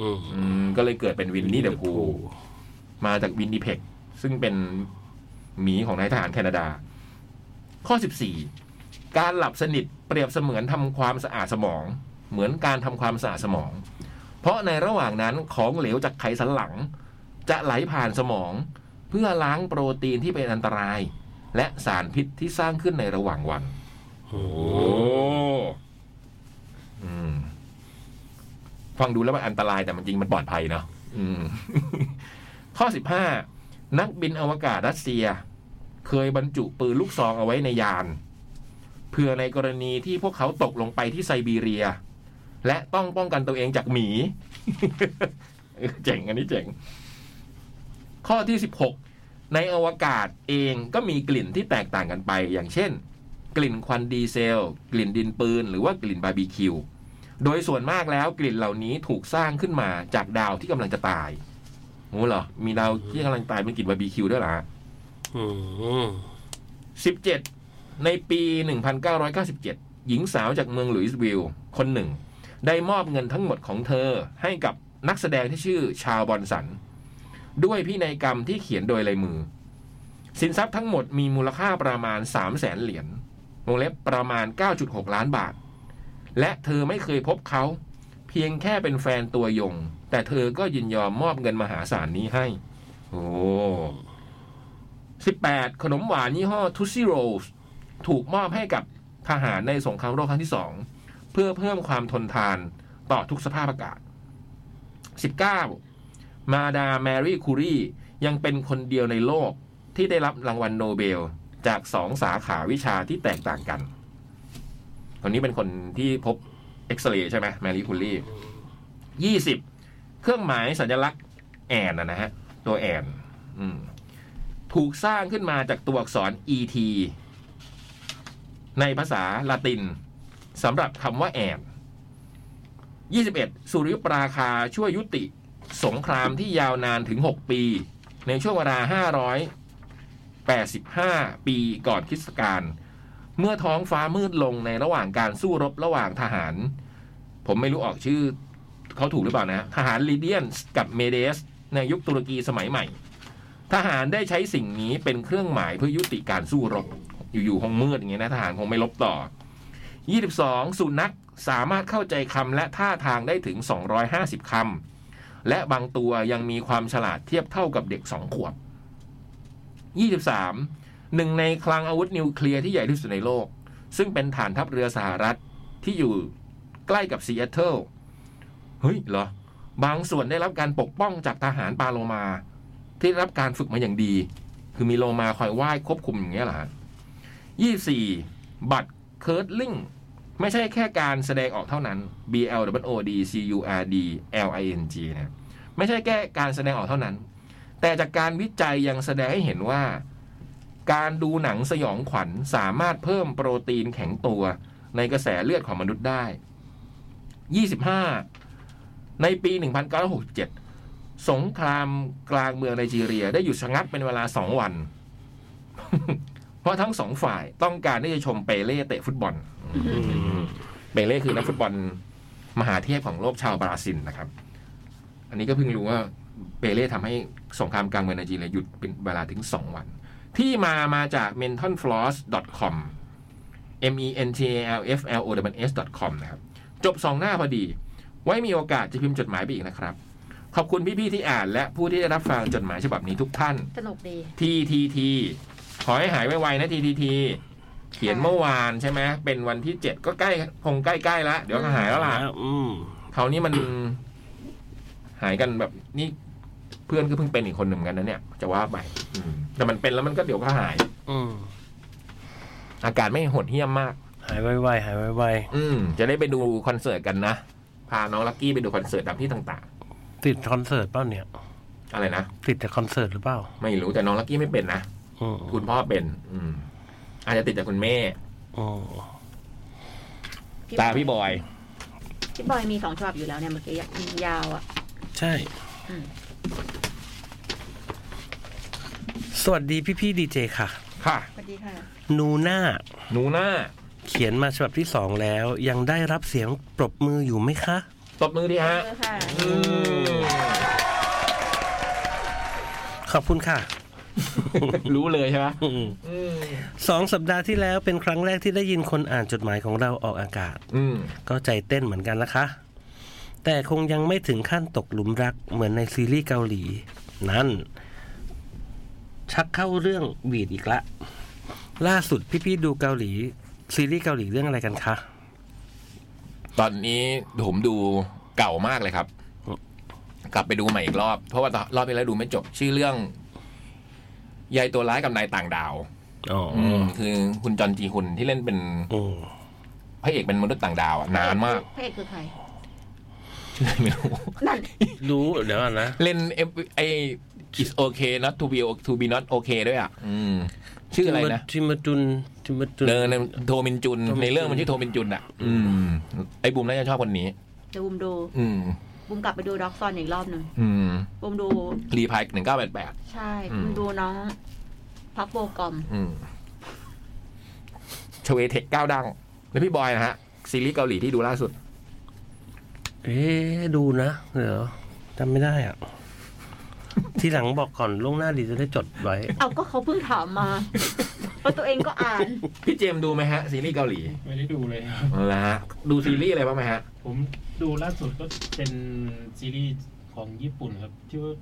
[SPEAKER 2] อืม
[SPEAKER 1] อืมก็เลยเกิดเป็นวินนี่เดอะพูมาจากวินดิเพ็กซึ่งเป็นหมีของนายทหารแคนาดา ข้อ 14 การหลับสนิทเปรียบเสมือนทำความสะอาดสมอง เหมือนการทำความสะอาดสมอง เพราะในระหว่างนั้นของเหลวจากไขสันหลัง จะไหลผ่านสมอง เพื่อล้างโปรตีนที่เป็นอันตราย และสารพิษที่สร้างขึ้นในระหว่างวัน
[SPEAKER 2] โอ้
[SPEAKER 1] อืม ฟังดูแล้วมันอันตรายแต่มันจริงมันปลอดภัยเนาะอืม ข้อสิบห้านักบินอวกาศรัสเซีย เคยบรรจุปืนลูกซองเอาไว้ในยาน เพื่อในกรณีที่พวกเขาตกลงไปที่ไซบีเรีย และต้องป้องกันตัวเองจากหมี เออเจ๋งอันนี้เจ๋ง ข้อที่สิบหกในอวกาศเองก็มีกลิ่นที่แตกต่างกันไป อย่างเช่น กลิ่นควันดีเซล กลิ่นดินปืน หรือว่ากลิ่นบาร์บีคิว โดยส่วนมากแล้วกลิ่นเหล่านี้ถูกสร้างขึ้นมาจากดาวที่กำลังจะตายงูเหรอ มีดาวที่กำลังตายเป็นกลิ่นบาร์บีคิวด้วยเหรอฮะ
[SPEAKER 2] อืม
[SPEAKER 1] 17 ในปี 1997 หญิงสาวจากเมืองหลุยส์วิลลคนหนึ่ง ได้มอบเงินทั้งหมดของเธอให้กับนักแสดงที่ชื่อชาวบอนสัน ด้วยพินัยกรรมที่เขียนโดยลายมือ สินทรัพย์ทั้งหมดมีมูลค่าประมาณ 3 0 0แสนเหรียญวงเล็บประมาณ 9.6 ล้านบาท และเธอไม่เคยพบเขา เพียงแค่เป็นแฟนตัวยง แต่เธอก็ยินยอมมอบเงินมหาศาลนี้ให้ โอ้18 ขนมหวานยี่ห้อทุซี่โรสถูกมอบให้กับทหารในสงครามโลกครั้งที่สอง เพื่อเพิ่มความทนทานต่อทุกสภาพอากาศ 19 มาดามแมรี่คูรียังเป็นคนเดียวในโลกที่ได้รับรางวัลโนเบล จากสองสาขาวิชาที่แตกต่างกัน คนนี้เป็นคนที่พบเอ็กซเรย์ใช่ไหมแมรี่คูรี ยี่สิบเครื่องหมายสัญลักษณ์แอนนะนะฮะ ตัวแอนอืมถูกสร้างขึ้นมาจากตัวอักษร et ในภาษาละตินสำหรับคำว่าแอน21 สุริยุปราคาช่วยยุติ สงครามที่ยาวนานถึง 6 ปี ในช่วงเวลา 585 ปีก่อนคริสตกาลเมื่อท้องฟ้ามืดลงในระหว่างการสู้รบระหว่างทหาร ผมไม่รู้ออกชื่อ เขาถูกหรือเปล่านะ ทหารลีเดียนส์กับเมเดส ในยุคตุรกีสมัยใหม่ ทหารได้ใช้สิ่งนี้เป็นเครื่องหมายเพื่อยุติการสู้รบ อยู่ๆคงมืดอย่างเงี้ยนะทหารคงไม่รบต่อ 22 สุนัขสามารถเข้าใจคำและท่าทางได้ถึง 250 คำ และบางตัวยังมีความฉลาดเทียบเท่ากับเด็ก 2 ขวบ 23 หนึ่งในคลังอาวุธนิวเคลียร์ที่ใหญ่ที่สุดในโลก ซึ่งเป็นฐานทัพเรือสหรัฐที่อยู่ใกล้กับซีแอตเทิล เฮ้ยเหรอ บางส่วนได้รับการปกป้องจากทหารปาโลมา ที่ได้รับการฝึกมาอย่างดี คือมีโลมาคอยไหว้ควบคุมอย่างเงี้ยเหรอฮะยี่สี่บัตรเคิร์ดลิงไม่ใช่แค่การแสดงออกเท่านั้น B L W O D C U R D L I N G นะไม่ใช่แค่การแสดงออกเท่านั้น แต่จากการวิจัยยังแสดงให้เห็นว่า การดูหนังสยองขวัญสามารถเพิ่มโปรตีนแข็งตัวในกระแสเลือดของมนุษย์ได้ 25 ในปี 1967 สงครามกลางเมืองไนจีเรียได้หยุดชะงักเป็นเวลา 2 วัน เพราะทั้งสองฝ่ายต้องการที่จะชมเปเล่เตะฟุตบอล เปเล่คือนักฟุตบอลมหาเทพของโลกชาวบราซิลนะครับ อันนี้ก็เพิ่งรู้ว่าเปเล่ทำให้สงครามกลางเมืองไนจีเรียหยุดเป็นเวลาถึง 2 วัน ที่มามาจาก mentonfloss.com m e n t a l f l o w s .com นะครับ จบสองหน้าพอดี ไว้มีโอกาสจะพิมพ์จดหมายไปอีกนะครับ ขอบคุณพี่ๆที่อ่านและผู้ที่ได้รับฟังจดหมายฉบับนี้ทุกท่าน
[SPEAKER 3] สนุกดี
[SPEAKER 1] ทีทีทีขอให้หายไวๆนะทีทีทีเขียนเมื่อวานใช่ไหมเป็นวันที่เจ็ดก็ใกล้คงใกล้ๆแล้วเดี๋ยวก็หายแล้วล่ะ
[SPEAKER 2] อืม
[SPEAKER 1] เขาวนี่มัน หายกันแบบนี่เพื่อนก็เพิ่งเป็นอีกคนหนึ่งเหมือนกันนะเนี่ยจะว่าไปอืมแต่มันเป็นแล้วมันก็เดี๋ยวก็หาย
[SPEAKER 2] อืม
[SPEAKER 1] อาการไม่โหดเหี้ยมมาก
[SPEAKER 2] หายไวๆหายไว
[SPEAKER 1] อืมจะได้ไปดูคอนเสิร์ตกันนะพาน้องลักกี้ไปดูคอนเสิร์ตตามที่ต่าง
[SPEAKER 2] ๆติดคอนเสิร์ตเปล่าเนี่ย
[SPEAKER 1] ๆ อะไรนะ
[SPEAKER 2] ติดแต่คอนเสิร์ตหรือเปล่า
[SPEAKER 1] ไม่รู้แต่น้องลักกี้ไม่เป็นนะ
[SPEAKER 2] อืม
[SPEAKER 1] คุณพ่อเป็น อืม อาจจะติดจากคุณแม่
[SPEAKER 2] อืม
[SPEAKER 1] ตาพี่บอย
[SPEAKER 3] พี่บอยมีสองฉบับอยู่แล้วเนี่ยเมื่อกี้ยาวอ่ะ
[SPEAKER 2] ใช่
[SPEAKER 3] อืม
[SPEAKER 2] สวัสดีพี่พี่ดีเจค่ะ
[SPEAKER 1] ค่ะ
[SPEAKER 3] สวัสดีค่ะ
[SPEAKER 2] นูน่า
[SPEAKER 1] หนูหน้า
[SPEAKER 2] เขียนมาฉบับที่สองแล้ว ยังได้รับเสียงปรบมืออยู่ไหมคะ
[SPEAKER 1] ตบมือดีฮะ
[SPEAKER 3] ค่ะ
[SPEAKER 1] อืม
[SPEAKER 2] ขอบคุณค่ะ
[SPEAKER 1] รู้เลยใช่ไหม
[SPEAKER 2] อืมสองสัปดาห์ที่แล้วเป็นครั้งแรกที่ได้ยินคนอ่านจดหมายของเราออกอากาศ
[SPEAKER 1] อืม
[SPEAKER 2] ก็ใจเต้นเหมือนกันละคะ แต่คงยังไม่ถึงขั้นตกหลุมรักเหมือนในซีรีส์เกาหลี นั่น ชักเข้าเรื่องหวีดอีกละ ล่าสุดพี่ๆดูเกาหลี ซีรีส์เกาหลีเรื่องอะไรกันคะ
[SPEAKER 1] ตอนนี้ผมดูเก่ามากเลยครับ กลับไปดูใหม่อีกรอบ เพราะว่ารอบที่แล้วดูไม่จบ ชื่อเรื่อง ยายตัวร้ายกับนายต่างดาว
[SPEAKER 2] อ๋อ
[SPEAKER 1] อืม คือคุณจอนจีฮุนที่เล่นเป็น
[SPEAKER 2] โอ้
[SPEAKER 1] พระเอกเป็นมนุษย์ต่างดาวอะนานมาก
[SPEAKER 3] พระเอกคือใคร
[SPEAKER 1] ชื่ออะไรไม่รู้
[SPEAKER 3] นั่น
[SPEAKER 2] รู้เดี๋ยวก่อนนะ
[SPEAKER 1] เล่นเอฟไอ is okay not to be to be not okay ด้วยอ่ะ อืม ชื่ออะไรนะ
[SPEAKER 2] ทิมจุนทิมจุน
[SPEAKER 1] เดินโทมินจุน
[SPEAKER 2] โทมินจุน
[SPEAKER 1] ในเรื่องมันชื่อโทมินจุนอ่ะ อืม ไอ้บุมน่าจะชอบคนนี้
[SPEAKER 3] เดี๋ยวบุมดู
[SPEAKER 1] อืม
[SPEAKER 3] บุมกลับไปดูด็อกซอนอีกรอบหนึ่ง
[SPEAKER 1] อืม
[SPEAKER 3] บุมดู
[SPEAKER 1] รีพายหนึ่งเก้าแปดแปด
[SPEAKER 3] ใช่
[SPEAKER 1] อืม
[SPEAKER 3] บุมดูน้องพักโบกอม
[SPEAKER 1] ชเวเทคเก้าดัง แล้วพี่บอยนะฮะ ซีรีส์เกาหลีที่ดูล่าสุด
[SPEAKER 2] เอ๊ะดูนะ เดี๋ยวจำไม่ได้อ่ะ ทีหลังบอกก่อนล่วงหน้าดีจะได้จดไว้
[SPEAKER 3] เอาก็เขาเพิ่งถามมา เพราะตัวเองก็อ่าน
[SPEAKER 1] พี่เจมส์ดูไหมฮะ ซีรีส์เกาหลี
[SPEAKER 4] ไม่ได้ดูเลยครับ
[SPEAKER 1] เอาละฮะดูซีรีส์อะไรบ้างไหมฮะ
[SPEAKER 4] ผมดูล่าสุดก็เป็นซีรีส์ของญี่ปุ่นครับ ชื่อว่า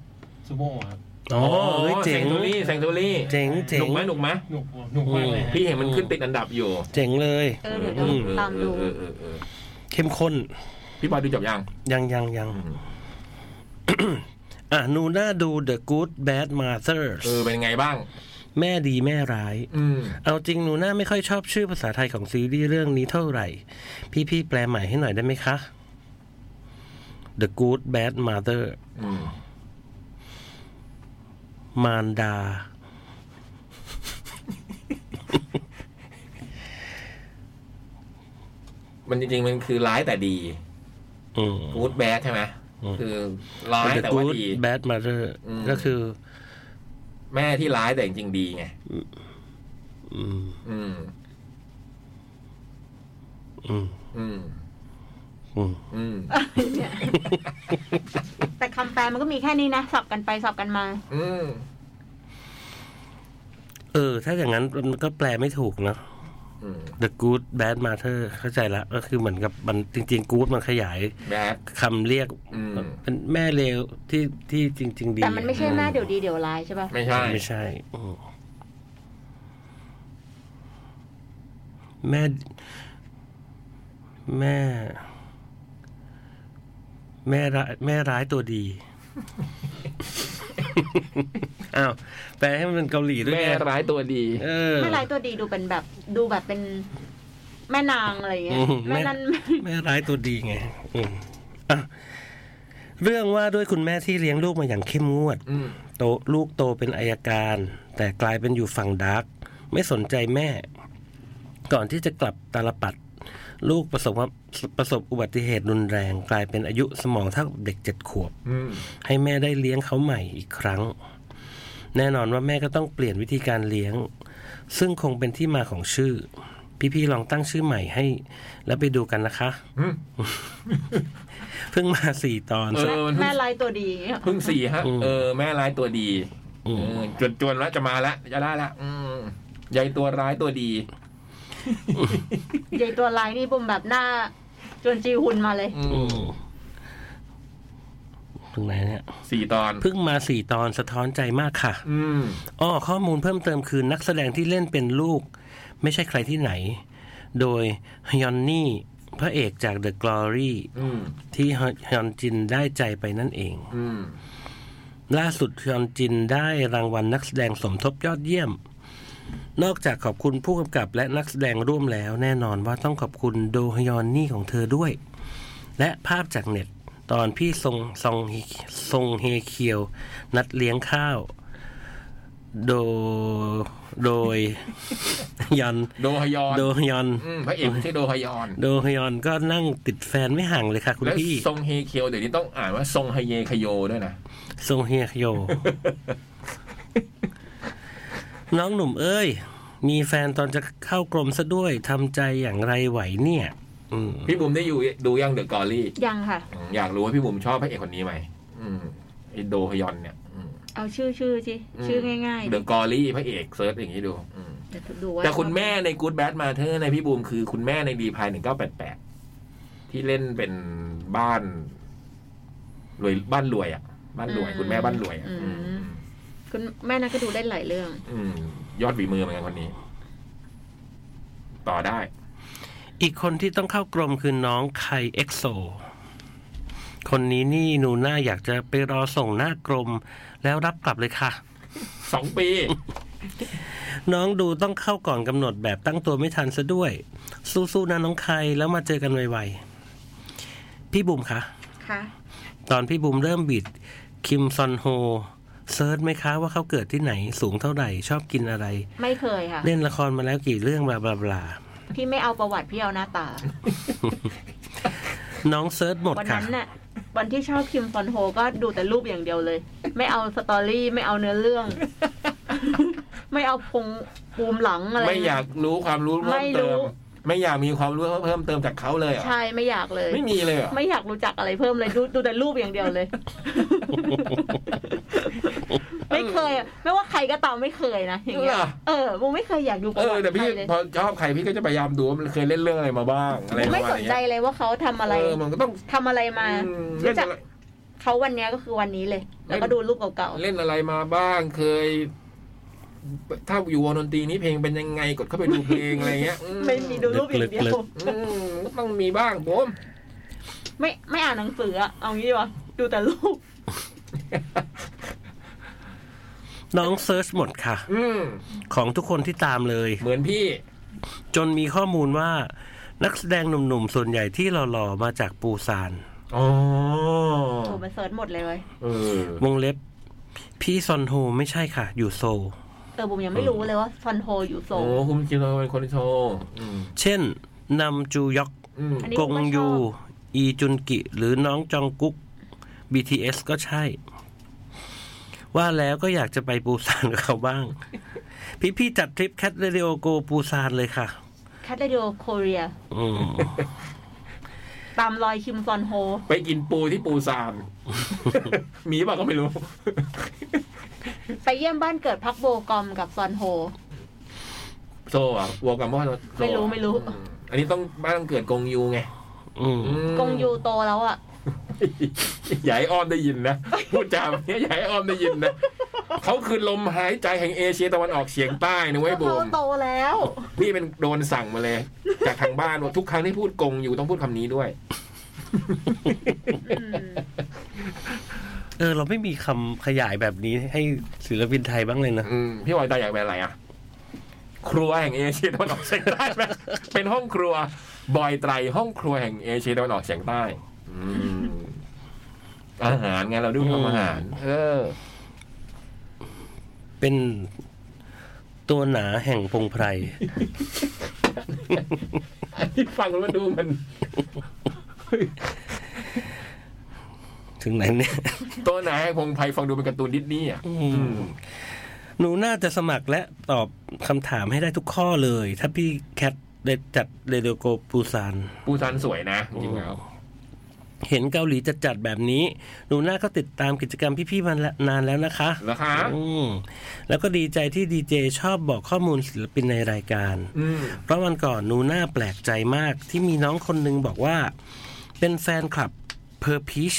[SPEAKER 4] ซูโม่ครับ
[SPEAKER 2] อ๋อเฮ้ยเจ๋ง
[SPEAKER 1] ซงตูรี่เซงตูรี่
[SPEAKER 2] เจ๋งเจ๋
[SPEAKER 1] หนุ
[SPEAKER 2] ง
[SPEAKER 1] กไหมหนุกไหม
[SPEAKER 4] หนุกหนุกมากเลยฮะ
[SPEAKER 1] พี่เห็นมันขึ้นติดอันดับอยู่
[SPEAKER 2] เจ๋งเลย
[SPEAKER 3] เออเดี๋ยวเราตามดู
[SPEAKER 1] เออเออเออเออ
[SPEAKER 2] เข้มข้น
[SPEAKER 1] พี่ปอยดูจบยัง
[SPEAKER 2] ยังยังยังอ่ะนูน่าดู The Good Bad Mothers
[SPEAKER 1] เออเป็นไงบ้าง
[SPEAKER 2] แม่ดีแม่ร้าย
[SPEAKER 1] อืม
[SPEAKER 2] เอาจริงหนูน่าไม่ค่อยชอบชื่อภาษาไทยของซีรีส์เรื่องนี้เท่าไหร่ พี่ๆแปลใหม่ให้หน่อยได้ไหมคะ The Good Bad Mother
[SPEAKER 1] อืม
[SPEAKER 2] มารดา
[SPEAKER 1] มันจริงๆมันคือร้ายแต่ดี
[SPEAKER 2] อืม
[SPEAKER 1] กู๊ดแบดใช่ไหม
[SPEAKER 2] อืม
[SPEAKER 1] คือร้าย
[SPEAKER 2] The
[SPEAKER 1] แต่ว่า
[SPEAKER 2] Good
[SPEAKER 1] ดี
[SPEAKER 2] Bad Mother
[SPEAKER 1] อืม
[SPEAKER 2] ก็คือ
[SPEAKER 1] แม่ที่ร้ายแต่จริงๆดีไง
[SPEAKER 2] อืม
[SPEAKER 1] อืม
[SPEAKER 2] อืม
[SPEAKER 1] อืม
[SPEAKER 2] อืม
[SPEAKER 1] อืม
[SPEAKER 3] เนี่ยแต่คำแปลมันก็มีแค่นี้นะสับกันไปสับกันมา
[SPEAKER 1] อืม
[SPEAKER 2] เออ ถ้าอย่างนั้นมันก็แปลไม่ถูกเนอะ
[SPEAKER 1] อืม
[SPEAKER 2] The Good Bad Mother เข้าใจละก็คือเหมือนกับมันจริง ๆ Good มันขยาย
[SPEAKER 1] แบด
[SPEAKER 2] คำเรียก
[SPEAKER 1] อืม
[SPEAKER 2] เป็นแม่เลวที่ที่จริง ๆ ดี
[SPEAKER 3] แต่มันไม่ใช่แม่เดี๋ยวดีเดี๋ยวร้ายใช่ป่ะ
[SPEAKER 1] ไม่ใช่
[SPEAKER 2] ไม่ใช่อืมแม่ แม่ แม่ร้ายแม่ร้ายตัว ดี อ้าวแปลให้มันเป็นเกาหลีด้วย
[SPEAKER 1] แม่
[SPEAKER 2] ไง
[SPEAKER 1] ร้ายตัวดี
[SPEAKER 2] เออ
[SPEAKER 3] แม่ร้ายตัวดีดูเป็นแบบดูแบบเป็นแม่นางอะไรอย่างเงี้ย
[SPEAKER 2] อืม
[SPEAKER 3] แม่
[SPEAKER 2] แม่
[SPEAKER 3] นั่น
[SPEAKER 2] แม่ร้ายตัวดีไงอืมอ่ะเรื่องว่าด้วยคุณแม่ที่เลี้ยงลูกมาอย่างเข้มงวด
[SPEAKER 1] อืม
[SPEAKER 2] โตลูกโตเป็นอายการ แต่กลายเป็นอยู่ฝั่งดาร์กไม่สนใจแม่ ก่อนที่จะกลับตาลปัด ลูกประสบว่าประสบอุบัติเหตุรุนแรง กลายเป็นอายุสมองเท่ากับเด็กเจ็ดขวบ
[SPEAKER 1] อืม
[SPEAKER 2] ให้แม่ได้เลี้ยงเขาใหม่อีกครั้ง แน่นอนว่าแม่ก็ต้องเปลี่ยนวิธีการเลี้ยง ซึ่งคงเป็นที่มาของชื่อ พี่ๆลองตั้งชื่อใหม่ให้ แล้วไปดูกันนะคะ
[SPEAKER 1] อืม
[SPEAKER 2] เพิ่งมาสี่ตอน
[SPEAKER 1] เออ
[SPEAKER 3] แม่ร้ายตัวดีอย่างเงี้ย
[SPEAKER 1] เพิ่งสี่ฮะ
[SPEAKER 2] อืม
[SPEAKER 1] เออ แม่ร้ายตัวดี
[SPEAKER 2] อืม
[SPEAKER 1] จวนจวนๆแล้วจะมาละจะได้ละอืมยายตัวร้ายตัวดี
[SPEAKER 3] ยายตัวร้ายนี่บุมแบบหน้า จวนจีฮุนมาเลย
[SPEAKER 1] อื
[SPEAKER 2] อื
[SPEAKER 1] ม
[SPEAKER 2] มถึงไหนเนี่ย
[SPEAKER 1] สี่ตอน
[SPEAKER 2] เพิ่งมาสี่ตอนสะท้อนใจมากค่ะ
[SPEAKER 1] อืม
[SPEAKER 2] อ้อข้อมูลเพิ่มเติมคือนักแสดงที่เล่นเป็นลูก ไม่ใช่ใครที่ไหน โดยฮยอนนี่ พระเอกจาก The Glory
[SPEAKER 1] อืม
[SPEAKER 2] ที่ฮยอนจินได้ใจไปนั่นเอง
[SPEAKER 1] อืม
[SPEAKER 2] ล่าสุดฮยอนจินได้รางวัลนักแสดงสมทบยอดเยี่ยม นอกจากขอบคุณผู้กำกับและนักแสดงร่วมแล้วแน่นอนว่าต้องขอบคุณโดฮยอนนี่ของเธอด้วย และภาพจากเน็ต ตอนพี่ทรงทรงทรงเฮเคียว นัดเลี้ยงข้าว โดโดย ยอน
[SPEAKER 1] โดฮยอน
[SPEAKER 2] โดยอน
[SPEAKER 1] อืมพระเอกที่อโดฮยอน
[SPEAKER 2] โดยอนก็นั่งติดแฟนไม่ห่างเลยค่ะ คุณ
[SPEAKER 1] แล้ว
[SPEAKER 2] พี่
[SPEAKER 1] ทรงเฮเคียวเดี๋ยวนี้ต้องอ่านว่าทรงไฮเยคโยด้วยนะ
[SPEAKER 2] ทรงเฮียโย น้องหนุ่มเอ้ย มีแฟนตอนจะเข้ากรมซะด้วยทำใจอย่างไรไหวเนี่ย อืม
[SPEAKER 1] พี่บุ๋มได้อยู่ดูยังเดอะกอรี่
[SPEAKER 3] ยังค่ะ
[SPEAKER 1] อืมอยากรู้ว่าพี่บุ๋มชอบพระเอกคนนี้ไหมอืมไอโดฮยอนเนี่ยอืม
[SPEAKER 3] เอาชื่อชื่อสิชื่อง่ายๆ
[SPEAKER 1] เดอะกอรี่พระเอกเซิร์ชอย่างนี้ดูอืม
[SPEAKER 3] เดี๋ยวดูว่า
[SPEAKER 1] แต่คุณแม่ในกู๊ดแบ d มาเธอในพี่บุ๋มคือคุณแม่ในดีพายหนึ่งเก้าแปดแปดที่เล่นเป็นบ้านรวยบ้านรวยอ่ะ บ้านรวย คุณแม่บ้านรวยอะอืม
[SPEAKER 3] คุณแม่นั่นก็ดูเล่นหลายเรื่อง
[SPEAKER 1] อืมยอดฝีมือเหมือนกันคนนี้ ต่อได้
[SPEAKER 2] อีกคนที่ต้องเข้ากรมคือน้องไคเอ็กโซ คนนี้นี่หนูน่าอยากจะไปรอส่งหน้ากรม แล้วรับกลับเลยค่ะ
[SPEAKER 1] สองปี
[SPEAKER 2] น้องดูต้องเข้าก่อนกำหนดแบบตั้งตัวไม่ทันซะด้วย สู้ๆนะน้องไคแล้วมาเจอกันไวๆพี่บุ๋มคะ
[SPEAKER 3] ค่ะ
[SPEAKER 2] ตอนพี่บุมเริ่มบิด คิมซอนโฮเซิร์ชไหมคะว่าเขาเกิดที่ไหนสูงเท่าไหร่ ชอบกินอะไร
[SPEAKER 3] ไม่เคยค่ะ
[SPEAKER 2] เล่นละครมาแล้วกี่เรื่องบลาบลาบลา
[SPEAKER 3] พี่ไม่เอาประวัติพี่เอาหน้าตา
[SPEAKER 2] น้องเซิร์ชหมด
[SPEAKER 3] วัน
[SPEAKER 2] ค่ะ
[SPEAKER 3] นั้นน่ะ วันที่ชอบคิมซอนโฮก็ดูแต่รูปอย่างเดียวเลย ไม่เอาสตอรี่ไม่เอาเนื้อเรื่อง ไม่เอาพงปูมหลังอะไร
[SPEAKER 1] ไม่อยากรู้ความรู้เพิ่
[SPEAKER 3] ไม่
[SPEAKER 1] ม
[SPEAKER 3] รู้
[SPEAKER 1] เติม ไม่อยากมีความรู้เพิ่มเติมจากเขาเลยเหรอ
[SPEAKER 3] ใช่ไม่อยากเลย
[SPEAKER 1] ไม่มีเลยเหรอ
[SPEAKER 3] ไม่อยากรู้จักอะไรเพิ่มเลยดูดูแต่รูปอย่างเดียวเลย ไม่เคยอะไม่ว่าใครก็ตามไม่เคยนะอย่างเงี้ย
[SPEAKER 1] เหรอ
[SPEAKER 3] เออบูมไม่เคยอยากดูประ
[SPEAKER 1] เออ
[SPEAKER 3] วัติ
[SPEAKER 1] แต่
[SPEAKER 3] ใค
[SPEAKER 1] พี่
[SPEAKER 3] รเลย
[SPEAKER 1] พอชอบใครพี่ก็จะพยายามดูว่ามันเคยเล่นเรื่องอะไรมาบ้างอะไรป
[SPEAKER 3] บูม
[SPEAKER 1] ระ
[SPEAKER 3] ไม่
[SPEAKER 1] มาณ
[SPEAKER 3] สนใจ
[SPEAKER 1] เนี้ย
[SPEAKER 3] เลยว่าเขาทำอะไร
[SPEAKER 1] เออมันก็ต้อง
[SPEAKER 3] ทำอะไรมา
[SPEAKER 1] อืมเล่
[SPEAKER 3] รู้
[SPEAKER 1] น
[SPEAKER 3] จัก
[SPEAKER 1] อะไร
[SPEAKER 3] เขาวันเนี้ยก็คือวันนี้เลย แล้วก็
[SPEAKER 1] เล่น
[SPEAKER 3] ดูรูปเก่าๆ
[SPEAKER 1] เล่นอะไรมาบ้างเคย ถ้าอยู่วงดนตรีนี้เพลงเป็นยังไงกดเข้าไปดูเพลงอะไรเงี้ยอื
[SPEAKER 3] ไม่มีดูรูปอย่างเดีย
[SPEAKER 2] ลึ
[SPEAKER 3] ว
[SPEAKER 2] ก
[SPEAKER 1] อืมก็ต้องมีบ้างผม
[SPEAKER 3] ไม่ไม่อ่านหนังสืออะเอางี้ดีกว่าดูแต่รูป
[SPEAKER 2] น้องเซิร์ชหมดค่ะ
[SPEAKER 1] อืม
[SPEAKER 2] ของทุกคนที่ตามเลย
[SPEAKER 1] เหมือนพี่
[SPEAKER 2] จนมีข้อมูลว่า นักแสดงหนุ่มๆ ส่วนใหญ่ที่หล่อๆ มาจากปูซาน
[SPEAKER 1] อ๋อ
[SPEAKER 3] โอ้มันเซิร์ชหมดเลยเว้ยว
[SPEAKER 1] เออ
[SPEAKER 2] วงเล็บ พี่ซอนโฮไม่ใช่ค่ะ อยู่โซล
[SPEAKER 3] เออบุมยังไม่รู้เลยว่าซอนโฮอยู่โซ
[SPEAKER 1] โอ้
[SPEAKER 3] ล
[SPEAKER 1] คุณจิโร่เป็นคนที่โชว์อืม
[SPEAKER 2] เช่นนำจูยอก
[SPEAKER 1] อืม
[SPEAKER 3] อันนี้
[SPEAKER 2] ก
[SPEAKER 3] ผ
[SPEAKER 2] ง
[SPEAKER 3] มก็ชอบ
[SPEAKER 2] ยู อีจุนกิ หรือน้องจองกุ๊ก BTS ก็ใช่ ว่าแล้วก็อยากจะไปปูซานกับเขาบ้าง พี่พี่ๆจัดทริปแคทเรดิโอโกปูซานเลยค่ะ
[SPEAKER 3] แคทเดโอโคเรีย
[SPEAKER 2] อืม
[SPEAKER 3] ตามรอยคิมซอนโฮ
[SPEAKER 1] ไปกินปูที่ปู ซาน มีป่ะก็ไม่รู้
[SPEAKER 3] ไปเยี่ยมบ้านเกิดพักโบกอมกับซอนโฮ
[SPEAKER 1] โซ่อะวัวกับม่อโซ่อะ
[SPEAKER 3] ไม่รู้ไม่รู้
[SPEAKER 1] อือันนี้ต้องบ้านต้องเกิดกงยูไง
[SPEAKER 2] อืม
[SPEAKER 1] อืม
[SPEAKER 3] กงยูโตแล้วอะ
[SPEAKER 1] อย่าใหญ่อ้อมได้ยินนะพูดจาแบบเนี้ยอย่าใหญ่อ้อมได้ยินนะเขาคือลมหายใจแห่งเอเชียตะวันออกเฉียงใต้นะเว้ยบู
[SPEAKER 3] เขา
[SPEAKER 1] ม
[SPEAKER 3] โตแล้ว
[SPEAKER 1] พี่เป็นโดนสั่งมาเลย จากทางบ้านว่าทุกครั้งที่พูดกงยูต้องพูดคำนี้ด้วย
[SPEAKER 3] อืม
[SPEAKER 2] เออ เราไม่มีคำขยายแบบนี้ให้ศิลปินไทยบ้างเลยนะ
[SPEAKER 1] อืมพี่วอยตาอยากเป็นอะไรอ่ะ ครัวแห่งเอเชียตะวันออกเฉียงใต้ไหมเป็นห้องครัว บอยไตรห้องครัวแห่งเอเชียตะวันออกเฉียงใต้ อืมอาหารไงเราดูทำอาหาร เออ
[SPEAKER 2] เป็นตัวหนาแห่งพงไพร
[SPEAKER 1] ฟังแล้วมันดูมัน
[SPEAKER 2] ถึงไหนเนี่ย
[SPEAKER 1] ตัวไหนพงไพฟังดูเป็นการ์ตูนดิสนีย์อ่ะ
[SPEAKER 2] อืม หนูน่าจะสมัครและตอบคำถามให้ได้ทุกข้อเลย ถ้าพี่แคทได้จัดเรดิโอโกปูซาน
[SPEAKER 1] ปูซานสวยนะจริงๆแล้ว
[SPEAKER 2] เห็นเกาหลีจัดจัดๆแบบนี้ หนูน่าก็ติดตามกิจกรรมพี่ๆมานานแล้วนะคะ
[SPEAKER 1] แล้วคะ
[SPEAKER 2] อืม แล้วก็ดีใจที่ดีเจชอบบอกข้อมูลศิลปินในรายการ
[SPEAKER 1] อืม
[SPEAKER 2] เพราะวันก่อนหนูน่าแปลกใจมากที่มีน้องคนหนึงบอกว่า เป็นแฟนคลับเพอร์พีช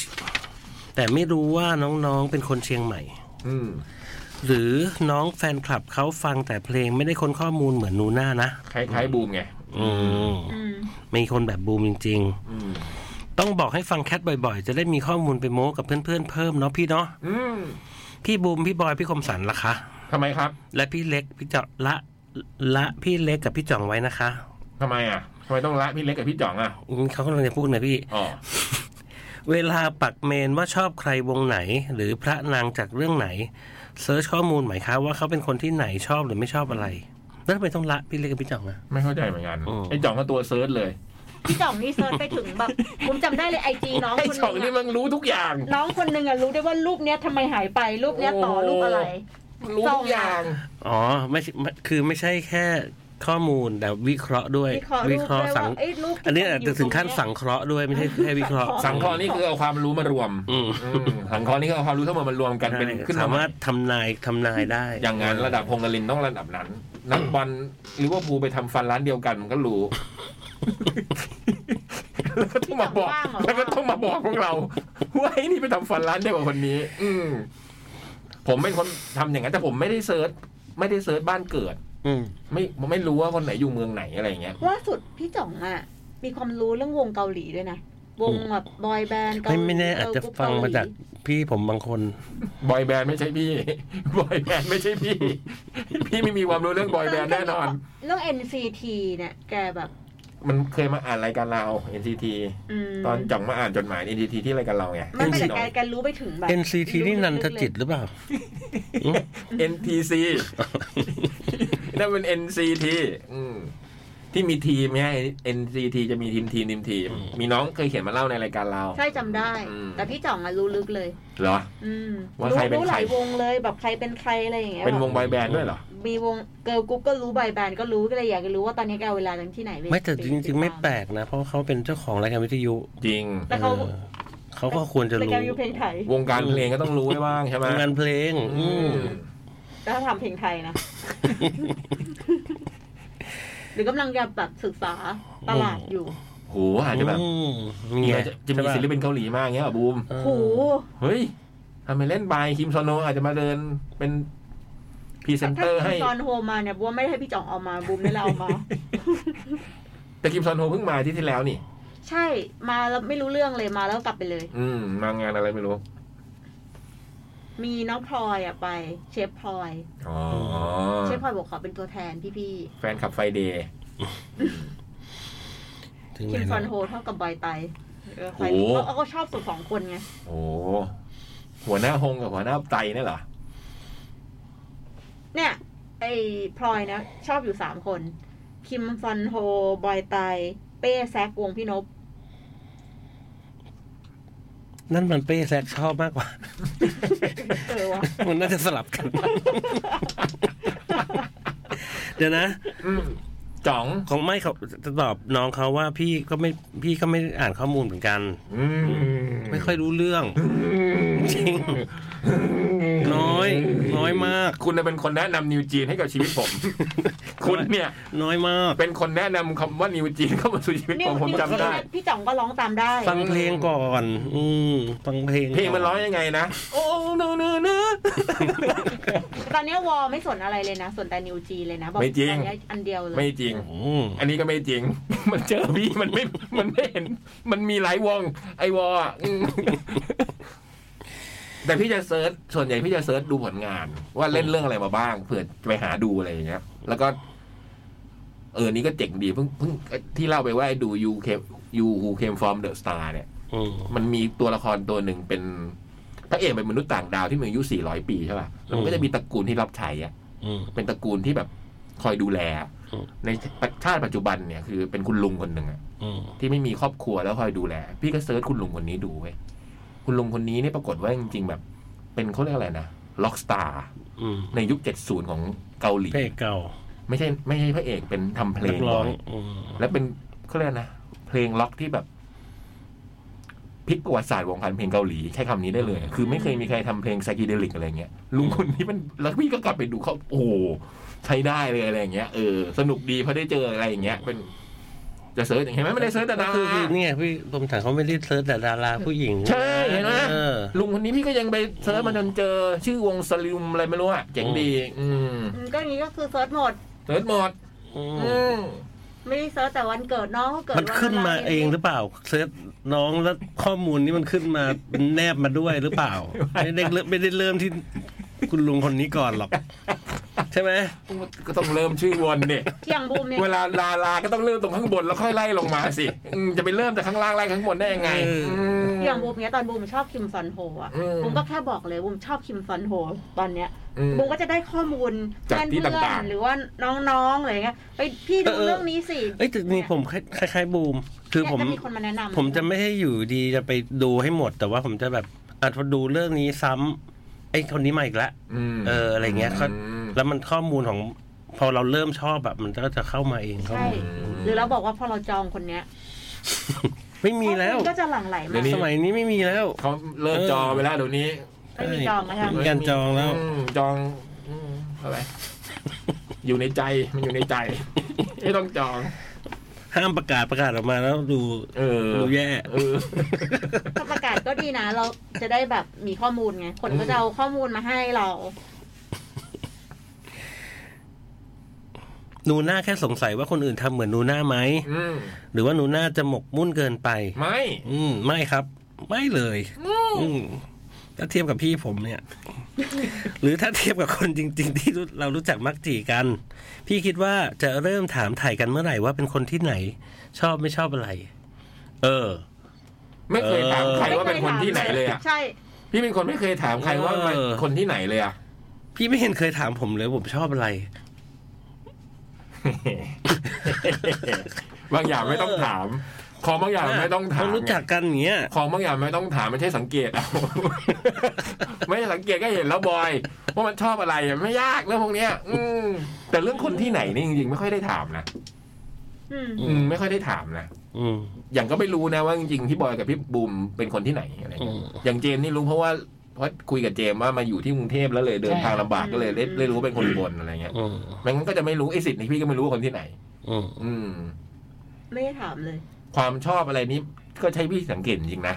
[SPEAKER 2] แต่ไม่รู้ว่าน้องๆเป็นคนเชียงใหม่
[SPEAKER 1] อืม
[SPEAKER 2] หรือน้องแฟนคลับเขาฟังแต่เพลงไม่ได้ค้นข้อมูลเหมือนหนูน่านะ
[SPEAKER 1] คล้ายๆบูมไง
[SPEAKER 2] อืม
[SPEAKER 3] อืม
[SPEAKER 2] มีคนแบบบูมจริง
[SPEAKER 1] อืม
[SPEAKER 2] ๆ ต้องบอกให้ฟังแคทบ่อยๆ จะได้มีข้อมูลไปโม้กับเพื่อนๆเพิ่มเนาะพี่เนาะ
[SPEAKER 1] อืม
[SPEAKER 2] พี่บูม พี่บอย พี่คมสันล่ะคะ
[SPEAKER 1] ทำไมครับ
[SPEAKER 2] และพี่เล็ก พี่จอละละพี่เล็กกับพี่จ่องไว้นะคะ
[SPEAKER 1] ทำไมอ่ะทำไมต้องละพี่เล็กกับพี่จ่องอ่ะ
[SPEAKER 2] อืมเขากำลังจะพูดนะพี่
[SPEAKER 1] อ๋อ
[SPEAKER 2] เวลาปักเมนว่าชอบใครวงไหน หรือพระนางจากเรื่องไหนเซิร์ชข้อมูลหมายคะว่าเขาเป็นคนที่ไหนชอบหรือไม่ชอบอะไรแล้วทำไมต้องละพี่เล็กกับพี่จ่องอะ
[SPEAKER 1] ไม่เข้าใจเหมือนกัน
[SPEAKER 2] อืม
[SPEAKER 1] ไอ้จ่องก็ตัวเซิร์ชเลย
[SPEAKER 3] พี่จ่องนี่เซิร์ชไปถึงแบบ ผมจำได้เลยไอจีน้อง
[SPEAKER 1] ไอ้
[SPEAKER 3] คนห
[SPEAKER 1] ช่อง
[SPEAKER 3] นึ
[SPEAKER 1] นี่
[SPEAKER 3] งอะ
[SPEAKER 1] มันรู้ทุกอย่าง
[SPEAKER 3] น้องคนหนึงอะรู้ได้ว่ารูปเนี้ยทำไมหายไปรูปเนี้ยต่อรูปอะไร
[SPEAKER 1] รู้ทุกอย่าง
[SPEAKER 2] อ๋อไม่ใช่ไม่คือไม่ใช่แค่ข้อมูลแต่วิเคราะห์ด้วย
[SPEAKER 3] วิเคราะห์รูปด้วย
[SPEAKER 2] สั
[SPEAKER 3] ว่าง ไอ้ยรูปที่
[SPEAKER 2] อันนี้อาจจะถึงขั้น
[SPEAKER 3] ตรงเย
[SPEAKER 2] สังเคราะห์ด้วยไม่ ใช่แค่วิเคราะห์
[SPEAKER 1] สังเคราะห์นี่คือเอาความรู้มารวม
[SPEAKER 2] อืม
[SPEAKER 1] อืมสังเคราะห์นี่คือเอาความรู้ทั้งหมดมารวมกันเป็นขึ้น
[SPEAKER 2] สา
[SPEAKER 1] มาใหม่
[SPEAKER 2] มารถทำนายทำนายได้
[SPEAKER 1] อย่างนั้นระดับพงษ์นลินทร์ต้องระดับนั้น นักบอลหรือว่าภูลไปทำฟันร้านเดียวกันมันก็รู้ แล้วก็ต้องมาบอก
[SPEAKER 3] พี่จำว่างเหรอ
[SPEAKER 1] แล้วก็ต้องมาบอกพวกเราว่าไอ้นี่ไปทำฟันร้านเดียวกับคนนี้ อืมผมเป็นคนทำอย่างนั้นแต่ผมไม่ได้เซิร์ชไม่ได้เซิร์ชบ้านเกิด
[SPEAKER 2] อืม
[SPEAKER 1] ไม่ไม่รู้ว่าคนไหนอยู่เมืองไหนอะไรอย่างเงี้ย
[SPEAKER 3] ล่าสุดพี่จ่องอ่ะ มีความรู้เรื่องวงเกาหลีด้วยนะ วงแบบบอยแบนด์เกาห
[SPEAKER 2] ไม่
[SPEAKER 3] ลี
[SPEAKER 2] ไม่แน่อาจจะฟังมาจากพี่ผมบางคน
[SPEAKER 1] บอยแบนด์ไม่ใช่พี่ บอยแบนด์ไม่ใช่พี่ พี่ไม่มีความรู้เรื่องบอยแบนด์แน่นอน
[SPEAKER 3] เรื่อง NCT เนี่ย แกแบบ
[SPEAKER 1] มันเคยมาอ่านรายการเรา NCT
[SPEAKER 3] ม
[SPEAKER 1] ตอนจ่องมาอ่านจดหมาย NCT ที่รายการเราไง
[SPEAKER 3] ไม่แต่แกแกรู้ไปถึงแบบ
[SPEAKER 2] NCT นี่นันทจิตหรือเปล่า
[SPEAKER 1] NTC นั่นเป็น NCT อืมที่มีทีมไง NCT จะมีทีมทีมทีมทีม มีน้องเคยเขียนมาเล่าในรายการเรา
[SPEAKER 3] ใช่จำได้
[SPEAKER 1] อืม
[SPEAKER 3] แต่พี่จ่องอะรู้ลึกเลย
[SPEAKER 1] เหรอ
[SPEAKER 3] อืม
[SPEAKER 1] ว่า
[SPEAKER 3] รู้
[SPEAKER 1] ใครเป็น
[SPEAKER 3] รู้หลาย
[SPEAKER 1] ใคร
[SPEAKER 3] วงเลยแบบใครเป็นใครอะไรอย่างเงี้ย
[SPEAKER 1] เป็นวง
[SPEAKER 3] แบบ
[SPEAKER 1] บอยแบนด์ด้วยเหรอ
[SPEAKER 3] มีวงเกิร์ลกรุ๊ปก็รู้บอยแบนด์ก็รู้ก็เลยอยากจะรู้ว่าตอนนี้แกเอาเวลาจากที่ไหนป
[SPEAKER 2] ไม่แต่จริง ๆ ไม่
[SPEAKER 3] ป
[SPEAKER 2] แปลกนะ เพราะเขาเป็นเจ้าของรายการวิทยุ
[SPEAKER 1] จริง
[SPEAKER 3] แล้วเขา
[SPEAKER 2] เออ เขาก็ควรจะ
[SPEAKER 3] ราย
[SPEAKER 2] รู้
[SPEAKER 3] การวิวเพลงไทยว
[SPEAKER 1] งการเพลงก็ต้องรู้ได้บ้างใช่ไหม
[SPEAKER 2] วงการเพลง
[SPEAKER 1] อื
[SPEAKER 2] อืม
[SPEAKER 1] ม
[SPEAKER 3] ถ้าทำเพลงไทย นะ หรือกำลังจะแบบศึกษาตลาดอยู่
[SPEAKER 1] โหอาจจะแบบ
[SPEAKER 2] ม
[SPEAKER 1] มี
[SPEAKER 2] ไง
[SPEAKER 1] อาจจะจะมี
[SPEAKER 2] ใช่ปะ
[SPEAKER 1] ศิลปินเกาหลีมาอย่างเงี้ยเหรอบูม
[SPEAKER 2] เออ
[SPEAKER 3] โห
[SPEAKER 1] เฮ้ยทำไมเล่นบายคิมซอนโนอาจจะมาเดินเป็นพรีเซนเต
[SPEAKER 3] ถ้า
[SPEAKER 1] อร์ให้
[SPEAKER 3] ตอนโฮมาเนี่ยบัวไม่ได้ให้พี่จ่องเอามาบูมได้แล้วเอามา
[SPEAKER 1] แต่คิมซอนโฮเพิ่งมาอาที่ที่แล้วนี่
[SPEAKER 3] ใช่มาแล้วไม่รู้เรื่องเลยมาแล้วกลับไปเลย
[SPEAKER 1] อืมมางานอะไรไม่รู้
[SPEAKER 3] มีน้องพลอยอ่ะไป เชฟพลอย
[SPEAKER 1] อ๋อ
[SPEAKER 3] เชฟพลอยบอกขอเป็นตัวแทนพี่
[SPEAKER 1] แฟนขับไฟเดย์
[SPEAKER 2] ถึง
[SPEAKER 3] ๆ
[SPEAKER 2] ไห
[SPEAKER 3] คิมซ
[SPEAKER 2] น
[SPEAKER 3] อน
[SPEAKER 2] นะ
[SPEAKER 3] โฮเท่ากับบอยไตเออไฟลิกเขาก็ชอบสุดสองคนไง
[SPEAKER 1] โอ้หัวหน้าฮงกับหัวหน้าไตเนี่ยเหรอ
[SPEAKER 3] เนี่ย ไอ้พลอยนะ ชอบอยู่สามคน คิมซอนโฮ บอยไต เป้แซกวงพี่นพ
[SPEAKER 2] นั่นมันเป้แซกชอบมากกว่า
[SPEAKER 3] เจอ วะ
[SPEAKER 2] มันน่าจะสลับกัน เดี๋ยวนะ
[SPEAKER 1] อืมจ๋อง
[SPEAKER 2] ของไม่เขาจะตอบน้องเขาว่าพี่ก็ไม่พี่ก็ไม่อ่านข้อมูลเหมือนกัน
[SPEAKER 1] อืม
[SPEAKER 2] ไม่ค่อยรู้เรื่อง จริง น้อย น้อยมาก
[SPEAKER 1] คุณน่ะเป็นคนแนะนำนิวจีนให้กับชีวิตผม คุณเนี่ย
[SPEAKER 2] น้อยมาก
[SPEAKER 1] เป็นคนแนะนำคำว่านิวจีนเข้ามาสู่ชีวิต
[SPEAKER 3] นี่
[SPEAKER 1] ผมผมจำได้
[SPEAKER 3] พี่จ่องก็ร้องตามได้
[SPEAKER 2] ฟังเพลงก่อน อืมฟังเพลง
[SPEAKER 1] เพลงมันร้องยังไงนะ โอ้โนโนโน
[SPEAKER 3] ตอนเนี้ยวอไม่สนอะไรเลยนะ สนแต่นิวจีนเลยนะบอก
[SPEAKER 1] ไม่จริง
[SPEAKER 3] ตอนเนี้ยอันเดียวเล ย
[SPEAKER 1] ไม่จริง
[SPEAKER 2] อืม
[SPEAKER 1] อันนี้ก็ไม่จริง มันเจอพี่มันไม่ มันไม่เห็น มันมีหลายวง ไอวอลอะ อืมแต่พี่จะเซิร์ช ส่วนใหญ่พี่จะเซิร์ชดูผลงาน ว่าเล่นเรื่องอะไรมาบ้าง เผื่อไปหาดูอะไรอย่างเงี้ย แล้วก็ เออ นี่ก็เจ๋งดีเพิ่งเพิ่งที่เล่าไปว่าไอ้ดูยูเคยูฮูเคมฟอร์มเดอะสตาร์เนี่ย
[SPEAKER 2] อืม
[SPEAKER 1] มันมีตัวละครตัวหนึ่งเป็นพระเอกเป็นมนุษย์ต่างดาวที่มีอายุ 400 ปีใช่ป่ะ แล้วมันก็จะมีตระกูลที่รับใช้อะ
[SPEAKER 2] อืม
[SPEAKER 1] เป็นตระกูลที่แบบคอยดูแล
[SPEAKER 2] อืม
[SPEAKER 1] ในชาติปัจจุบันเนี่ยคือเป็นคุณลุงคนหนึ่งอะ
[SPEAKER 2] อืม
[SPEAKER 1] ที่ไม่มีครอบครัวแล้วคอยดูแล พี่ก็เซิร์ชคุณลุงคนนี้ดูเว้ยคุณลุงคนนี้เนี่ยปรากฏว่าจริงๆแบบ เป็นเขาเรียกอะไรนะล็อกสตาร์
[SPEAKER 2] อืม
[SPEAKER 1] ในยุค 70 ของเกาหลี
[SPEAKER 2] เพลงเก่า
[SPEAKER 1] ไม่ใช่ไม่ใช่พระเอกเป็นทำเพล
[SPEAKER 2] นั
[SPEAKER 1] ง
[SPEAKER 2] กร้อง
[SPEAKER 1] ด้วย
[SPEAKER 2] อืม
[SPEAKER 1] และเป็นเขาเรียกอะไรนะเพลงล็อกที่แบบพลิกประวัติศาสตร์วงการเพลงเกาหลีใช้คำนี้ได้เลย คือไม่เคยมีใครทำเพลงไซคิเดลิกอะไรเงี้ยลุงคนนี้มันแล้วพี่ก็กลับไปดูเขาโอ้โหใช้ได้เลยอะไรเงี้ยเออสนุกดีเพราะได้เจออะไรอย่างเงี้ยเป็นจะเสิร์ชอย่างเห็นไหมไม่ได้เสิร์ชแต่ดา
[SPEAKER 2] ก็คือ
[SPEAKER 1] รา
[SPEAKER 2] คือนี่ไงพี่ผมถามเขาไม่ได้เซิร์ชแต่ดาราผู้หญิง
[SPEAKER 1] ใช่เห็นไหม
[SPEAKER 2] เออ
[SPEAKER 1] ลุงคนนี้พี่ก็ยังไปเสิร์ชมาจนเจอ ชื่อวงสลิมอะไรไม่รู้อะเจ๋งดี อืม
[SPEAKER 3] อืมก็อย่างนี้ก็คือเซิร์ชหมด
[SPEAKER 1] เสิร์ชหมด
[SPEAKER 2] อืม
[SPEAKER 1] อืม
[SPEAKER 3] ไม่ได้เซิร์ชแต่วันเกิดน้องเขาเกิด
[SPEAKER 2] มันขึ้นมาเองหรือเปล่า เซิร์ชน้องแล้วข้อมูลนี้มันขึ้นมา เป็นแนบมาด้วยหรือเปล่า ไม่ได้เริ่มไม่ได้เริ่มที่คุณลุงคนนี้ก่อนหรอก ใช่ไหม
[SPEAKER 1] ก็ต้องเริ่มชื่อวนเนี่ย
[SPEAKER 3] อย่างบูมเนี่ย
[SPEAKER 1] เวลาลาลาก็ต้องเริ่มตรงข้างบนแล้วค่อยไล่ลงมาสิอืมจะไปเริ่มจากข้างล่างไล่ข้างบนได้ยังไงม
[SPEAKER 3] อย่างบูมเนี่ยตอนบูมชอบคิมซอนโฮอ่ะ
[SPEAKER 1] อืม
[SPEAKER 3] บูมก็แค่บอกเลยบูมชอบคิมซอนโฮตอนเนี้ย
[SPEAKER 1] อืม
[SPEAKER 3] บูมก็จะได้ข้อมูล
[SPEAKER 1] จากที่
[SPEAKER 3] เพื่อน
[SPEAKER 1] ต่างๆ
[SPEAKER 3] ๆหรือว่าน้องๆอะไรเงี้ยไปพี่ดูเรื่องนี้สิ
[SPEAKER 2] เอ้ยแต่นี่ผมคล้ายคล้ายๆบูม คือผม
[SPEAKER 3] เนี่ยก็มีคนมาแนะนำ
[SPEAKER 2] ผมจะไม่ให้อยู่ดีจะไปดูให้หมด แต่ว่าผมจะแบบอาจจะดูเรื่องนี้ซ้ำไอ้คนนี้มาอีกแล้ว
[SPEAKER 1] ม
[SPEAKER 2] เอออะไรเงี้ยเขา
[SPEAKER 1] ม
[SPEAKER 2] แล้วมันข้อมูลของพอเราเริ่มชอบแบบมันก็จะเข้ามาเองข้อ
[SPEAKER 3] ใช่
[SPEAKER 2] มูล
[SPEAKER 1] ม
[SPEAKER 3] หรือเราบอกว่าพอเราจองคนเนี้ย
[SPEAKER 2] ไม่มีแล้ว
[SPEAKER 3] ข้อมูก็จะหลั่งไหล
[SPEAKER 1] เดี๋ย
[SPEAKER 3] มาว
[SPEAKER 1] นี้
[SPEAKER 2] สมัยนี้ไม่มีแล้ว
[SPEAKER 1] เขาเลิกจองไปแล้วเดี๋ยวนี้
[SPEAKER 3] ไม่มีจองแล้วค่ะ
[SPEAKER 2] มีการจองแล้ว
[SPEAKER 1] มจองอืมอะไร อยู่ในใจมันอยู่ในใจ ไม่ต้องจอง
[SPEAKER 2] ห้ามประกาศประกาศออกมาแล้วดู
[SPEAKER 1] เออ
[SPEAKER 2] ดูแย่
[SPEAKER 1] เออ
[SPEAKER 3] ถ้าประ กาศก็ดีนะ เราจะได้แบบมีข้อมูลไงคนก็จะเอาข้อมูลมาให้เรา
[SPEAKER 2] นูน่าแค่สงสัยว่าคนอื่นทำเหมือนนูน่าไหม
[SPEAKER 1] อืม
[SPEAKER 2] หรือว่านูน่าจะหมกมุ่นเกินไป
[SPEAKER 1] ไม่
[SPEAKER 2] อืม ไม่ครับ ไม่เลย อืมถ้าเทียบกับพี่ผมเนี่ย หรือถ้าเทียบกับคนจริง ๆ ที่รู้เรารู้จักมักจีกัน พี่คิดว่าจะเริ่มถามถ่ายกันเมื่อไหร่ว่าเป็นคนที่ไหน ชอบไม่ชอบอะไร เออ
[SPEAKER 1] ไม่เคยถามใคร
[SPEAKER 3] ไม่
[SPEAKER 1] ว่าเป็นคนที่ไหนเลยอ่ะ
[SPEAKER 3] ใช่
[SPEAKER 1] พี่เป็นคนไม่เคยถามใครว่าเป็น
[SPEAKER 2] เออ
[SPEAKER 1] คนที่ไหนเลยอ่ะ
[SPEAKER 2] พี่ไม่เห็นเคยถามผมเลยผมชอบอะไร
[SPEAKER 1] บางอย่างไม่ต้องถาม ของบางอย่างไม่ ต้องถาม
[SPEAKER 2] นรู้จักกัน อย่างเงี้ย
[SPEAKER 1] ของบางอย่างไม่ต้องถามไม่ใช่สังเกตเอา ไม่ใช่สังเกตก็เห็นแล้วบอยว่ามันชอบอะไรอะไม่ยากเรื่องพวกเนี้ย อืมแต่เรื่องคนที่ไหนนี่จริงๆไม่ค่อยได้ถามนะ
[SPEAKER 3] อืม
[SPEAKER 1] อืมไม่ค่อยได้ถามนะ
[SPEAKER 2] อืม
[SPEAKER 1] อย่างก็ไม่รู้นะว่าจริงๆพี่บอยกับพี่บูมเป็นคนที่ไหนอะไรเงี้
[SPEAKER 2] อื
[SPEAKER 1] ย
[SPEAKER 2] ม
[SPEAKER 1] อย่างเจมส์นี่รู้เพราะว่าเพราะคุยกับเจมส์ว่ามาอยู่ที่กรุงเทพแล้วเลยเดิน
[SPEAKER 4] ใช่
[SPEAKER 1] ทางลำบากก็เลยได้ได้รู้ว่าเป็นคนอุบนอะไรเงี้ย
[SPEAKER 2] อืม
[SPEAKER 1] ไม่งั้นก็จะไม่รู้ไอ้สิทธิ์นี่พี่ก็ไม่รู้ว่าคนที่ไหน
[SPEAKER 2] อืม
[SPEAKER 1] อืม
[SPEAKER 3] ไม่ได้ถามเลย
[SPEAKER 1] ความชอบอะไรนี้ก็ใช้พี่สังเกตจริงๆนะ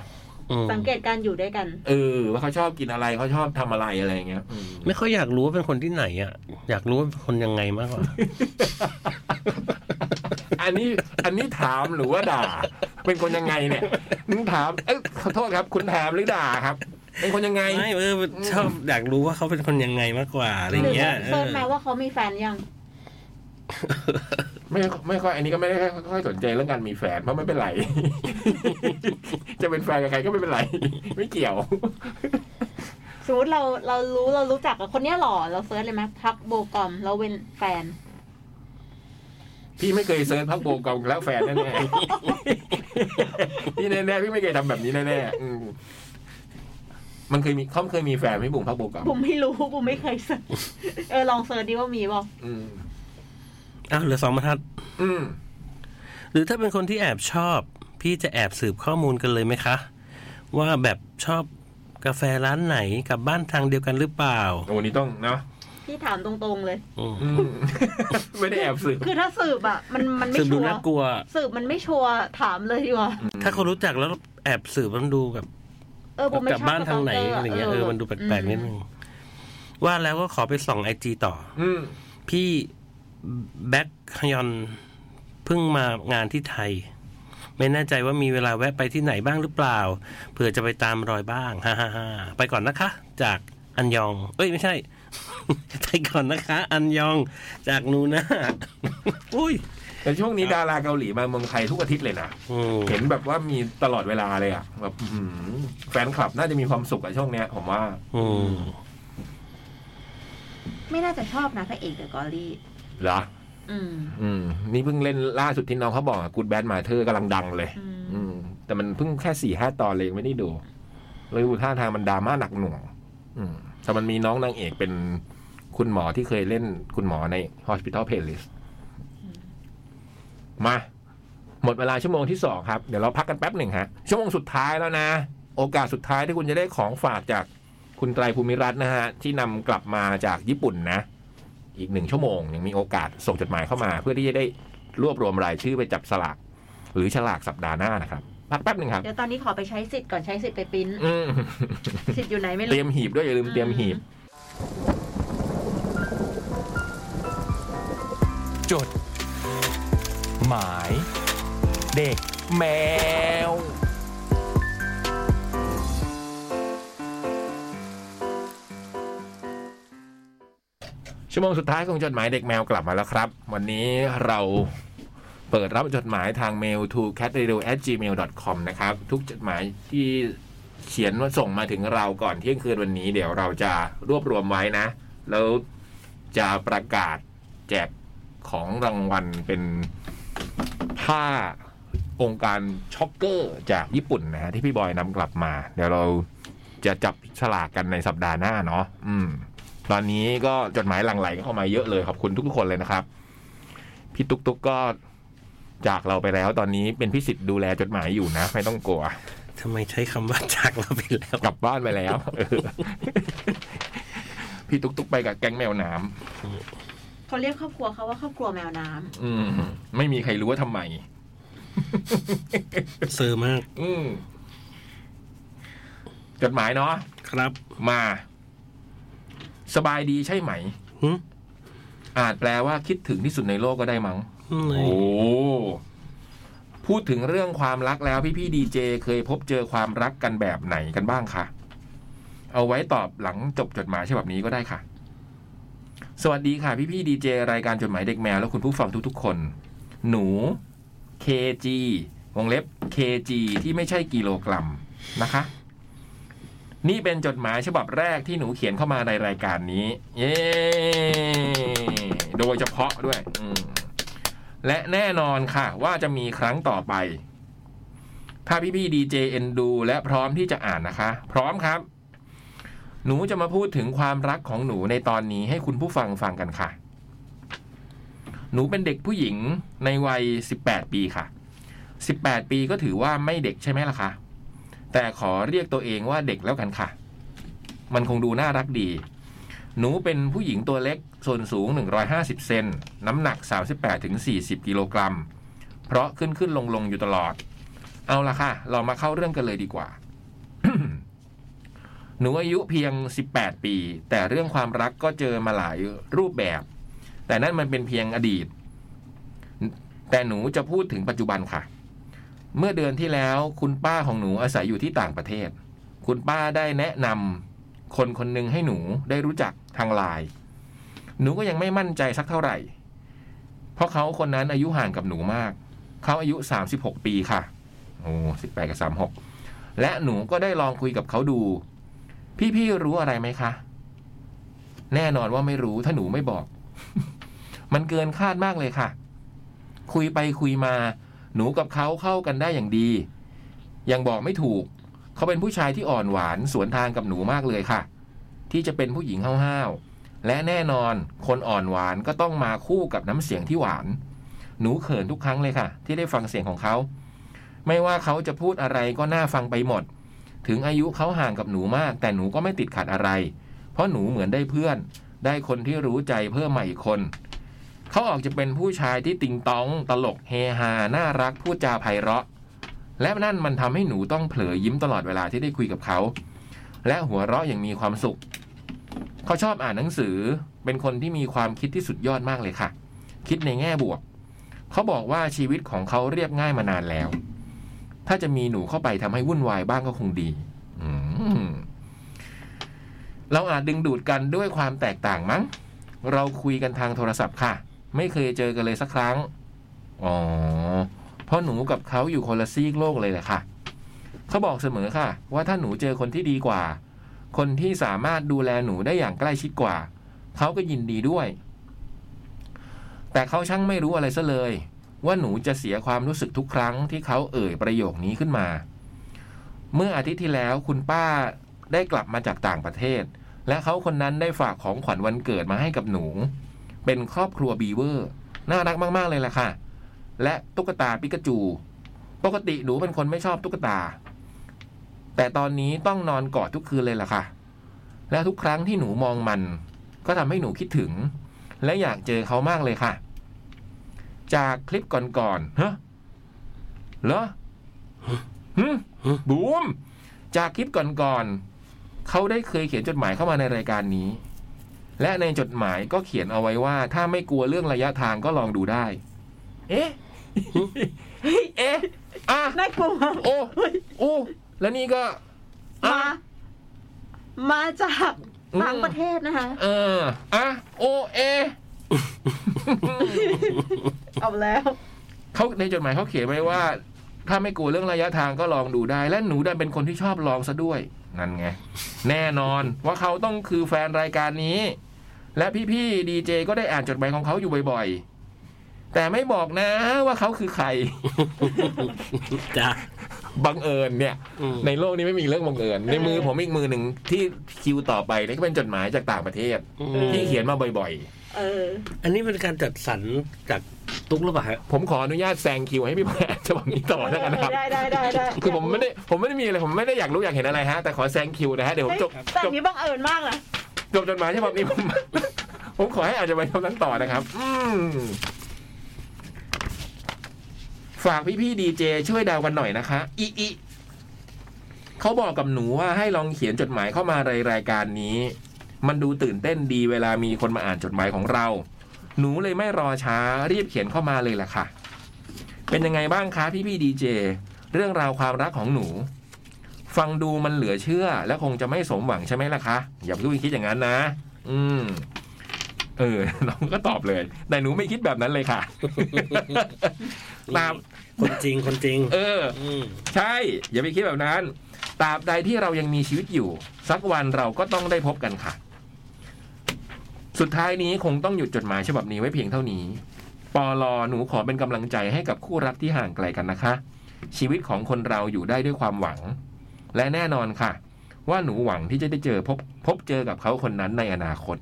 [SPEAKER 2] อืม
[SPEAKER 3] สังเกตการอยู่ด้วยกัน
[SPEAKER 1] เออว่าเขาชอบกินอะไรเขาชอบทำอะไรอะไรเงี้ยอืม
[SPEAKER 2] ไม่ค่อยอยากรู้ว่าเป็นคนที่ไหนอ่ะ อยากรู้ว่าเป็นคนยังไงมากกว่า
[SPEAKER 1] อันนี้อันนี้ถามหรือว่าด่า เป็นคนยังไงเนี่ยมึงถามเอ้ยขอโทษครับ คุณถามหรือด่าครับ เป็นคนยังไง
[SPEAKER 2] ไม่เออชอบอยากรู้ว่าเขาเป็นคนยังไงมากกว่าอะไร
[SPEAKER 3] หรือ
[SPEAKER 2] เงี้ย
[SPEAKER 3] เซิร์ชมาว่าเขามีแฟนยัง
[SPEAKER 1] ไม่ไม่ค่อยอันนี้ก็ไม่ได้ค่อยสนใจเรื่องการมีแฟนเพราะไม่เป็นไร จะเป็นแฟนกับใครก็ไม่เป็นไร ไม่เกี่ยว
[SPEAKER 3] สมมติเราเรารู้เรารู้จักกับคนเนี้ยหล่อเราเซิร์ชเลยไหมพักโบกอมเราเป็นแฟน
[SPEAKER 1] พี่ไม่เคยเซิร์ชพักโบกองแล้วแฟนแน่ๆ พี่แน่ๆพี่ไม่เคยทำแบบนี้แน่ๆอืมมันเคยมีเขาเคยมีแฟนไหมบุ๋มพักโบกอง
[SPEAKER 3] ผมไม่รู้ ผมไม่เคยเสิร์ชเออลองเสิร์ชดิว่ามีบ่า
[SPEAKER 1] อืม
[SPEAKER 2] อ้าวเหลือสองบรรทัด
[SPEAKER 1] อืม
[SPEAKER 2] หรือถ้าเป็นคนที่แอบชอบ พี่จะแอบสืบข้อมูลกันเลยไหมคะ ว่าแบบชอบกาแฟร้านไหนกับบ้านทางเดียวกันหรือเปล่า
[SPEAKER 1] โอ้นี่ต้องเนาะ
[SPEAKER 3] พี่ถามตรงๆเลย
[SPEAKER 2] อืม
[SPEAKER 1] อืม ไม่ได้แอบสืบ
[SPEAKER 3] คือถ้าสืบอ่ะ มันมันไม่
[SPEAKER 2] สืบดู
[SPEAKER 3] ชัว
[SPEAKER 2] น่ากลั
[SPEAKER 3] ร์
[SPEAKER 2] ว
[SPEAKER 3] สืบมันไม่ชัวร์ถามเลยดีกว่า
[SPEAKER 2] ถ้าคนรู้จักแล้วแอบสืบมันดูแบบ
[SPEAKER 3] เออผมไม่
[SPEAKER 2] กลับ
[SPEAKER 3] ชอบ
[SPEAKER 2] บ้านทางไหน
[SPEAKER 3] สตกก
[SPEAKER 2] อะไรเงี้ยเออมันดูแปลกๆนิดนึงว่าแล้วก็ขอไปส่องไอจีต่อ
[SPEAKER 1] อืม
[SPEAKER 2] พี่แบ็คฮยอนเพิ่งมางานที่ไทย ไม่แน่ใจว่ามีเวลาแวะไปที่ไหนบ้างหรือเปล่าเผื่อจะไปตามรอยบ้างฮ่าฮ่าฮ่าไปก่อนนะคะ จากอันยอง เอ้ยไม่ใช่ ไปก่อนนะคะ อันยองจาก นูนะ อุ้ย
[SPEAKER 1] แต่ช่วงนี้ดาราเกาหลีมาเมืองไทยทุกอาทิตย์เลยนะ
[SPEAKER 2] อืม
[SPEAKER 1] เห็นแบบว่ามีตลอดเวลาเลยอ่ะแบบอื้อหือแฟนคลับน่าจะมีความสุขกับช่วงเนี้ยผมว่า
[SPEAKER 2] อืม
[SPEAKER 3] ไม่น่าจะชอบนะพระเอกเดอะกอรี่
[SPEAKER 1] เหรอ
[SPEAKER 3] อืม
[SPEAKER 1] อืม นี่เพิ่งเล่นล่าสุดที่น้องเขาบอกกูดแบ d มาเธอกำลังดังเลย
[SPEAKER 3] อืม
[SPEAKER 1] อืม แต่มันเพิ่งแค่สี่ห้าตอนเลยยังไม่ได้ดู เลยดูท่าทางมันดราม่าหนักหน่วง อืม แต่มันมีน้องนางเอกเป็นคุณหมอที่เคยเล่นคุณหมอใน Hospital Playlist มา หมดเวลาชั่วโมงที่สองครับ เดี๋ยวเราพักกันแป๊บหนึ่งฮะ ชั่วโมงสุดท้ายแล้วนะ โอกาสสุดท้ายที่คุณจะได้ของฝากจากคุณไตรภูมิรัตน์นะฮะ ที่นำกลับมาจากญี่ปุ่นนะ อีกหนึ่งชั่วโมง ยังมีโอกาสส่งจดหมายเข้ามา เพื่อที่จะได้รวบรวมรายชื่อไปจับสลาก หรือฉลากสัปดาห์หน้านะครับพักแป๊บหนึ่งครับ
[SPEAKER 3] เดี๋ยวตอนนี้ขอไปใช้สิทธิ์ก่อนใช้สิทธิ์ไปปริ้น
[SPEAKER 1] อืม
[SPEAKER 3] สิทธิ์อยู่ไหนไม่
[SPEAKER 1] เต
[SPEAKER 3] รู้
[SPEAKER 1] รียมหีบด้วยอย่าลืมเตรียมหีบ
[SPEAKER 5] จด หมาย เด็กแมว
[SPEAKER 1] ชั่วโมงสุดท้ายของจดหมายเด็กแมวกลับมาแล้วครับ วันนี้เราเปิดรับจดหมายทาง mail to cat radio gmail com นะครับ ทุกจดหมายที่เขียนว่าส่งมาถึงเราก่อนเที่ยงคืนวันนี้ เดี๋ยวเราจะรวบรวมไว้นะ แล้วจะประกาศแจกของรางวัลเป็นผ้าองค์การช็อกเกอร์จากญี่ปุ่นนะฮะที่พี่บอยนำกลับมา เดี๋ยวเราจะจับฉลากกันในสัปดาห์หน้าเนาะอืม ตอนนี้ก็จดหมายหลั่งไหลเข้ามาเยอะเลยขอบคุณทุกๆคนเลยนะครับ พี่ตุ๊กตุ๊กก็จากเราไปแล้ว ตอนนี้เป็นพี่สิทธิ์ดูแลจดหมายอยู่นะ ไม่ต้องกลัว
[SPEAKER 2] ทำไมใช้คำว่าจากเราไปแล้ว
[SPEAKER 1] กลับบ้านไปแล้วเออ พี่ตุ๊กตุ๊กไปกับแก๊งแมวน้ำ
[SPEAKER 3] เขาเรียกครอบครัวเขาว่าครอบครัวแมวน้ำ
[SPEAKER 1] อืม ไม่มีใครรู้ว่าทำไม
[SPEAKER 2] เซอร์มาก
[SPEAKER 1] อืมจดหมายเนาะ
[SPEAKER 2] ครับ
[SPEAKER 1] มา สบายดีใช่ไหม
[SPEAKER 2] หึ
[SPEAKER 1] อาจแปลว่าคิดถึงที่สุดในโลกก็ได้มั้ง
[SPEAKER 2] ไหน
[SPEAKER 1] โอ้ พูดถึงเรื่องความรักแล้วพี่พี่ดีเจเคยพบเจอความรักกันแบบไหนกันบ้างคะ เอาไว้ตอบหลังจบจดหมายฉบับนี้ก็ได้ค่ะ สวัสดีค่ะพี่พี่ดีเจรายการจดหมายเด็กแมวและคุณผู้ฟังทุกๆคน หนู KG วงเล็บ KG ที่ไม่ใช่กิโลกรัมนะคะ นี่เป็นจดหมายฉบับแรกที่หนูเขียนเข้ามาในรายการนี้ เย้โดยเฉพาะด้วย อืม และแน่นอนค่ะ ว่าจะมีครั้งต่อไป ถ้าพี่พี่ดีเจเอ็นดู และพร้อมที่จะอ่านนะคะ พร้อมครับ หนูจะมาพูดถึงความรักของหนูในตอนนี้ให้คุณผู้ฟังฟังกันค่ะ หนูเป็นเด็กผู้หญิงในวัย 18 ปีค่ะ 18 ปีก็ถือว่าไม่เด็กใช่ไหมล่ะคะ แต่ขอเรียกตัวเองว่าเด็กแล้วกันค่ะ มันคงดูน่ารักดี หนูเป็นผู้หญิงตัวเล็ก ส่วนสูง 150 เซน น้ำหนัก 38-40 กิโลกรัม เพราะขึ้นขึ้นลงลงอยู่ตลอด เอาละค่ะ เรามาเข้าเรื่องกันเลยดีกว่า หนูอายุเพียง 18 ปี แต่เรื่องความรักก็เจอมาหลายรูปแบบ แต่นั่นมันเป็นเพียงอดีต แต่หนูจะพูดถึงปัจจุบันค่ะ เมื่อเดือนที่แล้วคุณป้าของหนูอาศัยอยู่ที่ต่างประเทศ คุณป้าได้แนะนำคนคนหนึ่งให้หนูได้รู้จักทางไลน์หนูก็ยังไม่มั่นใจสักเท่าไหร่ เพราะเขาคนนั้นอายุห่างกับหนูมาก เขาอายุ 36 ปีค่ะ โอ้สิบแปดกับสามหกและหนูก็ได้ลองคุยกับเขาดู พี่ๆรู้อะไรไหมคะ แน่นอนว่าไม่รู้ถ้าหนูไม่บอก มันเกินคาดมากเลยค่ะ คุยไปคุยมา หนูกับเขาเข้ากันได้อย่างดี ยังบอกไม่ถูก เขาเป็นผู้ชายที่อ่อนหวานสวนทางกับหนูมากเลยค่ะ ที่จะเป็นผู้หญิงห้าวๆและแน่นอนคนอ่อนหวานก็ต้องมาคู่กับน้ำเสียงที่หวาน หนูเขินทุกครั้งเลยค่ะ ที่ได้ฟังเสียงของเขา ไม่ว่าเขาจะพูดอะไรก็น่าฟังไปหมด ถึงอายุเขาห่างกับหนูมาก แต่หนูก็ไม่ติดขัดอะไร เพราะหนูเหมือนได้เพื่อน ได้คนที่รู้ใจเพิ่มใหม่อีกคน เขาออกจะเป็นผู้ชายที่ติงตอง ตลกเฮฮา น่ารัก พูดจาไพเราะ และนั่นมันทำให้หนูต้องเผลอยิ้มตลอดเวลาที่ได้คุยกับเขา และหัวเราะอย่างมีความสุข เขาชอบอ่านหนังสือ เป็นคนที่มีความคิดที่สุดยอดมากเลยค่ะ คิดในแง่บวก เขาบอกว่าชีวิตของเขาเรียบง่ายมานานแล้ว ถ้าจะมีหนูเข้าไปทำให้วุ่นวายบ้างก็คงดี อืมเราอาจดึงดูดกันด้วยความแตกต่างมั้ง เราคุยกันทางโทรศัพท์ค่ะ ไม่เคยเจอกันเลยสักครั้ง อ๋อ เพราะหนูกับเขาอยู่คนละซีกโลกเลยแหละค่ะ เขาบอกเสมอค่ะ ว่าถ้าหนูเจอคนที่ดีกว่า คนที่สามารถดูแลหนูได้อย่างใกล้ชิดกว่า เขาก็ยินดีด้วย แต่เขาช่างไม่รู้อะไรซะเลย ว่าหนูจะเสียความรู้สึกทุกครั้งที่เขาเอ่ยประโยคนี้ขึ้นมา เมื่ออาทิตย์ที่แล้วคุณป้าได้กลับมาจากต่างประเทศ และเขาคนนั้นได้ฝากของขวัญวันเกิดมาให้กับหนู เป็นครอบครัวบีเวอร์ น่ารักมาก ๆ เลยล่ะค่ะ และตุ๊กตาปิกาจู ปกติหนูเป็นคนไม่ชอบตุ๊กตา แต่ตอนนี้ต้องนอนกอดทุกคืนเลยล่ะค่ะ และทุกครั้งที่หนูมองมัน ก็ทำให้หนูคิดถึง และอยากเจอเขามากเลยค่ะ จากคลิปก่อนๆฮะเหรอฮึบูม จากคลิปก่อนๆเขาได้เคยเขียนจดหมายเข้ามาในรายการนี้ และในจดหมายก็เขียนเอาไว้ว่า ถ้าไม่กลัวเรื่องระยะทางก็ลองดูได้ เอ๊ะ เอ๊ะอ่ะ
[SPEAKER 3] น่ากลัวมาก
[SPEAKER 1] โอ้โอ้แล้วนี่ก็อ่ะ
[SPEAKER 3] มา มาจาก
[SPEAKER 1] อืม
[SPEAKER 3] ต่างประเทศนะคะ
[SPEAKER 1] เอออ่ะโอเอะ
[SPEAKER 3] เอาแล้ว
[SPEAKER 1] เขาในจดหมายเขาเขียนไว้ว่า ถ้าไม่กลัวเรื่องระยะทางก็ลองดูได้ และหนูดันเป็นคนที่ชอบลองซะด้วย นั่นไง แน่นอนว่าเขาต้องคือแฟนรายการนี้ และพี่ๆดีเจก็ได้อ่านจดหมายของเขาอยู่บ่อยๆ แต่ไม่บอกนะว่าเขาคือใคร
[SPEAKER 2] จ้า
[SPEAKER 1] บังเอิญเนี่ย ในโลกนี้ไม่มีเรื่องบังเอิญในมือผมอีกมือหนึ่งที่คิวต่อไปนี่ก็เป็นจดหมายจากต่างประเทศ ที่เขียนมาบ่อย
[SPEAKER 3] เออ
[SPEAKER 2] อันนี้เป็นการจัดสรรจากตุ๊กหรือเปล่าฮะ
[SPEAKER 1] ๆ ผมขออนุญาตแซงคิวให้พี่แพทย์ฉบับนี้ต่อแล้วกันนะครับ
[SPEAKER 3] ได้ได้ได้ได้
[SPEAKER 1] คือผมไม่ได้ผมไม่ได้มีอะไรผมไม่ได้อยากรู้อยากเห็นอะไรฮะ แต่ขอแซงคิวนะฮะ เดี๋ยวผมจบ
[SPEAKER 3] แต่
[SPEAKER 1] จบ
[SPEAKER 3] นี้บังเอิญมากนะ
[SPEAKER 1] จบจดหมายฉบับนี้ผม ผมขอให้อาจจะไปทำนั้นต่อนะครับ อืมฝากพี่พี่ดีเจช่วยเดาวกันหน่อยนะคะ อีอีเขาบอกกับหนูว่าให้ลองเขียนจดหมายเข้ามาในรายการนี้ มันดูตื่นเต้นดีเวลามีคนมาอ่านจดหมายของเรา หนูเลยไม่รอช้ารีบเขียนเข้ามาเลยล่ะค่ะ เป็นยังไงบ้างคะพี่พี่ดีเจ เรื่องราวความรักของหนู ฟังดูมันเหลือเชื่อ และคงจะไม่สมหวังใช่ไหมล่ะคะ อย่าเพิ่งคิดอย่างนั้นนะ อืม เออ น้องก็ตอบเลย แต่หนูไม่คิดแบบนั้นเลยค่ะ ตาม
[SPEAKER 2] คนจริงคนจริง
[SPEAKER 1] เออ
[SPEAKER 2] ม
[SPEAKER 1] ใช่ อย่าไปคิดแบบนั้น ตราบใดที่เรายังมีชีวิตอยู่ สักวันเราก็ต้องได้พบกันค่ะ สุดท้ายนี้คงต้องหยุดจดหมายฉบับนี้ไว้เพียงเท่านี้ ปอลอหนูขอเป็นกำลังใจให้กับคู่รักที่ห่างไกลกันนะคะ ชีวิตของคนเราอยู่ได้ด้วยความหวัง และแน่นอนค่ะ ว่าหนูหวังที่จะได้เจอพบพบเจอกับเขาคนนั้นในอนาคต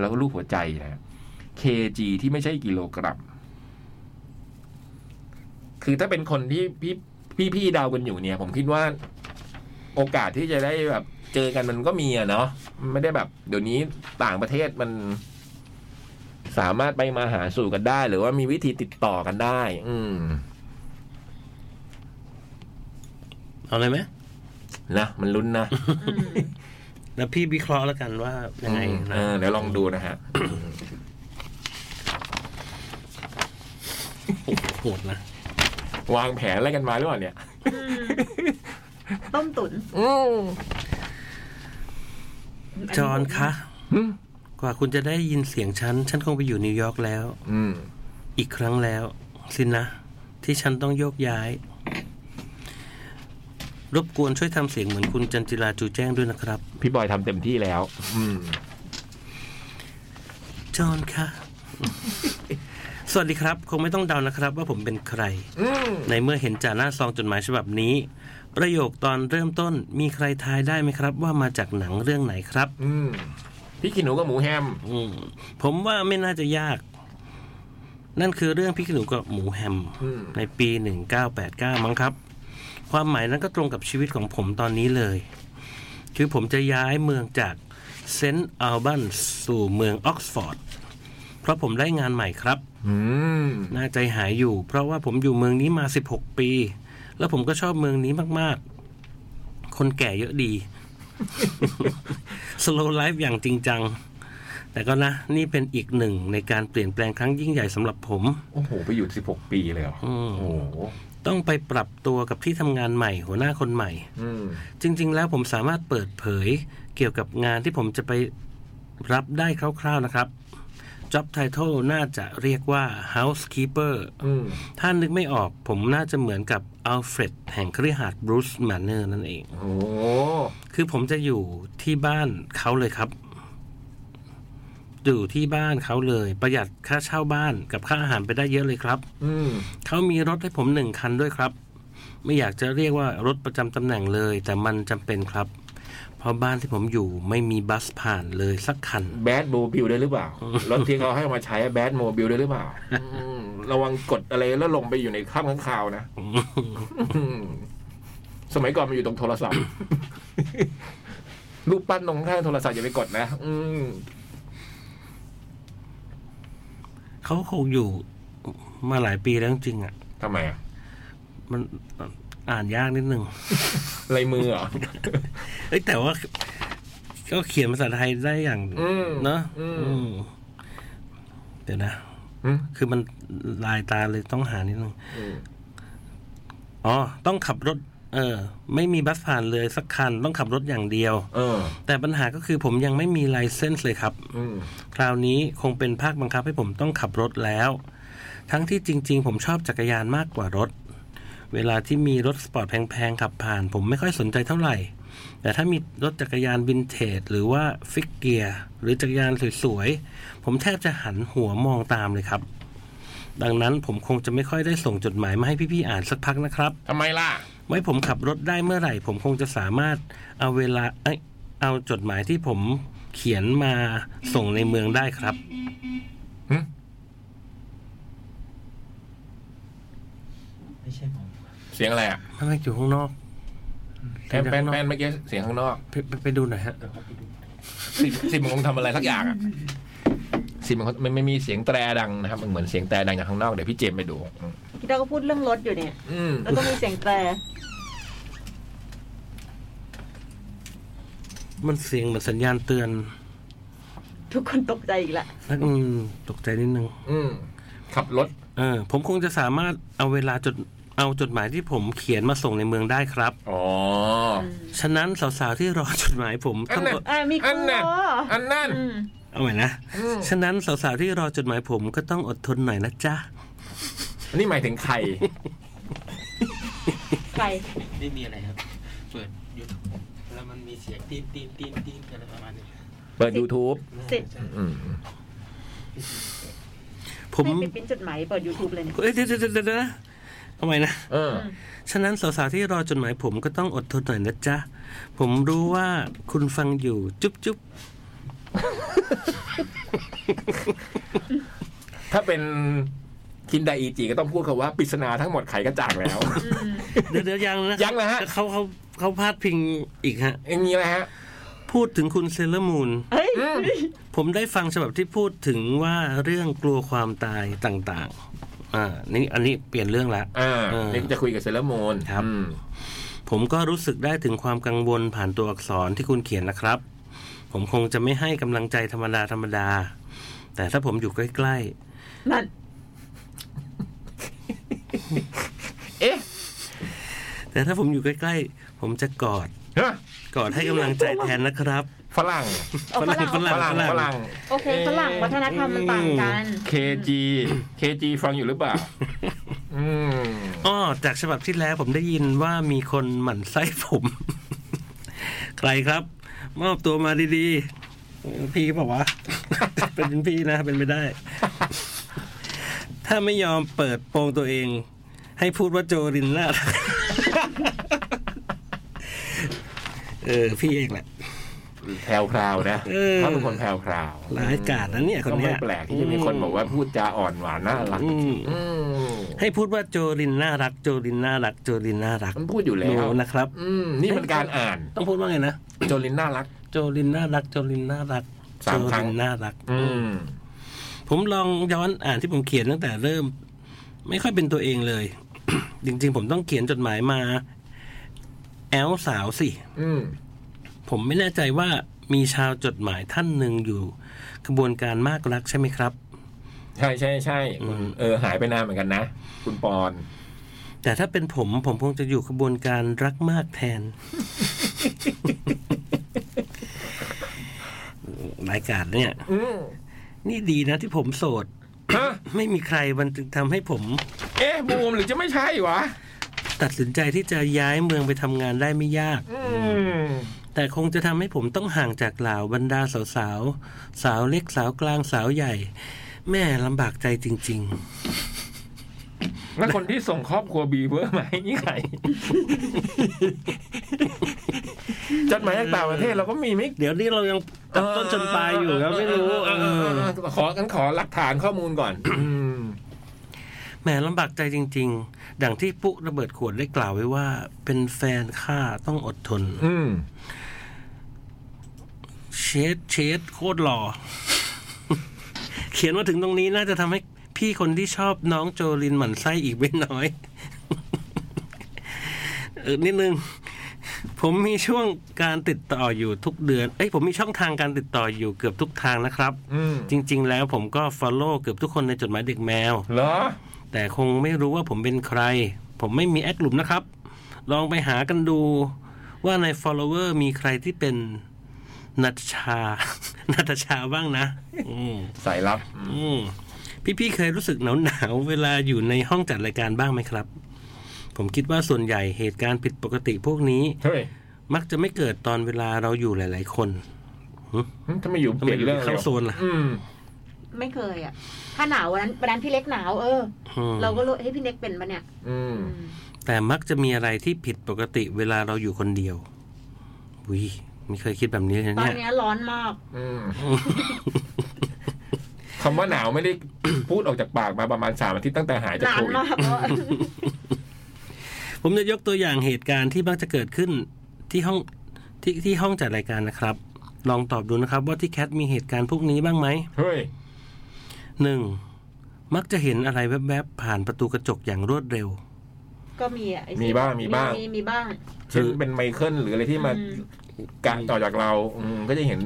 [SPEAKER 1] แล้วรูปหัวใจนะ KG ที่ไม่ใช่กิโลกรัม คือถ้าเป็นคนที่พี่พี่พี่เดาวกันอยู่เนี่ย ผมคิดว่า โอกาสที่จะได้แบบเจอกันมันก็มีอะเนาะไม่ได้แบบ เดี๋ยวนี้ต่างประเทศมัน สามารถไปมาหาสู่กันได้ หรือว่ามีวิธีติดต่อกันได้ อืม
[SPEAKER 2] เอาเลยไหม
[SPEAKER 1] นะมันลุ้นนะ
[SPEAKER 2] แล้วพี่วิเคราะห์แล้วกันว่ายังไงนะ
[SPEAKER 1] เออเดี๋ยวลองดูนะฮะ
[SPEAKER 2] โหดนะ
[SPEAKER 1] วางแผนอะไรกันมาหรือเปล่าเนี่ย
[SPEAKER 6] ต้มตุ๋น
[SPEAKER 1] อืม
[SPEAKER 2] จอห์นคะ
[SPEAKER 1] หึ
[SPEAKER 2] กว่าคุณจะได้ยินเสียงฉัน ฉันคงไปอยู่นิวยอร์กแล้ว
[SPEAKER 1] อืม
[SPEAKER 2] อีกครั้งแล้ว สินะ ที่ฉันต้องโยกย้าย รบกวนช่วยทำเสียงเหมือนคุณจันจิราจูแจ้งด้วยนะครับ
[SPEAKER 1] พี่บอยทำเต็มที่แล้ว อืม
[SPEAKER 2] จอห์นคะ สวัสดีครับ คงไม่ต้องเดานะครับ ว่าผมเป็นใคร
[SPEAKER 1] อืม
[SPEAKER 2] ในเมื่อเห็นจ่าหน้าซองจดหมายฉบับนี้ ประโยคตอนเริ่มต้นมีใครทายได้ไหมครับ ว่ามาจากหนังเรื่องไหนครับ
[SPEAKER 1] อืมพี่ขี้หนูกับหมูแฮม
[SPEAKER 2] อืมผมว่าไม่น่าจะยาก นั่นคือเรื่องพริกขี้หนูกับหมูแฮม
[SPEAKER 1] อืม
[SPEAKER 2] ในปี 1989 มั้งครับ ความหมายนั้นก็ตรงกับชีวิตของผมตอนนี้เลย คือผมจะย้ายเมืองจากเซนต์อัลบันสู่เมืองออกซฟอร์ด เพราะผมได้งานใหม่ครับ
[SPEAKER 1] อืม
[SPEAKER 2] น่าใจหายอยู่ เพราะว่าผมอยู่เมืองนี้มา 16 ปี แล้วผมก็ชอบเมืองนี้มาก ๆ คนแก่เยอะดี สโลไลฟ์อย่างจริงจัง แต่ก็นะ นี่เป็นอีกหนึ่งในการเปลี่ยนแปลงครั้งยิ่งใหญ่สำหรับผม
[SPEAKER 1] โอ้โห ไปอยู่สิบหกปีเลยเหรอ
[SPEAKER 2] อืม
[SPEAKER 1] โอ้โห
[SPEAKER 2] ต้องไปปรับตัวกับที่ทำงานใหม่ หัวหน้าคนใหม่
[SPEAKER 1] อืม
[SPEAKER 2] จริง ๆ แล้วผมสามารถเปิดเผยเกี่ยวกับงานที่ผมจะไปรับได้คร่าว ๆ นะครับ Job Title น่าจะเรียกว่า Housekeeper
[SPEAKER 1] อืม
[SPEAKER 2] ถ้านึกไม่ออกผมน่าจะเหมือนกับอัลเฟรดแห่งคฤหาสน์บรูซแมนเนอร์นั่นเอง
[SPEAKER 1] โอ้โห
[SPEAKER 2] คือผมจะอยู่ที่บ้านเขาเลยครับ อยู่ที่บ้านเขาเลย ประหยัดค่าเช่าบ้านกับค่าอาหารไปได้เยอะเลยครับ
[SPEAKER 1] อืม
[SPEAKER 2] เขามีรถให้ผมหนึ่งคันด้วยครับ ไม่อยากจะเรียกว่ารถประจำตำแหน่งเลย แต่มันจำเป็นครับ เพราะบ้านที่ผมอยู่ไม่มีบัสผ่านเลยสักคัน
[SPEAKER 1] แบดโมบิลด้วยหรือเปล่า รถที่เขาให้มาใช้แบดโมบิลด้วยหรือเปล่า อืม ระวังกดอะไรแล้วลงไปอยู่ในข้ามข้างคาวนะ อืม สมัยก่อนมันอยู่ตรงโทรศัพท์ รูปปั้นตรงข้างโทรศัพท์อย่าไปกดนะ อืม
[SPEAKER 2] เขาคงอยู่มาหลายปีแล้วจริงๆอ่ะ
[SPEAKER 1] ทำไมอะ
[SPEAKER 2] มันอ่านยากนิดนึง
[SPEAKER 1] ลายมือเหรอ
[SPEAKER 2] เอ้ยแต่ว่าก็เขียนภาษาไทยได้อย่าง
[SPEAKER 1] อืม
[SPEAKER 2] เนอะ
[SPEAKER 1] อืม
[SPEAKER 2] อืมเดี๋ยวนะ
[SPEAKER 1] อืม
[SPEAKER 2] คือมันลายตาเลยต้องหานิดนึง
[SPEAKER 1] อืม
[SPEAKER 2] อ๋อ ต้องขับรถ เออ ไม่มีบัสผ่านเลยสักคัน ต้องขับรถอย่างเดียว
[SPEAKER 1] เออ
[SPEAKER 2] แต่ปัญหาก็คือผมยังไม่มีไลเซนส์เลยครับ
[SPEAKER 1] อืม
[SPEAKER 2] คราวนี้คงเป็นภาคบังคับให้ผมต้องขับรถแล้ว ทั้งที่จริง ๆ ผมชอบจักรยานมากกว่ารถ เวลาที่มีรถสปอร์ตแพงๆขับผ่าน ผมไม่ค่อยสนใจเท่าไหร่ แต่ถ้ามีรถจักรยานวินเทจหรือว่าฟิกเกียร์หรือจักรยานสวยๆ ผมแทบจะหันหัวมองตามเลยครับ ดังนั้นผมคงจะไม่ค่อยได้ส่งจดหมายมาให้พี่ๆอ่านสักพักนะครับ
[SPEAKER 1] ทำไมล่ะ
[SPEAKER 2] ไว้ผมขับรถได้เมื่อไหร่ ผมคงจะสามารถเอาเวลาเอ้ยเอาจดหมายที่ผมเขียนมาส่งในเมืองได้ครับ
[SPEAKER 6] ไม่ใช่ผม
[SPEAKER 1] เสียงอะไรอ่ะ
[SPEAKER 2] มันไม่อยู่ข้างนอก
[SPEAKER 1] แป้นแป้นแป้นเมื่อกี้เสียงข้างนอก
[SPEAKER 2] ไปไปไปดูหน่อยฮะ
[SPEAKER 4] เดี๋ยวครับไปดู
[SPEAKER 1] สิบสิบมันคงทำอะไรสักอย่างอ่ะสิบมันคงมันไม่มีเสียงแตรดังนะครับ มันเหมือนเสียงแตรดังจากข้างนอกเดี๋ยวพี่เจมส์ไปดู
[SPEAKER 3] พี่เราก็พูดเรื่องรถอยู่เนี่ย
[SPEAKER 1] อืม
[SPEAKER 3] แล้วก็มีเสียงแตร
[SPEAKER 2] มันเสียงเหมือนสัญญาณเตือน
[SPEAKER 3] ทุกคนตกใจอีกละ
[SPEAKER 2] แล้วอืมตกใจนิดนึง
[SPEAKER 1] อืมขับรถ
[SPEAKER 2] เออ ผมคงจะสามารถเอาเวลาจดเอาจดหมายที่ผมเขียนมาส่งในเมืองได้ครับ
[SPEAKER 1] อ๋อ
[SPEAKER 2] ฉะนั้นสาวๆที่รอจดหมายผมต้
[SPEAKER 1] อั
[SPEAKER 2] อง
[SPEAKER 1] นนั้น
[SPEAKER 3] อ่ะมีค
[SPEAKER 1] อั
[SPEAKER 3] รู
[SPEAKER 1] นน่ะ
[SPEAKER 3] อ่ะ
[SPEAKER 1] อันนั่น
[SPEAKER 3] อืม
[SPEAKER 2] เอาใหม่นะ
[SPEAKER 1] อืม
[SPEAKER 2] ฉะนั้นสาวๆที่รอจดหมายผมก็ต้องอดทนหน่อยนะจ๊ะ
[SPEAKER 1] อันนี่หมายถึงใคร
[SPEAKER 3] ใคร
[SPEAKER 4] ไม่มีอะไรครับ เปิดยูทูบแล้วมันมีเสียงตีนตีนตีนตีนอะไรประมาณนี้
[SPEAKER 1] เปิด YouTube
[SPEAKER 3] สิบ
[SPEAKER 4] ใช่
[SPEAKER 1] อืม
[SPEAKER 2] ผม
[SPEAKER 3] ไม่ไปปริ้นจดหมายเปิด YouTube เลยเนี่ย
[SPEAKER 2] เอ้ยเดี๋ยวเดี๋ยวเดี๋ยวเดี๋ยวนะเอาใหม่นะ
[SPEAKER 1] เออ
[SPEAKER 2] ฉะนั้นสาวๆที่รอจดหมายผมก็ต้องอดทนหน่อยนะจ๊ะ ผมรู้ว่าคุณฟังอยู่จุ๊บจุ๊บ
[SPEAKER 1] ถ้าเป็น คินไดอีจิก็ต้องพูดคำว่าปริศนาทั้งหมดไขกระจ่างแล้ว
[SPEAKER 2] เดี๋ยวเดี๋ยวยังนะ
[SPEAKER 1] ยังนะฮะ
[SPEAKER 2] เขาเขาเขาพาดพิงอีกฮะ
[SPEAKER 1] อย่างนี้นะฮะ
[SPEAKER 2] พูดถึงคุณเซเลอร์มูน
[SPEAKER 3] เฮ้ย
[SPEAKER 1] อืม
[SPEAKER 2] ผมได้ฟังฉบับที่พูดถึงว่าเรื่องกลัวความตายต่างๆ อ่า นี่อันนี้เปลี่ยนเรื่องละ
[SPEAKER 1] อ่า
[SPEAKER 2] เออ
[SPEAKER 1] นี่จะคุยกับเซเลอร์มูน
[SPEAKER 2] ครับ
[SPEAKER 1] อืม
[SPEAKER 2] ผมก็รู้สึกได้ถึงความกังวลผ่านตัวอักษรที่คุณเขียนนะครับ ผมคงจะไม่ให้กำลังใจธรรมดาธรรมดา แต่ถ้าผมอยู่ใกล้
[SPEAKER 3] นั่น
[SPEAKER 1] เอ๊ะ
[SPEAKER 2] ๆ แต่ถ้าผมอยู่ใกล้ๆ ผมจะกอด
[SPEAKER 1] ฮะ
[SPEAKER 2] กอดให้กำลังใจแทนนะครับ
[SPEAKER 1] ฝรั่ง
[SPEAKER 3] เอาฝรั่ง
[SPEAKER 2] ฝรั่ง
[SPEAKER 1] ฝรั่งฝรั่ง
[SPEAKER 3] โอเคฝรั่งวัฒนธรรมมันต่างกัน
[SPEAKER 1] KG KG ฟังอยู่หรือเปล่า อืม
[SPEAKER 2] อ้อจากฉบับที่แล้วผมได้ยินว่ามีคนหมั่นไส้ผม ใครครับ มอบตัวมาดีๆ พี่เปล่าว ะ เป็นพี่นะ เป็นไม่ได้ ถ้าไม่ยอมเปิดโปงตัวเอง ให้พูดว่าโจรินนาถ เออ พี่เองแหละ
[SPEAKER 1] แพรวพราวนะ
[SPEAKER 2] เออ
[SPEAKER 1] ถ้าเป็นคนแพรวพราว
[SPEAKER 2] ร้ายกาจนะเนี่ยคนเนี้
[SPEAKER 1] ก็
[SPEAKER 2] ย
[SPEAKER 1] ไม่แปลกที่จะมีคน
[SPEAKER 2] อืม
[SPEAKER 1] บอกว่าพูดจาอ่อนหวานน่ารัก
[SPEAKER 2] อืม
[SPEAKER 1] อืม
[SPEAKER 2] ให้พูดว่าโจรินน่ารัก โจรินน่ารัก โจรินน่ารัก
[SPEAKER 1] มันพูดอยู่แล้
[SPEAKER 2] ห
[SPEAKER 1] ว
[SPEAKER 2] นูนะครับ
[SPEAKER 1] อืมนี่มันการอ่าน
[SPEAKER 2] ต้องพูดว่าไงนะ
[SPEAKER 1] โจลินน่ารัก
[SPEAKER 2] โจลินน่ารัก โจลินน่ารัก
[SPEAKER 1] สามครั้ง
[SPEAKER 2] โจลินน่ารัก
[SPEAKER 1] อืม
[SPEAKER 2] ผมลองย้อนอ่านที่ผมเขียนตั้งแต่เริ่ม ไม่ค่อยเป็นตัวเองเลย จริง ๆ ผมต้องเขียนจดหมายมา แอลสาวสิ
[SPEAKER 1] อืม
[SPEAKER 2] ผมไม่แน่ใจว่ามีชาวจดหมายท่านหนึ่งอยู่กระบวนการมากรักใช่ไหมครับ
[SPEAKER 1] ใช่ใช่ใช่คุณ
[SPEAKER 2] อืม
[SPEAKER 1] เออหายไปนานเหมือนกันนะ คุณปอน
[SPEAKER 2] แต่ถ้าเป็นผมผมคงจะอยู่กระบวนการรักมากแทน รายการเนี่ย
[SPEAKER 1] อืม
[SPEAKER 2] นี่ดีนะที่ผมโสด
[SPEAKER 1] ฮะ
[SPEAKER 2] ไม่มีใครมันจึงทำให้ผม
[SPEAKER 1] เอ๊ะบูมหรือจะไม่ใช่วะ
[SPEAKER 2] ตัดสินใจที่จะย้ายเมืองไปทำงานได้ไม่ยาก
[SPEAKER 1] อืม
[SPEAKER 2] แต่คงจะทำให้ผมต้องห่างจากเหล่าบรรดาสาวสาวๆสาวเล็กสาวกลางสาวใหญ่ แม่ลำบากใจจริง
[SPEAKER 1] แล้วคนที่ส่งครอบครัวบีเวอร์มาให้นี่ใค ร จดหมายจากต่างประเทศเราก็มีไม่
[SPEAKER 2] ๆ เดี๋ยวนี้เรายังตับต้นจนปลายอยู่ครับไม่รู้
[SPEAKER 1] เออ
[SPEAKER 2] เอ
[SPEAKER 1] เออเอ
[SPEAKER 2] อ
[SPEAKER 1] อเออขอกันขอหลักฐานข้อมูลก่อน
[SPEAKER 2] แม่ลำบากใจจริง ๆ ดังที่ปุ๊ระเบิดขวดได้กล่าวไว้ว่า เป็นแฟนข้าต้องอดทน
[SPEAKER 1] อืม
[SPEAKER 2] เชดเชดโคตรหล่อ เขียนมาถึงตรงนี้น่าจะทำให้พี่คนที่ชอบน้องโจลินหมั่นไส้อีกไม่น้อย เออนิดนึง ผมมีช่วงการติดต่ออยู่ทุกเดือน เอ้ยผมมีช่องทางการติดต่ออยู่เกือบทุกทางนะครับ
[SPEAKER 1] อืม
[SPEAKER 2] จริง ๆ แล้วผมก็ follow เกือบทุกคนในจดหมายเด็กแมว
[SPEAKER 1] เหรอ
[SPEAKER 2] แต่คงไม่รู้ว่าผมเป็นใคร ผมไม่มีแอดกลุ่มนะครับ ลองไปหากันดูว่าใน follower มีใครที่เป็นนัตชา นัตชาบ้างนะ อืม
[SPEAKER 1] สายลับ
[SPEAKER 2] อืมพี่ๆเคยรู้สึกหนาวหนาวๆเวลาอยู่ในห้องจัดรายการบ้างไหมครับ ผมคิดว่าส่วนใหญ่เหตุการณ์ผิดปกติพวกนี้
[SPEAKER 1] เฮ้ย
[SPEAKER 2] มักจะไม่เกิดตอนเวลาเราอยู่หลาย ๆ คน
[SPEAKER 1] ทำไมอยู่
[SPEAKER 2] ทำ
[SPEAKER 1] เป
[SPEAKER 2] ไม
[SPEAKER 1] ลี่ยน
[SPEAKER 2] อยู่
[SPEAKER 1] เรื่อง
[SPEAKER 2] เข้าโซนล่ะ
[SPEAKER 1] อืม
[SPEAKER 3] ไม่เคยอ่ะ ถ้าหนาววันนั้นวันนั้นพี่เล็กหนาว เออ
[SPEAKER 2] อืม
[SPEAKER 3] เราก็รู้เฮ้ยพี่เล็กเป็นปะเนี่ย
[SPEAKER 1] อืม
[SPEAKER 3] อืม
[SPEAKER 2] แต่มักจะมีอะไรที่ผิดปกติเวลาเราอยู่คนเดียววิไม่เคยคิดแบบนี้เลย
[SPEAKER 3] ตอน
[SPEAKER 2] เนี่ย
[SPEAKER 3] เนี้ยร้อนมาก
[SPEAKER 1] อืมคำว่าหนาวไม่ได้ พูดออกจากปากมาประมาณสามอาทิตย์ตั้งแต่หายจาก
[SPEAKER 3] นา
[SPEAKER 1] โคน วิด
[SPEAKER 3] มาก เพราะ
[SPEAKER 2] ผมจะยกตัวอย่างเหตุการณ์ที่มักจะเกิดขึ้นที่ห้องที่ที่ห้องจัดรายการนะครับ ลองตอบดูนะครับว่าที่แคทมีเหตุการณ์พวกนี้บ้างไหม
[SPEAKER 1] เฮ้ย
[SPEAKER 2] หนึ่งมักจะเห็นอะไรแวบๆผ่านประตูกระจกอย่างรวดเร็ว
[SPEAKER 3] ก็มีอ่ะไอ้สิ
[SPEAKER 1] มีบ้างมีบ้าง
[SPEAKER 3] มีมีบ้าง
[SPEAKER 1] เช่นเป็นไมเคิลหรืออะไรที่มา
[SPEAKER 3] อืม
[SPEAKER 1] กะต่อจากเรา อืมก็จะเห็น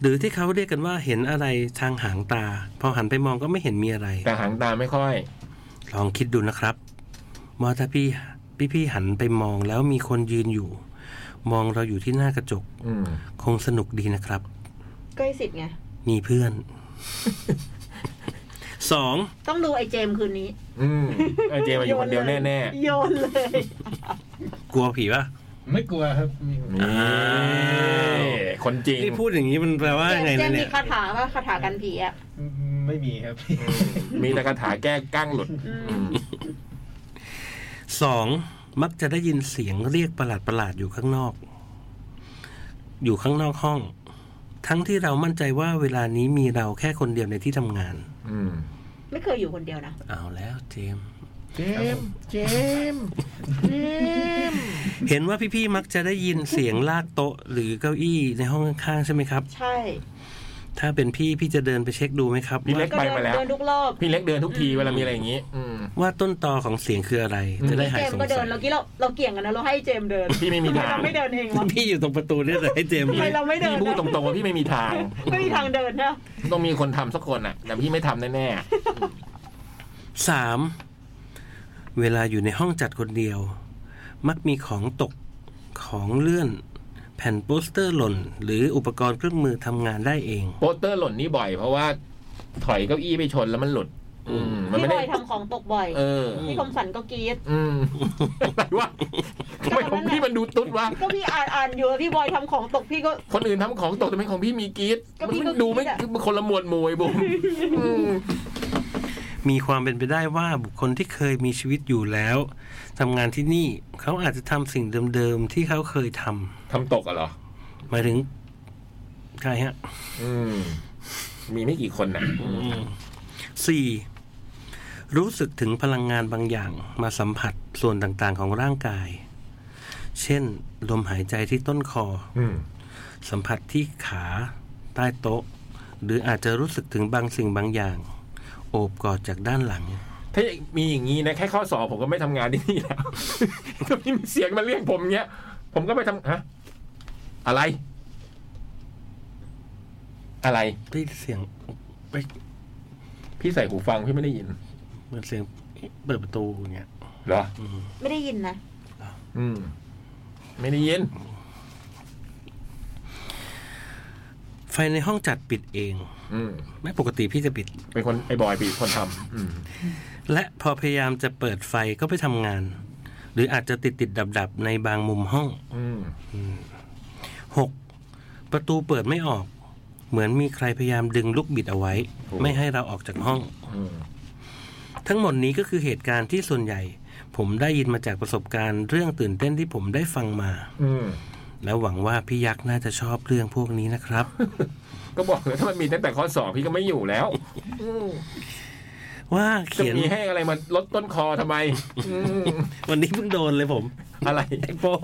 [SPEAKER 2] หรือที่เขาเรียกกันว่าเห็นอะไรทางหางตา พอหันไปมองก็ไม่เห็นมีอะไร
[SPEAKER 1] แต่หางตาไม่ค่อย
[SPEAKER 2] ลองคิดดูนะครับว่าถ้าพี่พี่พี่หันไปมองแล้วมีคนยืนอยู่ มองเราอยู่ที่หน้ากระจก
[SPEAKER 1] อืม
[SPEAKER 2] คงสนุกดีนะครับ
[SPEAKER 3] ก็ไอสิทธิ์ไง
[SPEAKER 2] มีเพื่อน สอง
[SPEAKER 3] ต้องดูไอเจมส์คืนนี้
[SPEAKER 1] อืมไอเจมาอยู่คนเดียวแน่
[SPEAKER 3] โยนเลย
[SPEAKER 2] กลัวผีปะ
[SPEAKER 4] ไม่กลัวครับไม่กลัว
[SPEAKER 1] ๆนี่คนจริง
[SPEAKER 2] นี่พูดอย่างนี้มันแปลว่าไง
[SPEAKER 3] เจ
[SPEAKER 2] นะ
[SPEAKER 3] มส์มี
[SPEAKER 2] เนี่ย
[SPEAKER 3] คาถาว่าคาถากันผีอ่ะ
[SPEAKER 4] ไม่มีครับ
[SPEAKER 1] มีแต่คาถาแก้ก้างหลุด
[SPEAKER 3] อืม
[SPEAKER 2] สอง มักจะได้ยินเสียงเรียกประหลาดประหลาดๆอยู่ข้างนอก อยู่ข้างนอกห้อง ทั้งที่เรามั่นใจว่าเวลานี้มีเราแค่คนเดียวในที่ทำงาน
[SPEAKER 1] อืม
[SPEAKER 3] ไม่เคยอยู่คนเดียวนะ
[SPEAKER 2] เอาแล้วเจมส์
[SPEAKER 1] เจมส์เจมส์เจมส์
[SPEAKER 2] เห็นว่าพี่ๆมักจะได้ยินเสียงลากโต๊ะหรือเก้าอี้ในห้องข้างๆใช่ไหมครับ
[SPEAKER 3] ใช่
[SPEAKER 2] ถ้าเป็นพี่พี่จะเดินไปเช็คดูไหมครับ
[SPEAKER 1] พี่
[SPEAKER 2] ว่า
[SPEAKER 1] เล็กไปมาแล้ว
[SPEAKER 3] เดินทุกรอบ
[SPEAKER 1] พี่เล็กเดินทุกทีเวลามีอะไรอย่างนี้ อืม
[SPEAKER 2] ว่าต้นตอของเสียงคืออะไร
[SPEAKER 1] อืม
[SPEAKER 2] จะได้หา
[SPEAKER 3] เจ
[SPEAKER 2] ย
[SPEAKER 3] ม
[SPEAKER 2] ส
[SPEAKER 3] ส์
[SPEAKER 2] ง
[SPEAKER 3] ก็
[SPEAKER 2] สั
[SPEAKER 3] เดิน
[SPEAKER 2] ย
[SPEAKER 3] เรากี้เราเราเกี่ยงกันนะเราให้เจมส์เดิน
[SPEAKER 1] พี่ไม่มี
[SPEAKER 3] ทำไม
[SPEAKER 1] ทาง
[SPEAKER 3] เราไม่เดินเองวะ
[SPEAKER 2] พี่อยู่ตรงประตูเนี่ยแต่ให้เจมส์
[SPEAKER 3] ทำไมเราไม่เดิน
[SPEAKER 1] พี่พูด
[SPEAKER 3] นะ
[SPEAKER 1] ตรงๆว่าพี่ไม่มีทาง
[SPEAKER 3] ไม่มีทางเดินนะ
[SPEAKER 1] ต้องมีคนทำสักคนอ่ะ แต่พี่ไม่ทำแน่
[SPEAKER 2] สามเวลาอยู่ในห้องจัดคนเดียว มักมีของตกของเลื่อน แผ่นโปสเตอร์หล่น หรืออุปกรณ์เครื่องมือทำงานได้เอง
[SPEAKER 1] ๆโปสเตอร์หล่นนี่บ่อยเพราะว่า ถอยเก้าอี้ไปชนแล้วมันหลุด อืม มัน
[SPEAKER 3] พี่
[SPEAKER 1] ไม่
[SPEAKER 3] บ
[SPEAKER 1] ได้
[SPEAKER 3] อยทำของตกบ่อย
[SPEAKER 1] เออ
[SPEAKER 3] พี่คมสันก็กรี๊ด
[SPEAKER 1] อืมอะไรวะทำไมของพี่มันดูตุ๊ดวะ
[SPEAKER 3] ก็พี่อ่านอ่านอยู่แล้วพี่บอยทำของตกพี่ก็
[SPEAKER 1] คนอื่นทำของตกแต่เป็นของพี่มีกรีด
[SPEAKER 3] ก็
[SPEAKER 1] มัน
[SPEAKER 3] พี่ก็
[SPEAKER 1] มันดูไม่
[SPEAKER 3] กรี๊ดอะ
[SPEAKER 1] คือคนละหมวดหมวย บุ๋มอืม
[SPEAKER 2] มีความเป็นไปได้ว่าบุคคลที่เคยมีชีวิตอยู่แล้วทำงานที่นี่เขาอาจจะทำสิ่งเดิมๆ ที่เขาเคยท
[SPEAKER 1] ทำตกอะเหรอ
[SPEAKER 2] ำหมายถึงใครฮะ
[SPEAKER 1] อืม มีไม่กี่คนน่ะ
[SPEAKER 2] สี่รู้สึกถึงพลังงานบางอย่างมาสัมผัสส่วนต่างๆของร่างกาย เช่น ลมหายใจที่ต้นคอ
[SPEAKER 1] อืม
[SPEAKER 2] สัมผัสที่ขาใต้โต๊ะ หรืออาจจะรู้สึกถึงบางสิ่งบางอย่าง โอบกอดจากด้านหลัง
[SPEAKER 1] ถ้ามีอย่างนี้นะแค่ข้อสอบผมก็ไม่ทำงานที่นี่แล้ว ถ้ามีเสียงมาเรียกผมเงี้ย ผมก็ไม่ทำฮะอะไร อะไร
[SPEAKER 2] ได้ยินเสียงเอ๊ะ
[SPEAKER 1] พี่ใส่หูฟังพี่ไม่ได้ยิน
[SPEAKER 2] เหมือนเสียงเอ๊ะเปิดประตูอย่างเงี้ย
[SPEAKER 1] เหรอ
[SPEAKER 2] อืม
[SPEAKER 3] ไม่ได้ยินนะ
[SPEAKER 1] อืม ไม่ได้ยิน
[SPEAKER 2] ไฟในห้องจัดปิดเอง
[SPEAKER 1] อืม
[SPEAKER 2] ไม่ปกติพี่จะปิด
[SPEAKER 1] เป็นคนไอ้บอยปีคนทำอืม
[SPEAKER 2] และพอพยายามจะเปิดไฟก็ไปทำงาน หรืออาจจะติดติดดับดับๆในบางมุมห้อง
[SPEAKER 1] อืม
[SPEAKER 2] หกประตูเปิดไม่ออก เหมือนมีใครพยายามดึงลูกบิดเอาไว้
[SPEAKER 1] โอ้
[SPEAKER 2] ไม่ให้เราออกจากห้อง
[SPEAKER 1] อืม
[SPEAKER 2] ทั้งหมดนี้ก็คือเหตุการณ์ที่ส่วนใหญ่ ผมได้ยินมาจากประสบการณ์เรื่องตื่นเต้นที่ผมได้ฟังมา
[SPEAKER 1] อืม
[SPEAKER 2] และหวังว่าพี่ยักษ์น่าจะชอบเรื่องพวกนี้นะครับ
[SPEAKER 1] ก็บอกเลยถ้ามันมีตั้งแต่ข้อสอบพี่ก็ไม่อยู่แล้ว
[SPEAKER 2] ว่า
[SPEAKER 1] จะ
[SPEAKER 2] เขียน
[SPEAKER 1] มีให้อะไรมาลดต้นคอทำไม อืม
[SPEAKER 2] วันนี้เพิ่งโดนเลยผม
[SPEAKER 1] อะไร
[SPEAKER 2] ไอ้โป้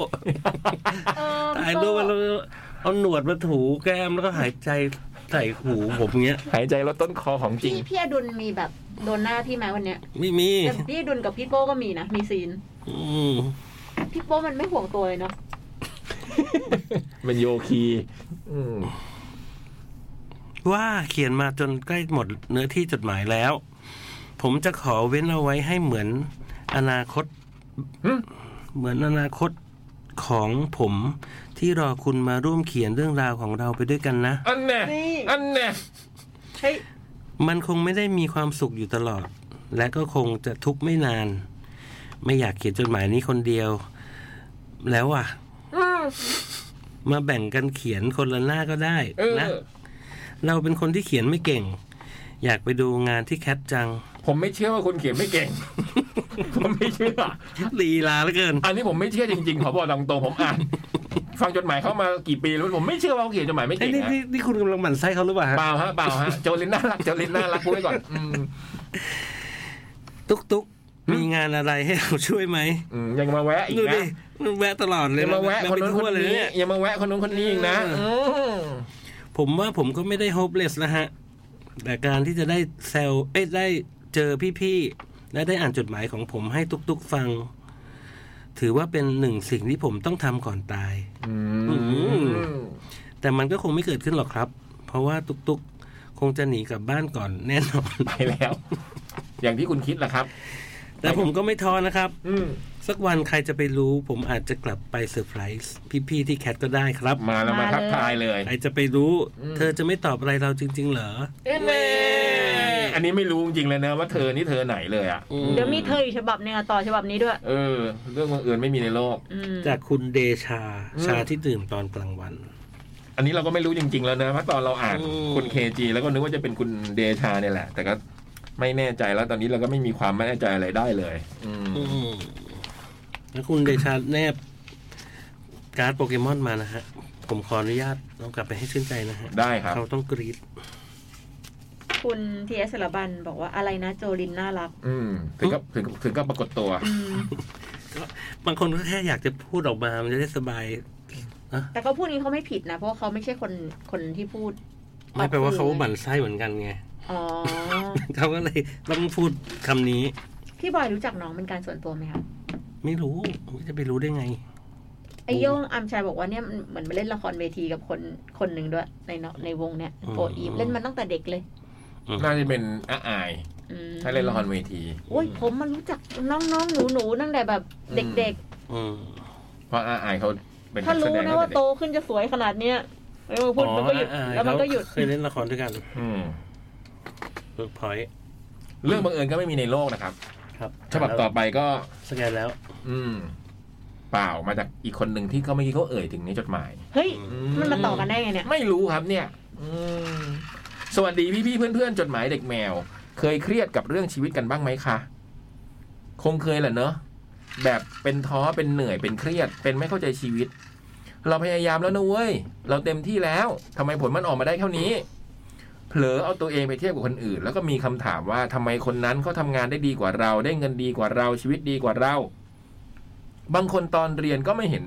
[SPEAKER 3] เออ
[SPEAKER 2] ถ่ายรูปมาแล้วเอาหนวดมาถูแก้มแล้วก็หายใจใส่หูผมเงี้ย
[SPEAKER 1] หายใจลดต้นคอของจริ
[SPEAKER 3] พี่
[SPEAKER 1] ง
[SPEAKER 3] พี่อดุลมีแบบโดนหน้าพี่ไหมวันเนี้ย
[SPEAKER 2] ไม่มี
[SPEAKER 3] แต่พี่อดุลกับพี่โป้ก็มีนะ มีซีน
[SPEAKER 2] อืม
[SPEAKER 3] พี่โป้มันไม่ห่วงตัวเลยเนาะ
[SPEAKER 1] เป็นโยคีอืม
[SPEAKER 2] ว่าเขียนมาจนใกล้หมดเนื้อที่จดหมายแล้ว ผมจะขอเว้นเอาไว้ให้เหมือนอนาคต
[SPEAKER 1] หึ
[SPEAKER 2] เหมือนอนาคตของผมที่รอคุณมาร่วมเขียนเรื่องราวของเราไปด้วยกันนะ
[SPEAKER 1] อันแน่
[SPEAKER 3] นี่
[SPEAKER 1] อันแน่
[SPEAKER 3] เฮ้ย
[SPEAKER 2] มันคงไม่ได้มีความสุขอยู่ตลอด และก็คงจะทุกข์ไม่นาน ไม่อยากเขียนจดหมายนี้คนเดียว แล้วอ่ะ มาแบ่งกันเขียนคนละหน้าก็ได้
[SPEAKER 1] เออ
[SPEAKER 2] นะ เราเป็นคนที่เขียนไม่เก่ง อยากไปดูงานที่แคทจัง
[SPEAKER 1] ผมไม่เชื่อว่าคุณเขียนไม่เก่ง ผมไม่เชื่อ
[SPEAKER 2] ลีลาเหลือเกิน
[SPEAKER 1] อันนี้ผมไม่เชื่อจริงๆขอบอกตรงๆผมอ่าน ฟังจดหมายเข้ามากี่ปีแล้วผมไม่เชื่อว่าเขาเขียนจดหมายไม่
[SPEAKER 2] ไอ้
[SPEAKER 1] เก่ง
[SPEAKER 2] นี่
[SPEAKER 1] นะ
[SPEAKER 2] นี่นี่คุณกำลังหมั่นไส้เขาหรือเปล่าฮะ
[SPEAKER 1] เปล่าฮะเปล่าฮะโจลินน่ารักโจลินน่ารักพูดไว้ก่อน อืม
[SPEAKER 2] ตุ๊กตุ๊ก
[SPEAKER 1] หึ
[SPEAKER 2] มีงานอะไรให้เราช่วยไหม
[SPEAKER 1] อืมยังมาแวะอีก
[SPEAKER 2] ดูดิ
[SPEAKER 1] นะ
[SPEAKER 2] มันแวะตลอดเลย
[SPEAKER 1] ยังมาแวะ
[SPEAKER 2] มั
[SPEAKER 1] คน
[SPEAKER 2] เป็
[SPEAKER 1] นู้น
[SPEAKER 2] ทั่
[SPEAKER 1] ค
[SPEAKER 2] วน เลย
[SPEAKER 1] นี้
[SPEAKER 2] เนี่ย
[SPEAKER 1] ยังมาแวะคนนู้นคนนี้อีกนะ
[SPEAKER 2] เอ
[SPEAKER 1] อืม
[SPEAKER 2] ผมว่าผมก็ไม่ได้โฮปเลสนะฮะ แต่การที่จะได้แซลเอ้ยได้เจอพี่ๆ และได้อ่านจดหมายของผมให้ตุ๊กๆฟัง ถือว่าเป็นหนึ่งสิ่งที่ผมต้องทำก่อนตาย
[SPEAKER 1] อืม
[SPEAKER 2] แต่มันก็คงไม่เกิดขึ้นหรอกครับ เพราะว่าตุ๊กๆ คงจะหนีกลับบ้านก่อนแน่นอน
[SPEAKER 1] ไปแล้ว อย่างที่คุณคิดแหละครับ
[SPEAKER 2] แต่ผมก็ไม่ท้อนะครับ
[SPEAKER 1] อืม
[SPEAKER 2] สักวันใครจะไปรู้ ผมอาจจะกลับไปเซอร์ไพรส์พี่ๆ ที่แคทก็ได้ครับ
[SPEAKER 1] มาแล้วมาทักทายเลย
[SPEAKER 2] ใครจะไปรู้
[SPEAKER 1] อืม
[SPEAKER 2] เธอจะไม่ตอบอะไรเราจริง ๆ เหรอ
[SPEAKER 1] เอ็นเออันนี้ไม่รู้จริงๆเลยนะว่าเธอนี่เธอไหนเลยอ่ะ
[SPEAKER 2] อืม
[SPEAKER 3] เดี๋ยวมีเธออีกฉบับหนึงอะต่อฉบับนี้ด้วย
[SPEAKER 1] เออ เรื่องบังเอิญไม่มีในโลก
[SPEAKER 3] อืม
[SPEAKER 2] จากคุณเดชา
[SPEAKER 1] อืม
[SPEAKER 2] ชาที่ดื่มตอนกลางวัน
[SPEAKER 1] อันนี้เราก็ไม่รู้จริง ๆ แล้วนะเพราะตอนเราอ่าน
[SPEAKER 2] อืม
[SPEAKER 1] คุณเคจีแล้วก็นึกว่าจะเป็นคุณเดชาเนี่ยแหละ แต่ก็ไม่แน่ใจแล้วตอนนี้เราก็ไม่มีความแน่ใจอะไรได้เลย อืม
[SPEAKER 2] อืมแล้วคุณเดชาแนบ การ์ดโปเกมอนมานะฮะ ผมขออนุญาตเอากลับไปให้ชื่นใจนะฮะ
[SPEAKER 1] ได้ครับ
[SPEAKER 2] เขาต้องกรีด
[SPEAKER 3] คุณทีเอสลบันบอกว่าอะไรนะโจลินน่ารัก
[SPEAKER 1] อืมถึงก็ถึงถึงก็ปรากฏตัว
[SPEAKER 3] อืม
[SPEAKER 2] บางคนก็แค่อยากจะพูดออกมามันจะได้สบาย
[SPEAKER 3] แต่เขาพูดนี้เขาไม่ผิดนะ เพราะว่าเขาไม่ใช่คนคนที่พูด
[SPEAKER 2] ไม่แปลว่าเขา
[SPEAKER 3] ออกสื่อ
[SPEAKER 2] หมั่นไส้เหมือนกันไง
[SPEAKER 3] อ๋ อ
[SPEAKER 2] เขาก็เลยต้องพูดคำนี้
[SPEAKER 3] พี่บอยรู้จักน้องเป็นการส่วนตัวไหมคะ
[SPEAKER 2] ไม่รู้จะไปรู้ได้ไง
[SPEAKER 3] ไอโย่งอัมชัยบอกว่าเนี่ยมันเหมือนไปเล่นละครเวทีกับคนคนหนึ่งด้วย ในเนาะในวงเนี่ยโฟอีฟเล่นมาตั้งแต่เด็กเลย
[SPEAKER 1] น่าจะเป็นอาอาย
[SPEAKER 3] อืม
[SPEAKER 1] ถ้าเล่นละครเวที
[SPEAKER 3] โอ้ยผมมารู้จักน้องๆหนูๆตั้งแต่แบบเด็ก
[SPEAKER 2] อืม
[SPEAKER 1] เพราะอาอายเขาเป็นนั
[SPEAKER 3] ๆถ้าก
[SPEAKER 1] แส
[SPEAKER 3] รู้
[SPEAKER 1] ดง
[SPEAKER 3] นะ
[SPEAKER 1] ตั้ง
[SPEAKER 3] ว่า
[SPEAKER 1] แต่
[SPEAKER 3] โต
[SPEAKER 1] เด็ก
[SPEAKER 3] ขึ้นจะสวยขนาดเนี้ยเออพูดมันก็หยุด
[SPEAKER 2] อ๋อ
[SPEAKER 3] แล้วมันก็หยุด
[SPEAKER 2] เคยเล่นละครด้วยกัน
[SPEAKER 1] อืม
[SPEAKER 2] เบิร์กพอยต์
[SPEAKER 1] เรื่องบังเอิญก็ไม่มีในโลกนะครับ
[SPEAKER 2] ครับ
[SPEAKER 1] ฉบับต่อไปก็
[SPEAKER 2] สแกนแล้ว
[SPEAKER 1] อืม เปล่ามาจากอีกคนหนึ่งที่ก็เมื่อกี้เขาเอ่ยถึงในจดหมาย
[SPEAKER 3] เฮ้ย
[SPEAKER 1] อื
[SPEAKER 3] มันมาต่อกันได้ไงเนี่ย
[SPEAKER 1] ไม่รู้ครับเนี่ย อืม สวัสดีพี่พี่ๆเพื่อนเพื่อนๆจดหมายเด็กแมว เคยเครียดกับเรื่องชีวิตกันบ้างไหมคะ คงเคยแหละเนอะแบบเป็นท้อเป็นเหนื่อยเป็นเครียด เป็นไม่เข้าใจชีวิต เราพยายามแล้วนะเว้ย เราเต็มที่แล้วทำไมผลมันออกมาได้เท่านี้ เผลอเอาตัวเองไปเทียบกับคนอื่น แล้วก็มีคำถามว่าทำไมคนนั้นเขาทำงานได้ดีกว่าเรา ได้เงินดีกว่าเราชีวิตดีกว่าเรา บางคนตอนเรียนก็ไม่เห็น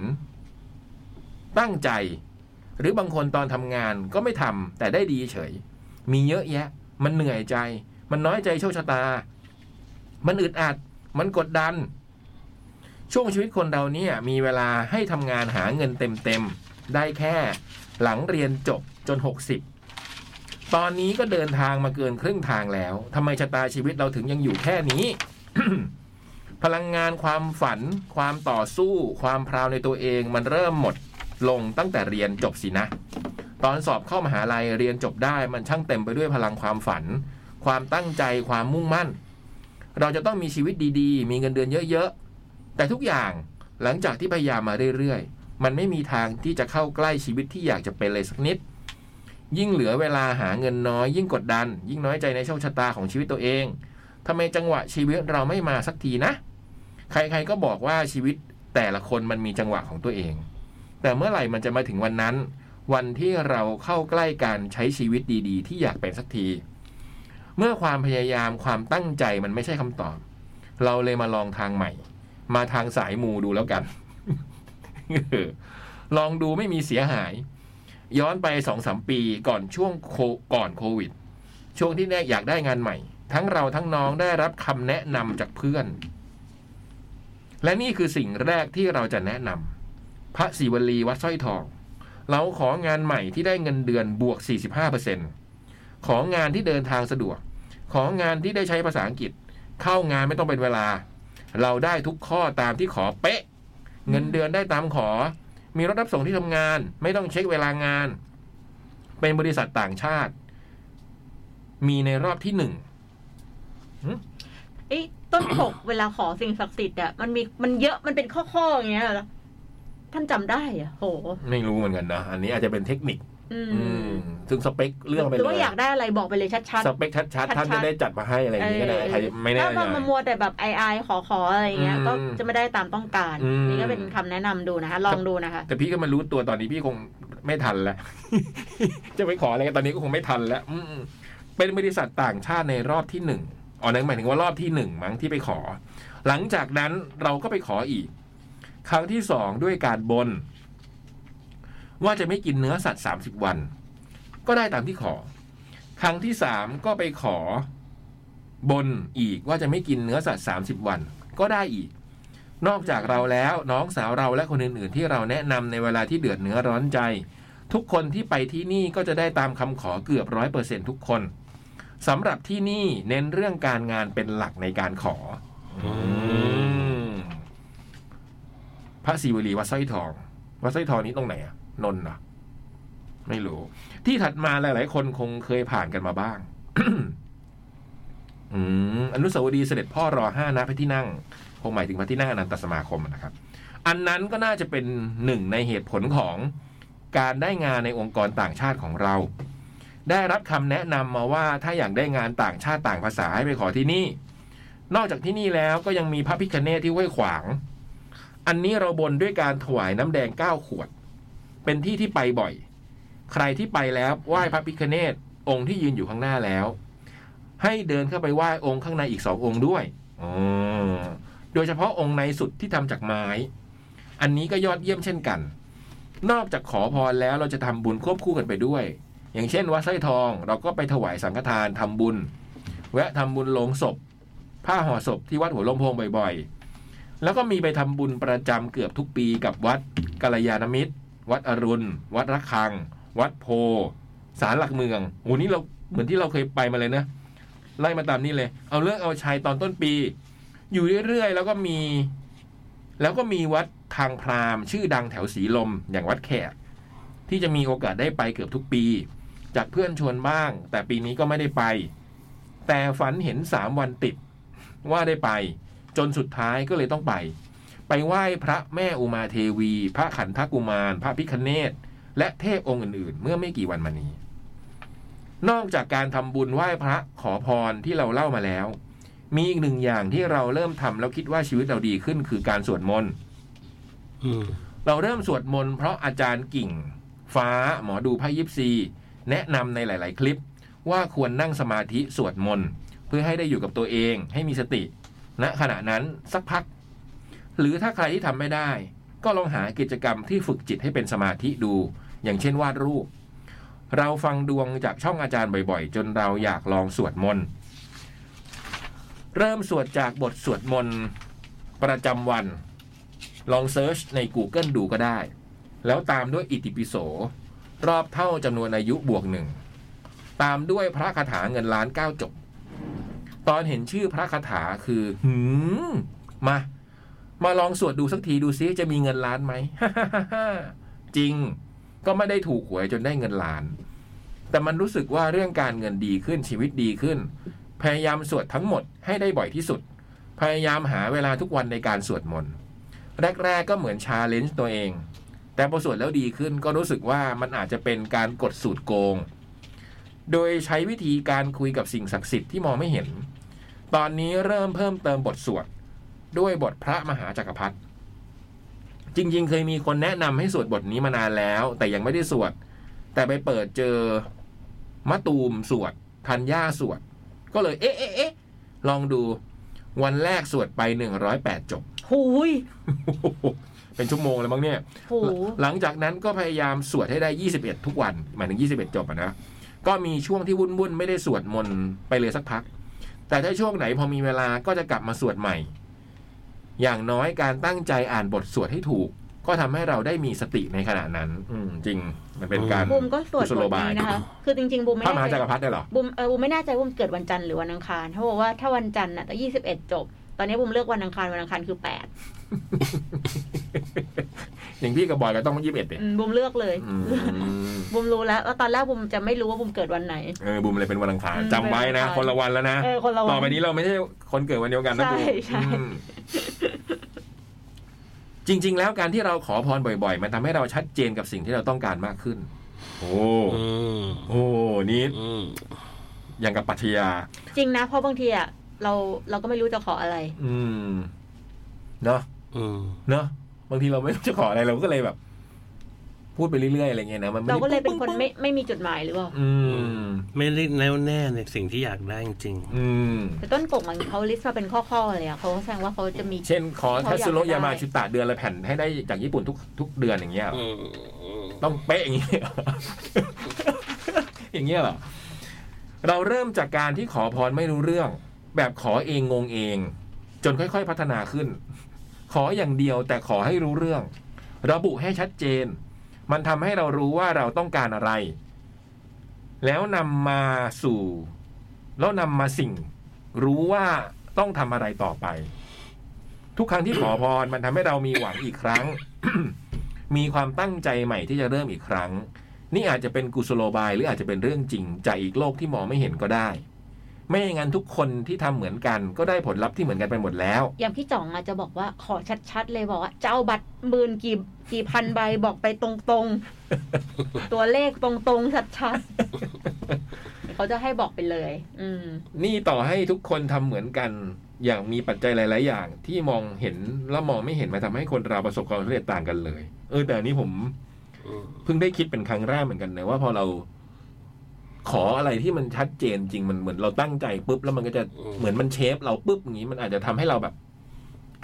[SPEAKER 1] ตั้งใจ หรือบางคนตอนทำงานก็ไม่ทำแต่ได้ดีเฉย มีเยอะแยะ มันเหนื่อยใจ มันน้อยใจโชคชะตา มันอึดอัด มันกดดัน ช่วงชีวิตคนเราเนี่ย มีเวลาให้ทำงานหาเงินเต็มๆ ได้แค่หลังเรียนจบจน 60 ตอนนี้ก็เดินทางมาเกินครึ่งทางแล้วทำไมชะตาชีวิตเราถึงยังอยู่แค่นี้ พลังงานความฝัน ความต่อสู้ ความพราวในตัวเองมันเริ่มหมด ลงตั้งแต่เรียนจบสินะ ตอนสอบเข้ามหาลัยเรียนจบได้มันช่างเต็มไปด้วยพลังความฝัน ความตั้งใจความมุ่งมั่น เราจะต้องมีชีวิตดีๆ มีเงินเดือนเยอะๆ แต่ทุกอย่างหลังจากที่พยายามมาเรื่อยๆ มันไม่มีทางที่จะเข้าใกล้ชีวิตที่อยากจะเป็นเลยสักนิด ยิ่งเหลือเวลาหาเงินน้อย ยิ่งกดดัน ยิ่งน้อยใจในโชคชะตาของชีวิตตัวเองทำไมจังหวะชีวิตเราไม่มาสักทีนะ ใครๆก็บอกว่าชีวิตแต่ละคนมันมีจังหวะของตัวเอง แต่เมื่อไหร่มันจะมาถึงวันนั้น วันที่เราเข้าใกล้การใช้ชีวิตดีๆ ที่อยากเป็นสักที เมื่อความพยายามความตั้งใจมันไม่ใช่คำตอบ เราเลยมาลองทางใหม่ มาทางสายมูดูแล้วกัน ลองดูไม่มีเสียหาย ย้อนไปสองสามปีก่อนช่วงโคก่อนโควิด ช่วงที่แรกอยากได้งานใหม่ ทั้งเราทั้งน้องได้รับคำแนะนำจากเพื่อน และนี่คือสิ่งแรกที่เราจะแนะนำ พระศิวลีวัดสร้อยทอง เราของานใหม่ที่ได้เงินเดือนบวก 45%ของานที่เดินทางสะดวก ของานที่ได้ใช้ภาษาอังกฤษ เข้างานไม่ต้องเป็นเวลา เราได้ทุกข้อตามที่ขอเป๊ะ เงินเดือนได้ตามขอ มีรถรับส่งที่ทำงาน ไม่ต้องเช็คเวลางาน เป็นบริษัทต่างชาติ มีในรอบที่หนึ่ง
[SPEAKER 3] ไอ้ต้น ปกเวลาขอสิ่งศักดิ์สิทธิ์อะมันมีมันเยอะมันเป็นข้อๆอย่างเงี้ยเหรอท่านจำได้อะโห
[SPEAKER 1] ไม่รู้เหมือนกันนะ อันนี้อาจจะเป็นเทคนิค
[SPEAKER 3] อืม
[SPEAKER 1] อืมซึ่งสเปคเรื่องไป
[SPEAKER 3] หรือ
[SPEAKER 1] เล
[SPEAKER 3] ว่าย อยากได้อะไรบอกไปเลยชัด
[SPEAKER 1] สเปคชัด
[SPEAKER 3] ชัด
[SPEAKER 1] ๆ
[SPEAKER 3] ๆ
[SPEAKER 1] ท่านจะได้จัดมาให้อะไรอย่างนี้ก็ได้ใครไม่
[SPEAKER 3] ๆ
[SPEAKER 1] แน่
[SPEAKER 3] ถ้า
[SPEAKER 1] ใจ
[SPEAKER 3] มามัวแต่แบบไอไอขอขออะไรอย่างเงี้ย
[SPEAKER 1] อืม
[SPEAKER 3] ก็จะไม่ได้ตามต้องการ
[SPEAKER 1] อืม
[SPEAKER 3] นี่ก็เป็นคำแนะนำดูนะคะ ลองดูนะคะ
[SPEAKER 1] แต่พี่ก็มารู้ตัวตอนนี้พี่คงไม่ทัน แล้ว จะไปขออะไรกันตอนนี้ก็คงไม่ทันแล้วอืมเป็นบริษัทต่างชาติในรอบที่หนึ่งอ๋อนั่นหมายถึงว่ารอบที่หนึ่งมั้งที่ไปขอ หลังจากนั้นเราก็ไปขออีก ครั้งที่สองด้วยการบน ว่าจะไม่กินเนื้อสัตว์สามสิบวัน ก็ได้ตามที่ขอ ครั้งที่สามก็ไปขอบนอีกว่าจะไม่กินเนื้อสัตว์สามสิบวัน ก็ได้อีก นอกจากเราแล้วน้องสาวเราและคนอื่นๆ ที่เราแนะนำในเวลาที่เดือดเนื้อร้อนใจ ทุกคนที่ไปที่นี่ก็จะได้ตามคำขอเกือบร้อยเปอร์เซ็นทุกคนสำหรับที่นี่เน้นเรื่องการงานเป็นหลักในการขออพระศิวลีวัดสร้อยทอง วัดสร้อยทองนี้ตรงไหนอะนนท์เหรอไม่รู้ ที่ถัดมาหลาย ๆ คนคงเคยผ่านกันมาบ้าง อืมอนุสาวรีย์เสด็จพ่อรอห้านะพระที่นั่ง คงหมายถึงพระที่นั่งอนันตสมาคมนะครับ อันนั้นก็น่าจะเป็นหนึ่งในเหตุผลของการได้งานในองค์กรต่างชาติของเรา ได้รับคำแนะนำมาว่าถ้าอยากได้งานต่างชาติต่างภาษาให้ไปขอที่นี่ นอกจากที่นี่แล้วก็ยังมีพระพิคเนตที่ห้วยขวาง อันนี้เราบนด้วยการถวายน้ำแดงเก้าขวด เป็นที่ที่ไปบ่อย ใครที่ไปแล้วไหว้พระพิคเนตองค์ที่ยืนอยู่ข้างหน้าแล้ว ให้เดินเข้าไปไหว้องค์ข้างในอีกสององค์ด้วยอมโดยเฉพาะองค์ในสุดที่ทำจากไม้ อันนี้ก็ยอดเยี่ยมเช่นกัน นอกจากขอพรแล้วเราจะทำบุญควบคู่กันไปด้วย อย่างเช่นวัดสร้อยทองเราก็ไปถวายสังฆทานทำบุญ แวะทำบุญโลงศพ ผ้าห่อศพที่วัดหัวลมโพงบ่อยๆ แล้วก็มีไปทำบุญประจำเกือบทุกปีกับวัดกัลยาณมิตร วัดอรุณ วัดระฆัง วัดโพศาลหลักเมืองโหนี่เราเหมือนที่เราเคยไปมาเลยนะ ไล่มาตามนี้เลย เอาเรื่องเอาชัยตอนต้นปี อยู่เรื่อยๆแล้วก็มี แล้วก็มีวัดทางพราหมณ์ชื่อดังแถวสีลมอย่างวัดแขก ที่จะมีโอกาสได้ไปเกือบทุกปี จากเพื่อนชวนบ้าง แต่ปีนี้ก็ไม่ได้ไป แต่ฝันเห็นสามวันติด ว่าได้ไป จนสุดท้ายก็เลยต้องไป ไปไหว้พระแม่อุมาเทวี พระขันธกุมาร พระพิคเนตและเทพองค์อื่นๆ เมื่อไม่กี่วันมานี้ นอกจากการทำบุญไหว้พระขอพรที่เราเล่ามาแล้ว มีอีกหนึ่งอย่างที่เราเริ่มทำแล้วคิดว่าชีวิตเราดีขึ้นคือการสวดมนต์
[SPEAKER 2] อืม
[SPEAKER 1] เราเริ่มสวดมนต์เพราะอาจารย์กิ่ง ฟ้าหมอดูไพ่ยิปซี แนะนำในหลาย ๆ คลิป ว่าควรนั่งสมาธิสวดมนต์เพื่อให้ได้อยู่กับตัวเองให้มีสติณนะขณะนั้นสักพัก หรือถ้าใครที่ทำไม่ได้ ก็ลองหากิจกรรมที่ฝึกจิตให้เป็นสมาธิดู อย่างเช่นวาดรูป เราฟังดวงจากช่องอาจารย์บ่อย ๆ จนเราอยากลองสวดมนต์เริ่มสวดจากบทสวดมนต์ประจำวัน ลองเซิร์ชใน Google ดูก็ได้ แล้วตามด้วยอิติปิโส รอบเท่าจำนวนอายุบวกหนึ่ง ตามด้วยพระคาถาเงินล้านเก้าจบ ตอนเห็นชื่อพระคาถาคือ หืม มา มาลองสวดดูสักทีดูซิจะมีเงินล้านไหม จริง ก็ไม่ได้ถูกหวยจนได้เงินล้าน แต่มันรู้สึกว่าเรื่องการเงินดีขึ้นชีวิตดีขึ้น พยายามสวดทั้งหมดให้ได้บ่อยที่สุด พยายามหาเวลาทุกวันในการสวดมนต์ แรก ๆ ก็เหมือนชาเลนจ์ตัวเอง แต่พอสวดแล้วดีขึ้นก็รู้สึกว่ามันอาจจะเป็นการกดสูตรโกง โดยใช้วิธีการคุยกับสิ่งศักดิ์สิทธิ์ที่มองไม่เห็น ตอนนี้เริ่มเพิ่มเติมบทสวด ด้วยบทพระมหาจักรพรรดิจริง ๆ เคยมีคนแนะนำให้สวดบทนี้มานานแล้ว แต่ยังไม่ได้สวด แต่ไปเปิดเจอมะตูมสวดธัญญาสวด ก็เลยเอ๊ะเอ๊ะเอ๊ะลองดูวันแรกสวดไป108จบ
[SPEAKER 3] หูย
[SPEAKER 1] โอ้โห เป็นชั่วโมงแล้วมั้งเนี่ย
[SPEAKER 3] หู
[SPEAKER 1] หลังจากนั้นก็พยายามสวดให้ได้ 21 ทุกวัน หมายถึง 21 จบอะนะ ก็มีช่วงที่วุ่นวุ่นๆไม่ได้สวดมนต์ไปเลยสักพัก แต่ถ้าช่วงไหนพอมีเวลาก็จะกลับมาสวดใหม่ อย่างน้อยการตั้งใจอ่านบทสวดให้ถูก ก็ทำให้เราได้มีสติในขณะนั้น อืมจริง มันเป็นการ
[SPEAKER 3] บูมก็สวด
[SPEAKER 1] กุ
[SPEAKER 3] บ
[SPEAKER 1] โล
[SPEAKER 3] ท
[SPEAKER 1] บาย
[SPEAKER 3] นี้นะคะ คือจริงๆบูมไม่
[SPEAKER 1] พระม
[SPEAKER 3] แน่
[SPEAKER 1] หา
[SPEAKER 3] ใจ
[SPEAKER 1] จักรพรรดิเนี่ยเหรอ
[SPEAKER 3] บูมเออบูมไม่แน่ใจว่าบูมเกิดวันจันทร์หรือวันอังคารเขาบอกว่าถ้าวันจันทร์น่ะแต่ยี่สิบเอ็ดจบ ตอนนี้บูมเลือกวันอังคารวันอังคารคือแปด
[SPEAKER 1] อย่างพี่กับบอยก็ต้องยี่สิบเอ็ดเนี่ย
[SPEAKER 3] อืมบูมเลือกเลย
[SPEAKER 1] อืม
[SPEAKER 3] บูมรู้แล้วว่าตอนแรกบูมจะไม่รู้ว่าบูมเกิดวันไหน
[SPEAKER 1] เออบุมเลยเป็นวันอังคาร
[SPEAKER 3] อืม
[SPEAKER 1] จำไว้นะ
[SPEAKER 3] เป็
[SPEAKER 1] คน
[SPEAKER 3] นวันอัง
[SPEAKER 1] ละ
[SPEAKER 3] คาร
[SPEAKER 1] วันแล้วนะ
[SPEAKER 3] เออคนเรา
[SPEAKER 1] ต่อไปนี้เราไม่ใช่คนเกิดวันเดียวกันนะ
[SPEAKER 3] ใช่
[SPEAKER 1] บู
[SPEAKER 3] ใช่
[SPEAKER 1] อืมจริง ๆ แล้วการที่เราขอพรบ่อย ๆ มันทำให้เราชัดเจนกับสิ่งที่เราต้องการมากขึ้น โอ้
[SPEAKER 2] อืม
[SPEAKER 1] โอ้นี่
[SPEAKER 2] อืม
[SPEAKER 1] อย่างกับปรัชญา
[SPEAKER 3] จริงนะ เพราะบางทีอ่ะเราเราก็ไม่รู้จะขออะไร
[SPEAKER 1] อืมเนาะ
[SPEAKER 2] อืม
[SPEAKER 1] เนาะบางทีเราไม่รู้จะขออะไรเราก็เลยแบบ พูดไปเรื่อยๆอะไรเงี้ยนะมันไม่
[SPEAKER 3] เรา
[SPEAKER 1] ได้
[SPEAKER 3] ก็เลยเป็นคนไม่ไม่มีจุดหมายหรือเปล่า
[SPEAKER 1] อืม
[SPEAKER 2] ไม่ได้แน่วแน่ในสิ่งที่อยากได้จริง
[SPEAKER 1] อืม
[SPEAKER 3] แต่ต้นกกมันเขาลิสต์มาเป็นข้อๆเลยอ่ะเขาแสดงว่าเขาจะมี
[SPEAKER 1] เช่นขอ
[SPEAKER 3] เขาอยาก
[SPEAKER 1] ทัศโร
[SPEAKER 3] ได้
[SPEAKER 1] ยามาชุตะเดือนละแผ่นให้ได้จากญี่ปุ่นทุกทุกเดือนอย่างเงี้ยเหรอ
[SPEAKER 2] ๆอืม
[SPEAKER 1] ต้องเป๊ะอย่างนี้ เหรอ อย่างเงี้ยเหรอ เราเริ่มจากการที่ขอพรไม่รู้เรื่อง แบบขอเองงงเอง จนค่อยๆพัฒนาขึ้น ขออย่างเดียวแต่ขอให้รู้เรื่อง ระบุให้ชัดเจน มันทำให้เรารู้ว่าเราต้องการอะไร แล้วนำมาสู่ แล้วนำมาสิ่ง รู้ว่าต้องทำอะไรต่อไป ทุกครั้งที่ขอพรมันทำให้เรามีหวังอีกครั้ง มีความตั้งใจใหม่ที่จะเริ่มอีกครั้ง นี่อาจจะเป็นกุศโลบายหรืออาจจะเป็นเรื่องจริงจากอีกโลกที่มองไม่เห็นก็ได้ ไม่อย่างนั้นทุกคนที่ทำเหมือนกันก็ได้ผลลัพธ์ที่เหมือนกันไปหมดแล้ว
[SPEAKER 3] อย่างพี่จ่องอาจจะบอกว่าขอชัดๆ เลยบอกว่าจะเอาบัตรหมื่นกี่กี่พันใบบอกไปตรงๆ ตัวเลขตรงๆ ชัดๆ เขาจะให้บอกไปเลย อืม
[SPEAKER 1] นี่ต่อให้ทุกคนทำเหมือนกัน อย่างมีปัจจัยหลาย ๆ อย่าง ที่มองเห็นและมองไม่เห็นมาทำให้คนเราประสบความสำเร็จต่างกันเลย เออแต่อันนี้ผม
[SPEAKER 2] อืม
[SPEAKER 1] เพิ่งได้คิดเป็นครั้งแรกเหมือนกันนะว่าพอเรา ขออะไรที่มันชัดเจนจริงมันเหมือนเราตั้งใจปุ๊บแล้วมันก็จะ
[SPEAKER 2] อืม
[SPEAKER 1] เหมือนมันเชฟเราปุ๊บอย่างนี้มันอาจจะทำให้เราแบบ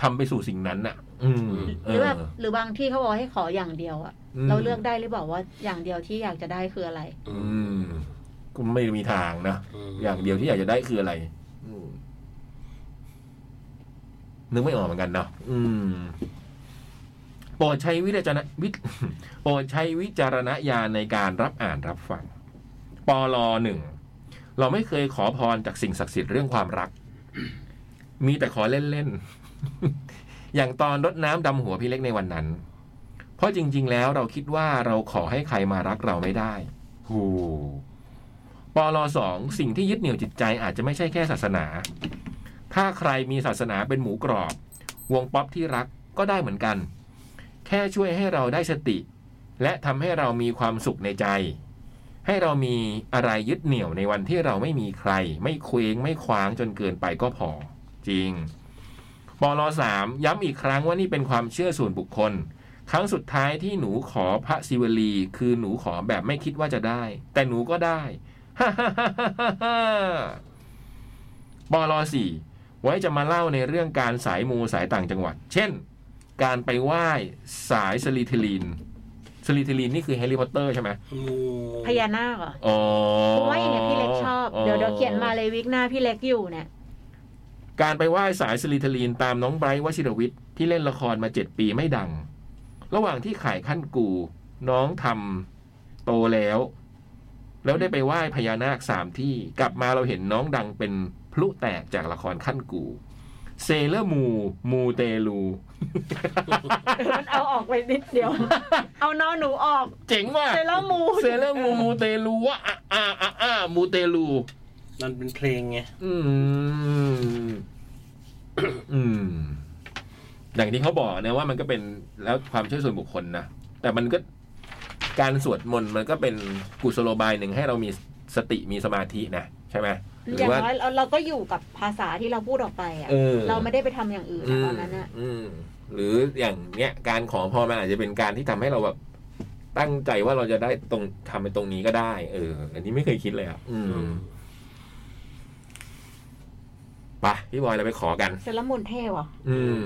[SPEAKER 1] ทำไปสู่สิ่งนั้นน่ะ อืม
[SPEAKER 2] อืม
[SPEAKER 1] เห
[SPEAKER 3] รือแบบหรือบางที่เขาบอกให้ขออย่างเดียวอะ
[SPEAKER 1] ม
[SPEAKER 3] เราเลือกได้หรือเปล่าว่าอย่างเดียวที่อยากจะได้คืออะไร
[SPEAKER 2] อื
[SPEAKER 1] อื
[SPEAKER 2] ม
[SPEAKER 1] มก็ไม่มีทางนะ
[SPEAKER 2] ม
[SPEAKER 1] อย่างเดียวที่อยากจะได้คืออะไรอืมนึกไม่ออกเหมือนกันเนาะอืมโปรดใช้วิจารณวิ โปรดใช้วิจารณญาณในการรับอ่านรับฟังปลหนึ่ง เราไม่เคยขอพรจากสิ่งศักดิ์สิทธิ์เรื่องความรัก มีแต่ขอเล่นๆ อย่างตอนรดน้ำดำหัวพี่เล็กในวันนั้น เพราะจริง ๆ แล้วเราคิดว่าเราขอให้ใครมารักเราไม่ได้หูปลสองสิ่งที่ยึดเหนี่ยวจิตใจอาจจะไม่ใช่แค่ศาสนา ถ้าใครมีศาสนาเป็นหมูกรอบ วงป๊อปที่รักก็ได้เหมือนกัน แค่ช่วยให้เราได้สติ และทำให้เรามีความสุขในใจ ให้เรามีอะไรยึดเหนี่ยวในวันที่เราไม่มีใคร ไม่เคว้งไม่คว้างจนเกินไปก็พอ จริงปลสามย้ำอีกครั้งว่านี่เป็นความเชื่อส่วนบุคคล ครั้งสุดท้ายที่หนูขอพระศิวลี คือหนูขอแบบไม่คิดว่าจะได้ แต่หนูก็ได้ ฮ่าฮ่าฮ่าฮ่าฮ่า ปลสี่ไว้จะมาเล่าในเรื่องการสายมูสายต่างจังหวัด เช่น การไปไหว้สายสลีทิลีนสลีทิลีนนี่คือแฮร์รี่พอตเตอร์ใช่ไหม
[SPEAKER 2] อืม
[SPEAKER 3] พญานาคเหรอ่ะ
[SPEAKER 1] อ๋อ
[SPEAKER 3] เพราะว่าอย่างเงี้ยพี่เล็กชอบ เดี๋ยวเดี๋ยวเขียนมาเลยวิกหน้าพี่เล็กอยู่เนี่ย
[SPEAKER 1] การไปไหว้สายสลิทลีนตามน้องไบรท์วชิรวิทย์ที่เล่นละครมาเจ็ดปีไม่ดัง ระหว่างที่ขายขั้นกู น้องทำโตแล้ว แล้วได้ไปไหว้พญานาคสามที่ กลับมาเราเห็นน้องดังเป็นพลุแตกจากละครขั้นกู เซเลอร์มู มูเตลู
[SPEAKER 3] มันเอาออกไปนิดเดียว เอานอนหนูออก
[SPEAKER 1] เจ๋งว่ะ
[SPEAKER 3] เซเลอร์มูน
[SPEAKER 1] เซเลอร์มู มูเตลูวะอ่ะอ่ะอ่ะอ่ะมูเตลู
[SPEAKER 2] มันเป็นเพลงไง
[SPEAKER 1] อืม อืม อย่างที่เขาบอกนะว่ามันก็เป็นแล้วความเชื่อส่วนบุคคลนะ แต่มันก็การสวดมนต์มันก็เป็นกุศโลบายหนึ่งให้เรามีสติมีสมาธินะใช่ไหมห
[SPEAKER 3] อ
[SPEAKER 1] รื
[SPEAKER 3] ย่าง
[SPEAKER 1] ว่า
[SPEAKER 3] น้อยเราเราก็อยู่กับภาษาที่เราพูดออกไปอ่ะ
[SPEAKER 1] เออ
[SPEAKER 3] เราไม่ได้ไปทำอย่างอื่นอะตอนนั้นอ่ะ
[SPEAKER 1] อืมหรืออย่างเนี้ยการขอพรมันอาจจะเป็นการที่ทำให้เราแบบตั้งใจว่าเราจะได้ตรงทำไปตรงนี้ก็ได้ เออ อันนี้ไม่เคยคิดเลยอ่ะอืมไปพี่บอยเราไปขอกัน
[SPEAKER 3] เซเลอร์มูนเท่ว่ะ
[SPEAKER 1] อืม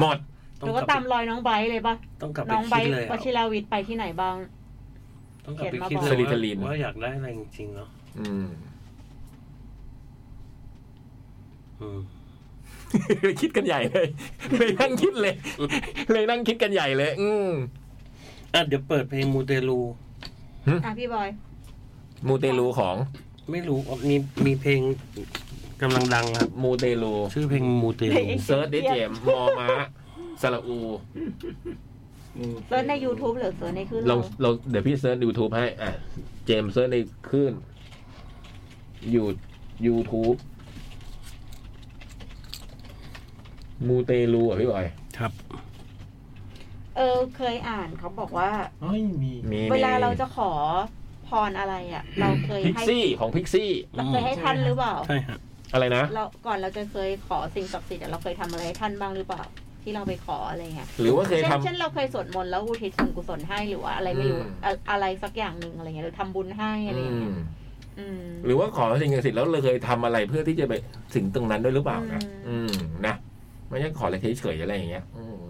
[SPEAKER 1] หมด
[SPEAKER 3] หนูก็
[SPEAKER 2] ไป
[SPEAKER 3] ตามรอยน้องไบร์ทเลยปะ
[SPEAKER 2] ต้องกลับไป
[SPEAKER 3] น้องไบ
[SPEAKER 2] คิด
[SPEAKER 3] ร์ท
[SPEAKER 2] เลยอะ
[SPEAKER 3] วชิราวิทย์ไปที่ไหนบ้าง
[SPEAKER 2] ต้องกลับไปคิดเล
[SPEAKER 1] เขี
[SPEAKER 2] ย
[SPEAKER 1] ยนมาบอก
[SPEAKER 2] ว่าว่าอยากได้อะไรจริงๆเนาะ
[SPEAKER 1] อืม
[SPEAKER 2] อืม
[SPEAKER 1] คิดกันใหญ่เลย เลยนั่งคิดเลย เลยนั่งคิดกันใหญ่เลย อืม
[SPEAKER 2] อ่ะเดี๋ยวเปิดเพลงมูเตลู
[SPEAKER 3] อ่ะพี่บอย
[SPEAKER 1] มูเตลูของ
[SPEAKER 2] ไม่รู้อ๋อมีมีเพลงกำลังดังครับ
[SPEAKER 1] มูเตลู
[SPEAKER 2] ชื่อเพลงมูเต
[SPEAKER 3] เพล
[SPEAKER 2] ลู
[SPEAKER 3] ง
[SPEAKER 1] เซิร์ชดิเจมส์มอม้าสระอู
[SPEAKER 3] เซิร์ชใน YouTube หรือเซิร์ชในคลื่น
[SPEAKER 1] เรา
[SPEAKER 3] เรา
[SPEAKER 1] เราเดี๋ยวพี่เซิร์ชยูทูบให้ อ่ะ เจมส์เซิร์ชในคลื่นอยู่ยูทูบมูเตลูอ่ะพี่บอย
[SPEAKER 2] ครับ
[SPEAKER 3] เออเคยอ่านเขาบอกว่า
[SPEAKER 4] เอ้ยมี
[SPEAKER 1] มี
[SPEAKER 3] เวลาเราจะขอพรอะไรอ่ะ เราเคย
[SPEAKER 1] พิก
[SPEAKER 3] ให้
[SPEAKER 1] ซี่ของพิกซี่
[SPEAKER 3] เราเคยให้ท่านหรือเปล่า
[SPEAKER 2] ใช่ฮะ
[SPEAKER 1] อะไรนะ
[SPEAKER 3] เราก่อนเราจะเคยขอสิ่งศักดิ์สิทธิ์อะเราเคยทำอะไรให้ท่านบ้างหรือเปล่า ที่เราไปขออะไรเงี้ย
[SPEAKER 1] หรือว่าเคย
[SPEAKER 3] เช่น
[SPEAKER 1] ทำ
[SPEAKER 3] เช่นเราเคยสวดมนต์แล้วอุทิศส่วนกุศลให้หรือว่าอะไรไม่รู้
[SPEAKER 1] อืม
[SPEAKER 3] อะอะไรสักอย่างหนึ่งอะไรเงี้ยหรือทำบุญให้อะไร
[SPEAKER 1] อื
[SPEAKER 3] เงี้ย
[SPEAKER 1] ม
[SPEAKER 3] อืม
[SPEAKER 1] หรือว่าขอสิ่งศักดิ์สิทธิ์แล้วเราเคยทำอะไรเพื่อที่จะไปถึงตรงนั้นด้วยหรือเปล่านะอื
[SPEAKER 3] อืม
[SPEAKER 1] มนะไม่ใช่ขออะไรเฉยๆอะไรอย่างเงี้ยอืม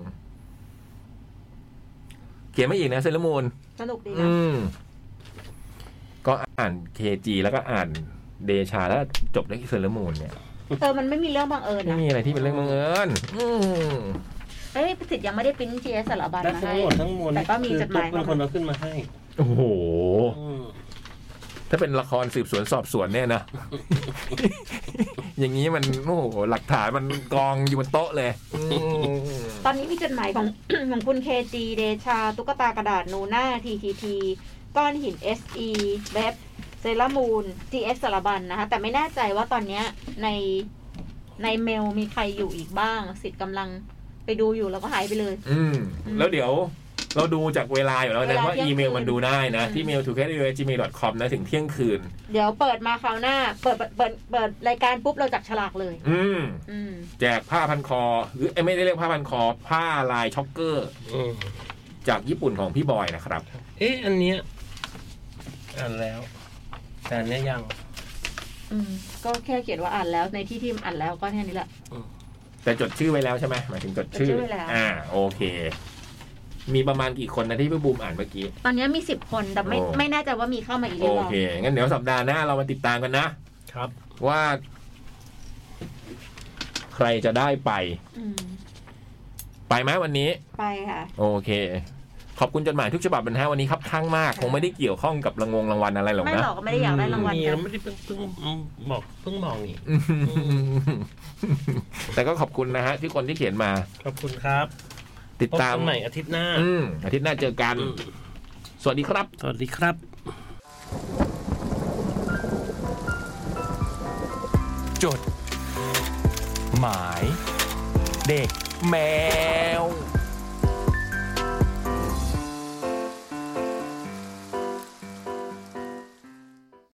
[SPEAKER 1] เขียนมาอีกนะเซเลอร์มูน
[SPEAKER 3] สนุกดีนะ
[SPEAKER 1] อืม ก็อ่านเคจีแล้วก็อ่านเดชาแล้วจบด้วยเซเลอร์มูนเนี่ย
[SPEAKER 3] เออมันไม่มีเรื่องบังเอิญ
[SPEAKER 1] ไม่
[SPEAKER 3] นะ
[SPEAKER 1] มีอะไรที่เป็นเรื่องบังเอิญอืม
[SPEAKER 3] เอ้ยประสิทธิ์ยังไม่ได้ปริ้นเจสารบัญ
[SPEAKER 2] และ
[SPEAKER 3] มา
[SPEAKER 2] ทั้
[SPEAKER 3] ให้
[SPEAKER 2] งหมดทั้งมวล
[SPEAKER 3] แต่ก็มีจดหมาย
[SPEAKER 2] คือตุ๊กเป็นคนเอาขึ้นมาให้
[SPEAKER 1] โอ้โห
[SPEAKER 2] อืม
[SPEAKER 1] ถ้าเป็นละครสืบสวนสอบสวนเนี่ยนะ อย่างนี้มันโอ้โหหลักฐานมันกองอยู่บนโต๊ะเลยอืม
[SPEAKER 3] ตอนนี้มีจดหมายของ ของคุณเคจีเดชา ตุ๊กตากระดาษนูน่าทีทีทีก้อนหิน SE เบบเซรามูน GS สารบัญนะคะ แต่ไม่แน่ใจว่าตอนเนี้ยในในเมลมีใครอยู่อีกบ้าง สิทธิ์กำลังไปดูอยู่แล้วก็หายไปเลย
[SPEAKER 1] อืม
[SPEAKER 3] อืม
[SPEAKER 1] แล้วเดี๋ยวเราดูจากเวลาอยู่แล้ว
[SPEAKER 3] เว
[SPEAKER 1] นะ
[SPEAKER 3] ลา
[SPEAKER 1] ว่า
[SPEAKER 3] เที่ยง
[SPEAKER 1] อีเมลมัน
[SPEAKER 3] คืน
[SPEAKER 1] ดูได้นะ
[SPEAKER 3] อืม
[SPEAKER 1] ที่ mail to c a t g m a i l c o m นะถึงเที่ยงคืน
[SPEAKER 3] เดี๋ยวเปิดมาคราวหน้า เปิดเปิดเปิดเปิดรายการปุ๊บเราจับฉลากเลย
[SPEAKER 1] อืม
[SPEAKER 3] อืม
[SPEAKER 1] แจกผ้าพันคอ หรือเอ้ยไม่ได้เรียกผ้าพันคอ ผ้าลายช็อกเกอร์
[SPEAKER 2] อืม
[SPEAKER 1] จากญี่ปุ่นของพี่บอยนะครับ
[SPEAKER 2] เอ๊ะอันเนี้ย อ่านแล้ว แต่อันเนี้ยยัง
[SPEAKER 3] อืมก็แค่เขียนว่าอ่านแล้วในที่ที่อ่านแล้วก็แค่นี้แหละ
[SPEAKER 1] แต่จดชื่อไว้แล้วใช่ไหมหมายถึงจดชื่
[SPEAKER 3] จดชื่อไว้แล้ว
[SPEAKER 1] อ่า โอเค มีประมาณกี่คนนะที่พี่บูมอ่านเมื่อกี้
[SPEAKER 3] ตอนนี้มีสิบคนแต่ไม่
[SPEAKER 1] โอ้
[SPEAKER 3] ไม่แน่ใจว่ามีเข้ามาอีกห
[SPEAKER 1] โอ
[SPEAKER 3] รือเปล่า
[SPEAKER 1] เค งั้นเดี๋ยวสัปดาห์หน้าเรามาติดตามกันนะ
[SPEAKER 2] ครับ
[SPEAKER 1] ว่า ใครจะได้ไป
[SPEAKER 3] อืม
[SPEAKER 1] ไปไหมวันนี้
[SPEAKER 3] ไปค่ะ
[SPEAKER 1] โอเค ขอบคุณจดหมายทุกฉบับเป็นห้าวันนี้ครับข้างมาก คงไม่ได้เกี่ยวข้องกับรางวงรางวัลอะไรหรอก
[SPEAKER 3] ไม่
[SPEAKER 1] นะ
[SPEAKER 3] หรอกก็ไม่ได้อยากได้รางวัล
[SPEAKER 2] มี
[SPEAKER 3] กัน
[SPEAKER 2] ไม่ได้เพิ่งเพิ่งบอกเพิ่งบอกนี ่
[SPEAKER 1] แต่ก็ขอบคุณนะฮะ ที่คนที่เขียนมา
[SPEAKER 2] ขอบคุณครับ
[SPEAKER 1] ติด
[SPEAKER 2] พบ
[SPEAKER 1] ตาม
[SPEAKER 2] กันใหม่อาทิตย์หน้า
[SPEAKER 1] อืมอาทิตย์หน้าเจอกัน สวัสดีครับ
[SPEAKER 2] สวัสดีครับ
[SPEAKER 5] จด หมาย เด็กแมว